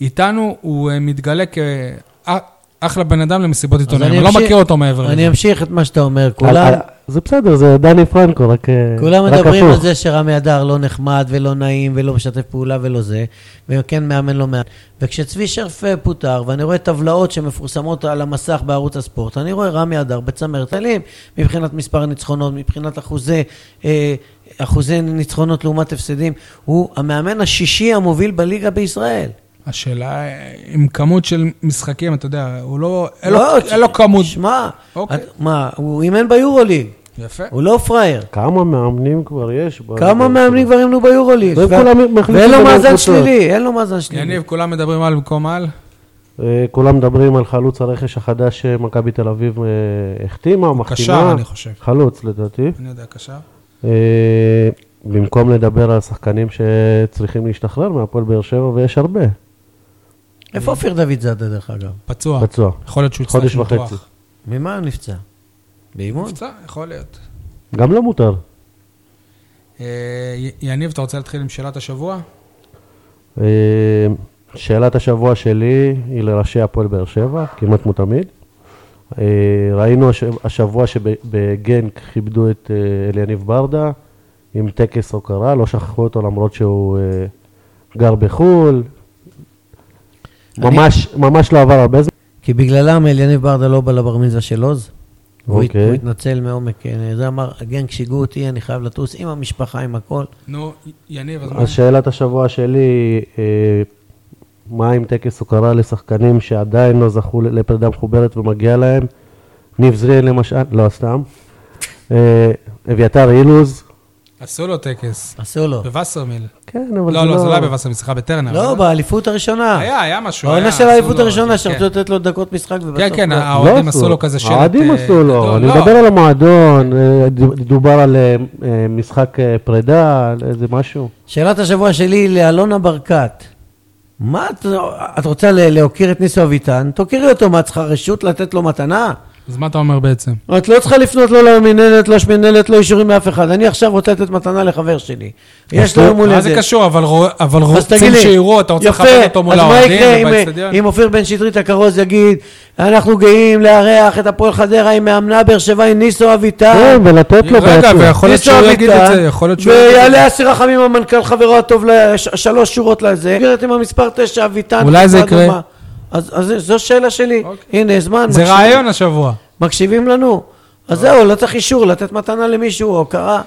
A: איתנו הוא אה, מתגלה כאחלה בן אדם למסיבות עיתונאים,
C: אני
A: אני לא
C: אמשיך-
A: מכיר אותו מעבר
C: אני
A: לזה.
C: אמשיך את מה שאתה אומר,
B: על-
C: כולם.
B: על- אה, זה בסדר, זה דני פרנקו, רק אה,
C: כולם
B: רק
C: מדברים על
B: הפוך.
C: זה שרמי אדר לא נחמד ולא נעים ולא משתף פעולה ולא זה, וכן מאמן לא מאמן. וכשצבי שרף אה, פוטר, ואני רואה טבלאות שמפורסמות על המסך בערוץ הספורט, אני רואה רמי אדר בצמרת העלים, מבחינת מספר ניצחונות, מבחינת אחוזי, אה, אחוזי ניצחונות לעומת הפסדים, הוא המאמן השישי המוביל בליגה בישראל.
A: השאלה אה, עם כמות של משחקים, אתה יודע, הוא לא, אין לו-
C: לא,
A: אין לו כמות.
C: שמע,
A: אוקיי.
C: את- מה, הוא אימן ביורוליג,
A: יפה.
C: הוא לא פראייר.
B: כמה מאמנים כבר יש? ב-
C: כמה
B: ב-
C: מאמנים כבר אימנו ביורוליג?
A: לא,
B: והם
C: וה-
B: כולם מחליפים
C: ואין לו
B: בין
C: מאזן
B: הקבוצות.
C: שלילי, אין לו מאזן שלילי.
A: יניב, כולם מדברים על במקום על?
B: אה, כולם מדברים על חלוץ הרכש החדש שמכבי תל אביב אה, החתימה או מחתימה.
A: קשר, אני חושב.
B: חלוץ לדעתי.
A: אני יודע, קשר.
B: אה, במקום לדבר על שחקנים שצריכים להשתחרר מהפועל באר שבע, ויש הרבה,
C: איפה אופיר דוד זאדה, דרך אגב?
A: פצוע.
B: פצוע.
A: יכול להיות שהוא
B: חודש
A: יצטרך ניתוח.
B: וחצי.
C: ממה הוא נפצע? באימון?
A: נפצע, יכול להיות.
B: גם לא מותר.
A: אה, י- יניב, אתה רוצה להתחיל עם שאלת השבוע?
B: אה, שאלת השבוע שלי היא לראשי הפועל באר שבע, כמעט כמו תמיד. אה, ראינו הש- השבוע שבגנק כיבדו את אה, אליניב ברדה עם טקס הוקרה, לא שכחו אותו למרות שהוא אה, גר בחו"ל.
C: אני-
B: ממש, ממש לא עבר הרבה זמן.
C: כי בגללם אליניב ברדה לא בא לבר מצווה של עוז. והוא הת-
B: אוקיי.
C: הוא התנצל מעומק, אה, זה אמר, הגנג שיגעו אותי, אני חייב לטוס עם המשפחה, עם הכל.
A: נו, יניב,
C: אה,
A: אז מה?
B: אז שאלת השבוע שלי, אה, מה עם טקס הוקרה לשחקנים שעדיין לא זכו לפרידה מחוברת ומגיע להם? ניב זרין למשל, לא, סתם. אה, אביתר אילוז,
A: עשו לו טקס.
C: עשו לו.
A: בווסרמיל.
B: כן, אבל
A: לא, לא, זה לא היה בווסרמיל, סליחה, בטרנר.
C: לא, באליפות הראשונה.
A: היה, היה משהו,
C: העונה
A: היה,
C: של
A: עשו
C: האליפות
A: לו,
C: הראשונה,
A: כן.
C: שרצו לתת לו דקות משחק ובסוף...
A: כן, כן,
C: לא.
A: האוהדים עשו לו כזה שלט.
B: האוהדים
A: אה,
B: עשו לו,
A: גדול,
B: אני
A: לא.
B: מדבר על המועדון, אה, ד- דובר על אה, אה, משחק אה, פרידה, על איזה משהו.
C: שאלת השבוע שלי היא לאלונה ברקת. מה, את, את רוצה ל- להוקיר את ניסו אביטן? תוקירי אותו, מה, את צריכה רשות לתת לו מתנה?
A: אז מה אתה אומר בעצם?
C: את לא צריכה לפנות לא למינהלת, לא שמינהלת, לא אישורים מאף אחד. אני עכשיו רוצה לתת מתנה לחבר שלי. יש לו יום הולדת.
A: מה זה קשור? אבל רוא- אבל
C: אז תגיד
A: רוצים
C: לי,
A: שיראו, אתה רוצה
C: יפה,
A: לכבד אותו מול האוהדים
C: אז מה יקרה
A: ובאצטדיון?
C: אם- אם אופיר בן שטרית הכרוז יגיד, אנחנו גאים לארח את הפועל חדרה עם מאמנה באר שבע עם ניסו אביטן.
B: כן, ולתת לו
A: אה, רגע,
B: בעצמו.
A: ויכול להיות
C: ניסו
A: שהוא יגיד את
C: אביטן,
A: זה, יכול להיות שהוא יגיד את זה.
C: ויעלה אסיר רחמים המנכ"ל חברו הטוב לש- שלוש שורות לזה. גרתי עם המספר תשע אביטן.
A: אולי זה
C: חברה
A: יקרה.
C: אדומה. אז אז זו שאלה שלי.
A: אוקיי.
C: הנה, זמן.
A: זה
C: מקשיבים-
A: רעיון אוקיי. השבוע.
C: מקשיבים לנו. אז זהו, לא צריך אישור, לתת מתנה למישהו, הוקרה.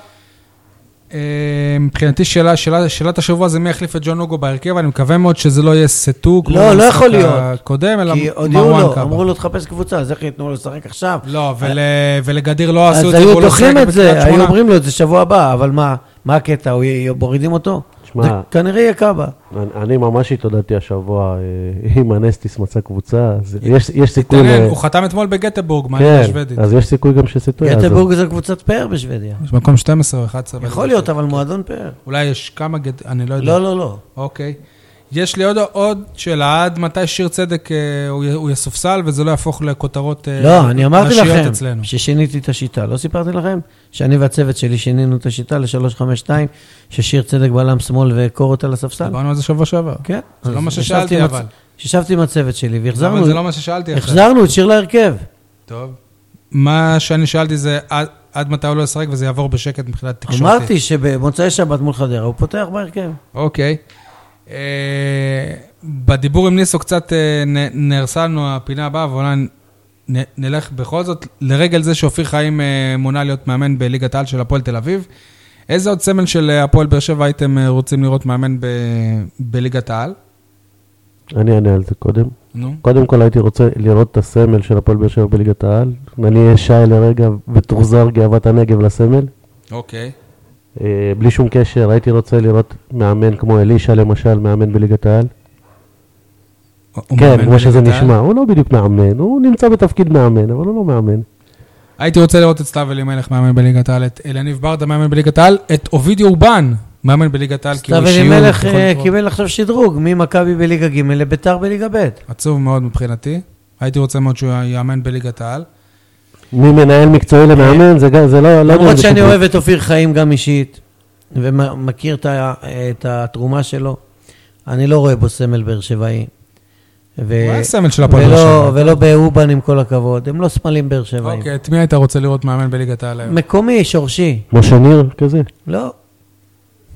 A: אה, מבחינתי שאלה, שאלה, שאלת השבוע זה מי יחליף את ג'ון אוגו בהרכב, אני מקווה מאוד שזה לא יהיה סטו כמו
C: לא, לא
A: במשחק
C: יכול להיות.
A: הקודם, אלא
C: כי הודיעו
A: מרואן
C: לו,
A: קאבה.
C: אמרו לו תחפש קבוצה, אז איך ייתנו לו לשחק עכשיו?
A: לא, ול, ולגדיר לא
C: אז
A: עשו את זה,
C: היו
A: והוא לא
C: דוחים
A: שיחק
C: את זה,
A: בקריית
C: היו
A: שמונה.
C: אומרים לו את זה שבוע הבא, אבל מה, מה הקטע, הוא י- מורידים אותו?
B: תשמע.
C: זה כנראה יהיה קאבה.
B: אני- אני ממש התעודדתי השבוע, אה, אם הנסטיס מצא קבוצה, אז יש יש סיכוי...
A: תראה,
B: ל-
A: כן, הוא חתם אתמול בגטבורג, מהליגה
B: כן,
A: השוודית.
B: אז יש סיכוי גם שסיטוי יעזוב.
C: גטבורג זה קבוצת פאר בשוודיה.
A: יש מקום 12 או 11.
C: יכול להיות, אבל מועדון פאר.
A: אולי יש כמה גט... אני לא יודע.
C: לא, לא, לא.
A: אוקיי. יש לי עוד, עוד שאלה, עד מתי שיר צדק אה, הוא, י- הוא יסופסל וזה לא יהפוך לכותרות אה,
C: לא, אני אמרתי
A: ראשיות
C: לכם
A: אצלנו.
C: ששיניתי את השיטה. לא סיפרתי לכם שאני והצוות שלי שינינו את השיטה ל-352, ששיר צדק בלם שמאל וקורות על הספסל?
A: דיברנו על זה שבוע שעבר.
C: כן.
A: נכון. זה לא
C: אז
A: מה ששאלתי,
C: ישבתי עם
A: אבל.
C: הצ- ישבתי עם הצוות שלי
A: אבל זה לא
C: והחזרנו
A: מה ששאלתי עכשיו.
C: החזרנו את שיר להרכב.
A: טוב. מה שאני שאלתי זה עד, עד מתי הוא לא ישחק וזה יעבור בשקט מבחינת תקשורתית.
C: אמרתי שבמוצאי שבת מול חדרה הוא פותח בהרכב.
A: אוקיי. אה, בדיבור עם ניסו קצת אה, נ- נהרסה לנו הפינה הבאה, ואולי נ- נלך בכל זאת לרגל זה שאופיר חיים אה, מונה להיות מאמן בליגת העל של הפועל תל אביב. איזה עוד סמל של אה, הפועל באר שבע הייתם אה, רוצים לראות מאמן ב- בליגת העל?
B: אני אענה על זה קודם.
A: נו.
B: קודם כל הייתי רוצה לראות את הסמל של הפועל באר שבע בליגת העל. אני אהיה שי לרגע ותוחזר גאוות הנגב לסמל.
A: אוקיי.
B: אה, בלי שום קשר, הייתי רוצה לראות מאמן כמו אלישע למשל, מאמן בליגת העל.
A: הוא
B: כן,
A: מאמן
B: כמו שזה
A: בליגת העל?
B: נשמע, הוא לא בדיוק מאמן, הוא נמצא בתפקיד מאמן, אבל הוא לא מאמן.
A: הייתי רוצה לראות את סתיו אלימלך מאמן בליגת העל, את אלניב ברדה מאמן בליגת העל, את אובידיו אובן מאמן בליגת העל, כי הוא
C: סתיו
A: אישיות.
C: אלימלך
A: יכול
C: אה,
A: לקרות.
C: קיבל עכשיו שדרוג ממכבי בליגה ג' לביתר בליגה ב'.
A: עצוב מאוד מבחינתי. הייתי רוצה מאוד שהוא יאמן בליגת העל.
B: ממנהל מקצועי למאמן, זה גם- זה לא... לא יודע אם
C: למרות
B: זה
C: שאני
B: שדרוג.
C: אוהב את אופיר חיים גם אישית, ומכיר את ה- את התרומה שלו, אני לא רואה בו סמל באר שבעי. ו-
A: הוא היה סמל של הפועל באר
C: ולא,
A: שבע.
C: ולא באובן עם כל הכבוד, הם לא סמלים באר שבעים.
A: אוקיי, את מי היית רוצה לראות מאמן בליגת העל היום?
C: מקומי, שורשי,
B: משה ניר כזה.
C: לא.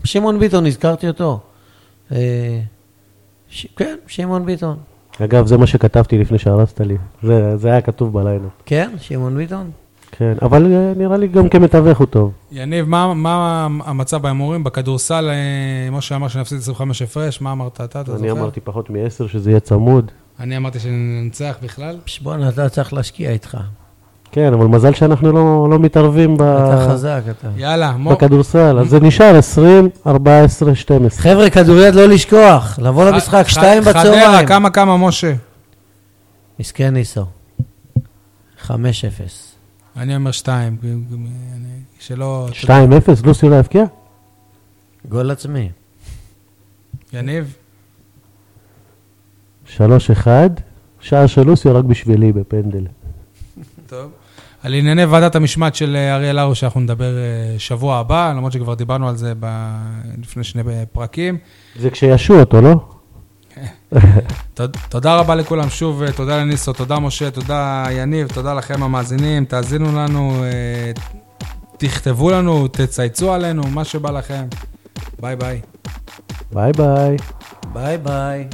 C: שמעון ביטון, הזכרתי אותו. אה, ש- כן, שמעון ביטון.
B: אגב, זה מה שכתבתי לפני שהרסת לי. זה- זה היה כתוב בלילה.
C: כן, שמעון ביטון.
B: כן, אבל אה, נראה לי גם כמתווך הוא טוב.
A: יניב, מה- מה המצב בהימורים? בכדורסל, אה, משה אמר שנפסיד 25 הפרש, מה אמרת אתה? אתה
B: אני
A: זוכר?
B: אמרתי פחות מ-10 שזה יהיה צמוד.
A: אני אמרתי שננצח בכלל.
C: פש, בואנה, אתה צריך להשקיע איתך.
B: כן, אבל מזל שאנחנו לא, לא מתערבים ב...
C: אתה חזק, אתה.
A: יאללה, מור.
B: בכדורסל. אז זה נשאר 20, 14, 12.
C: חבר'ה, כדוריד לא לשכוח, לבוא למשחק,
A: ח-
C: שתיים
A: ח-
C: בצהריים.
A: חדרה, כמה כמה, משה?
C: מסכן ניסו. 5-0.
A: אני אומר שתיים. אני- שלא...
B: 2-0, לוסיו לא הבקיע?
C: גול עצמי.
A: יניב?
B: 3-1, שער של לוסיו רק בשבילי בפנדל.
A: טוב. על ענייני ועדת המשמעת של אה, אריאל הרו, שאנחנו נדבר אה, שבוע הבא, למרות שכבר דיברנו על זה ב... לפני שני פרקים.
B: זה כשישו אותו, לא?
A: תוד- תודה רבה לכולם שוב, אה, תודה לניסו, תודה משה, תודה יניב, תודה לכם המאזינים, תאזינו לנו, אה, תכתבו לנו, תצייצו עלינו, מה שבא לכם. ביי ביי.
B: ביי ביי.
C: ביי ביי.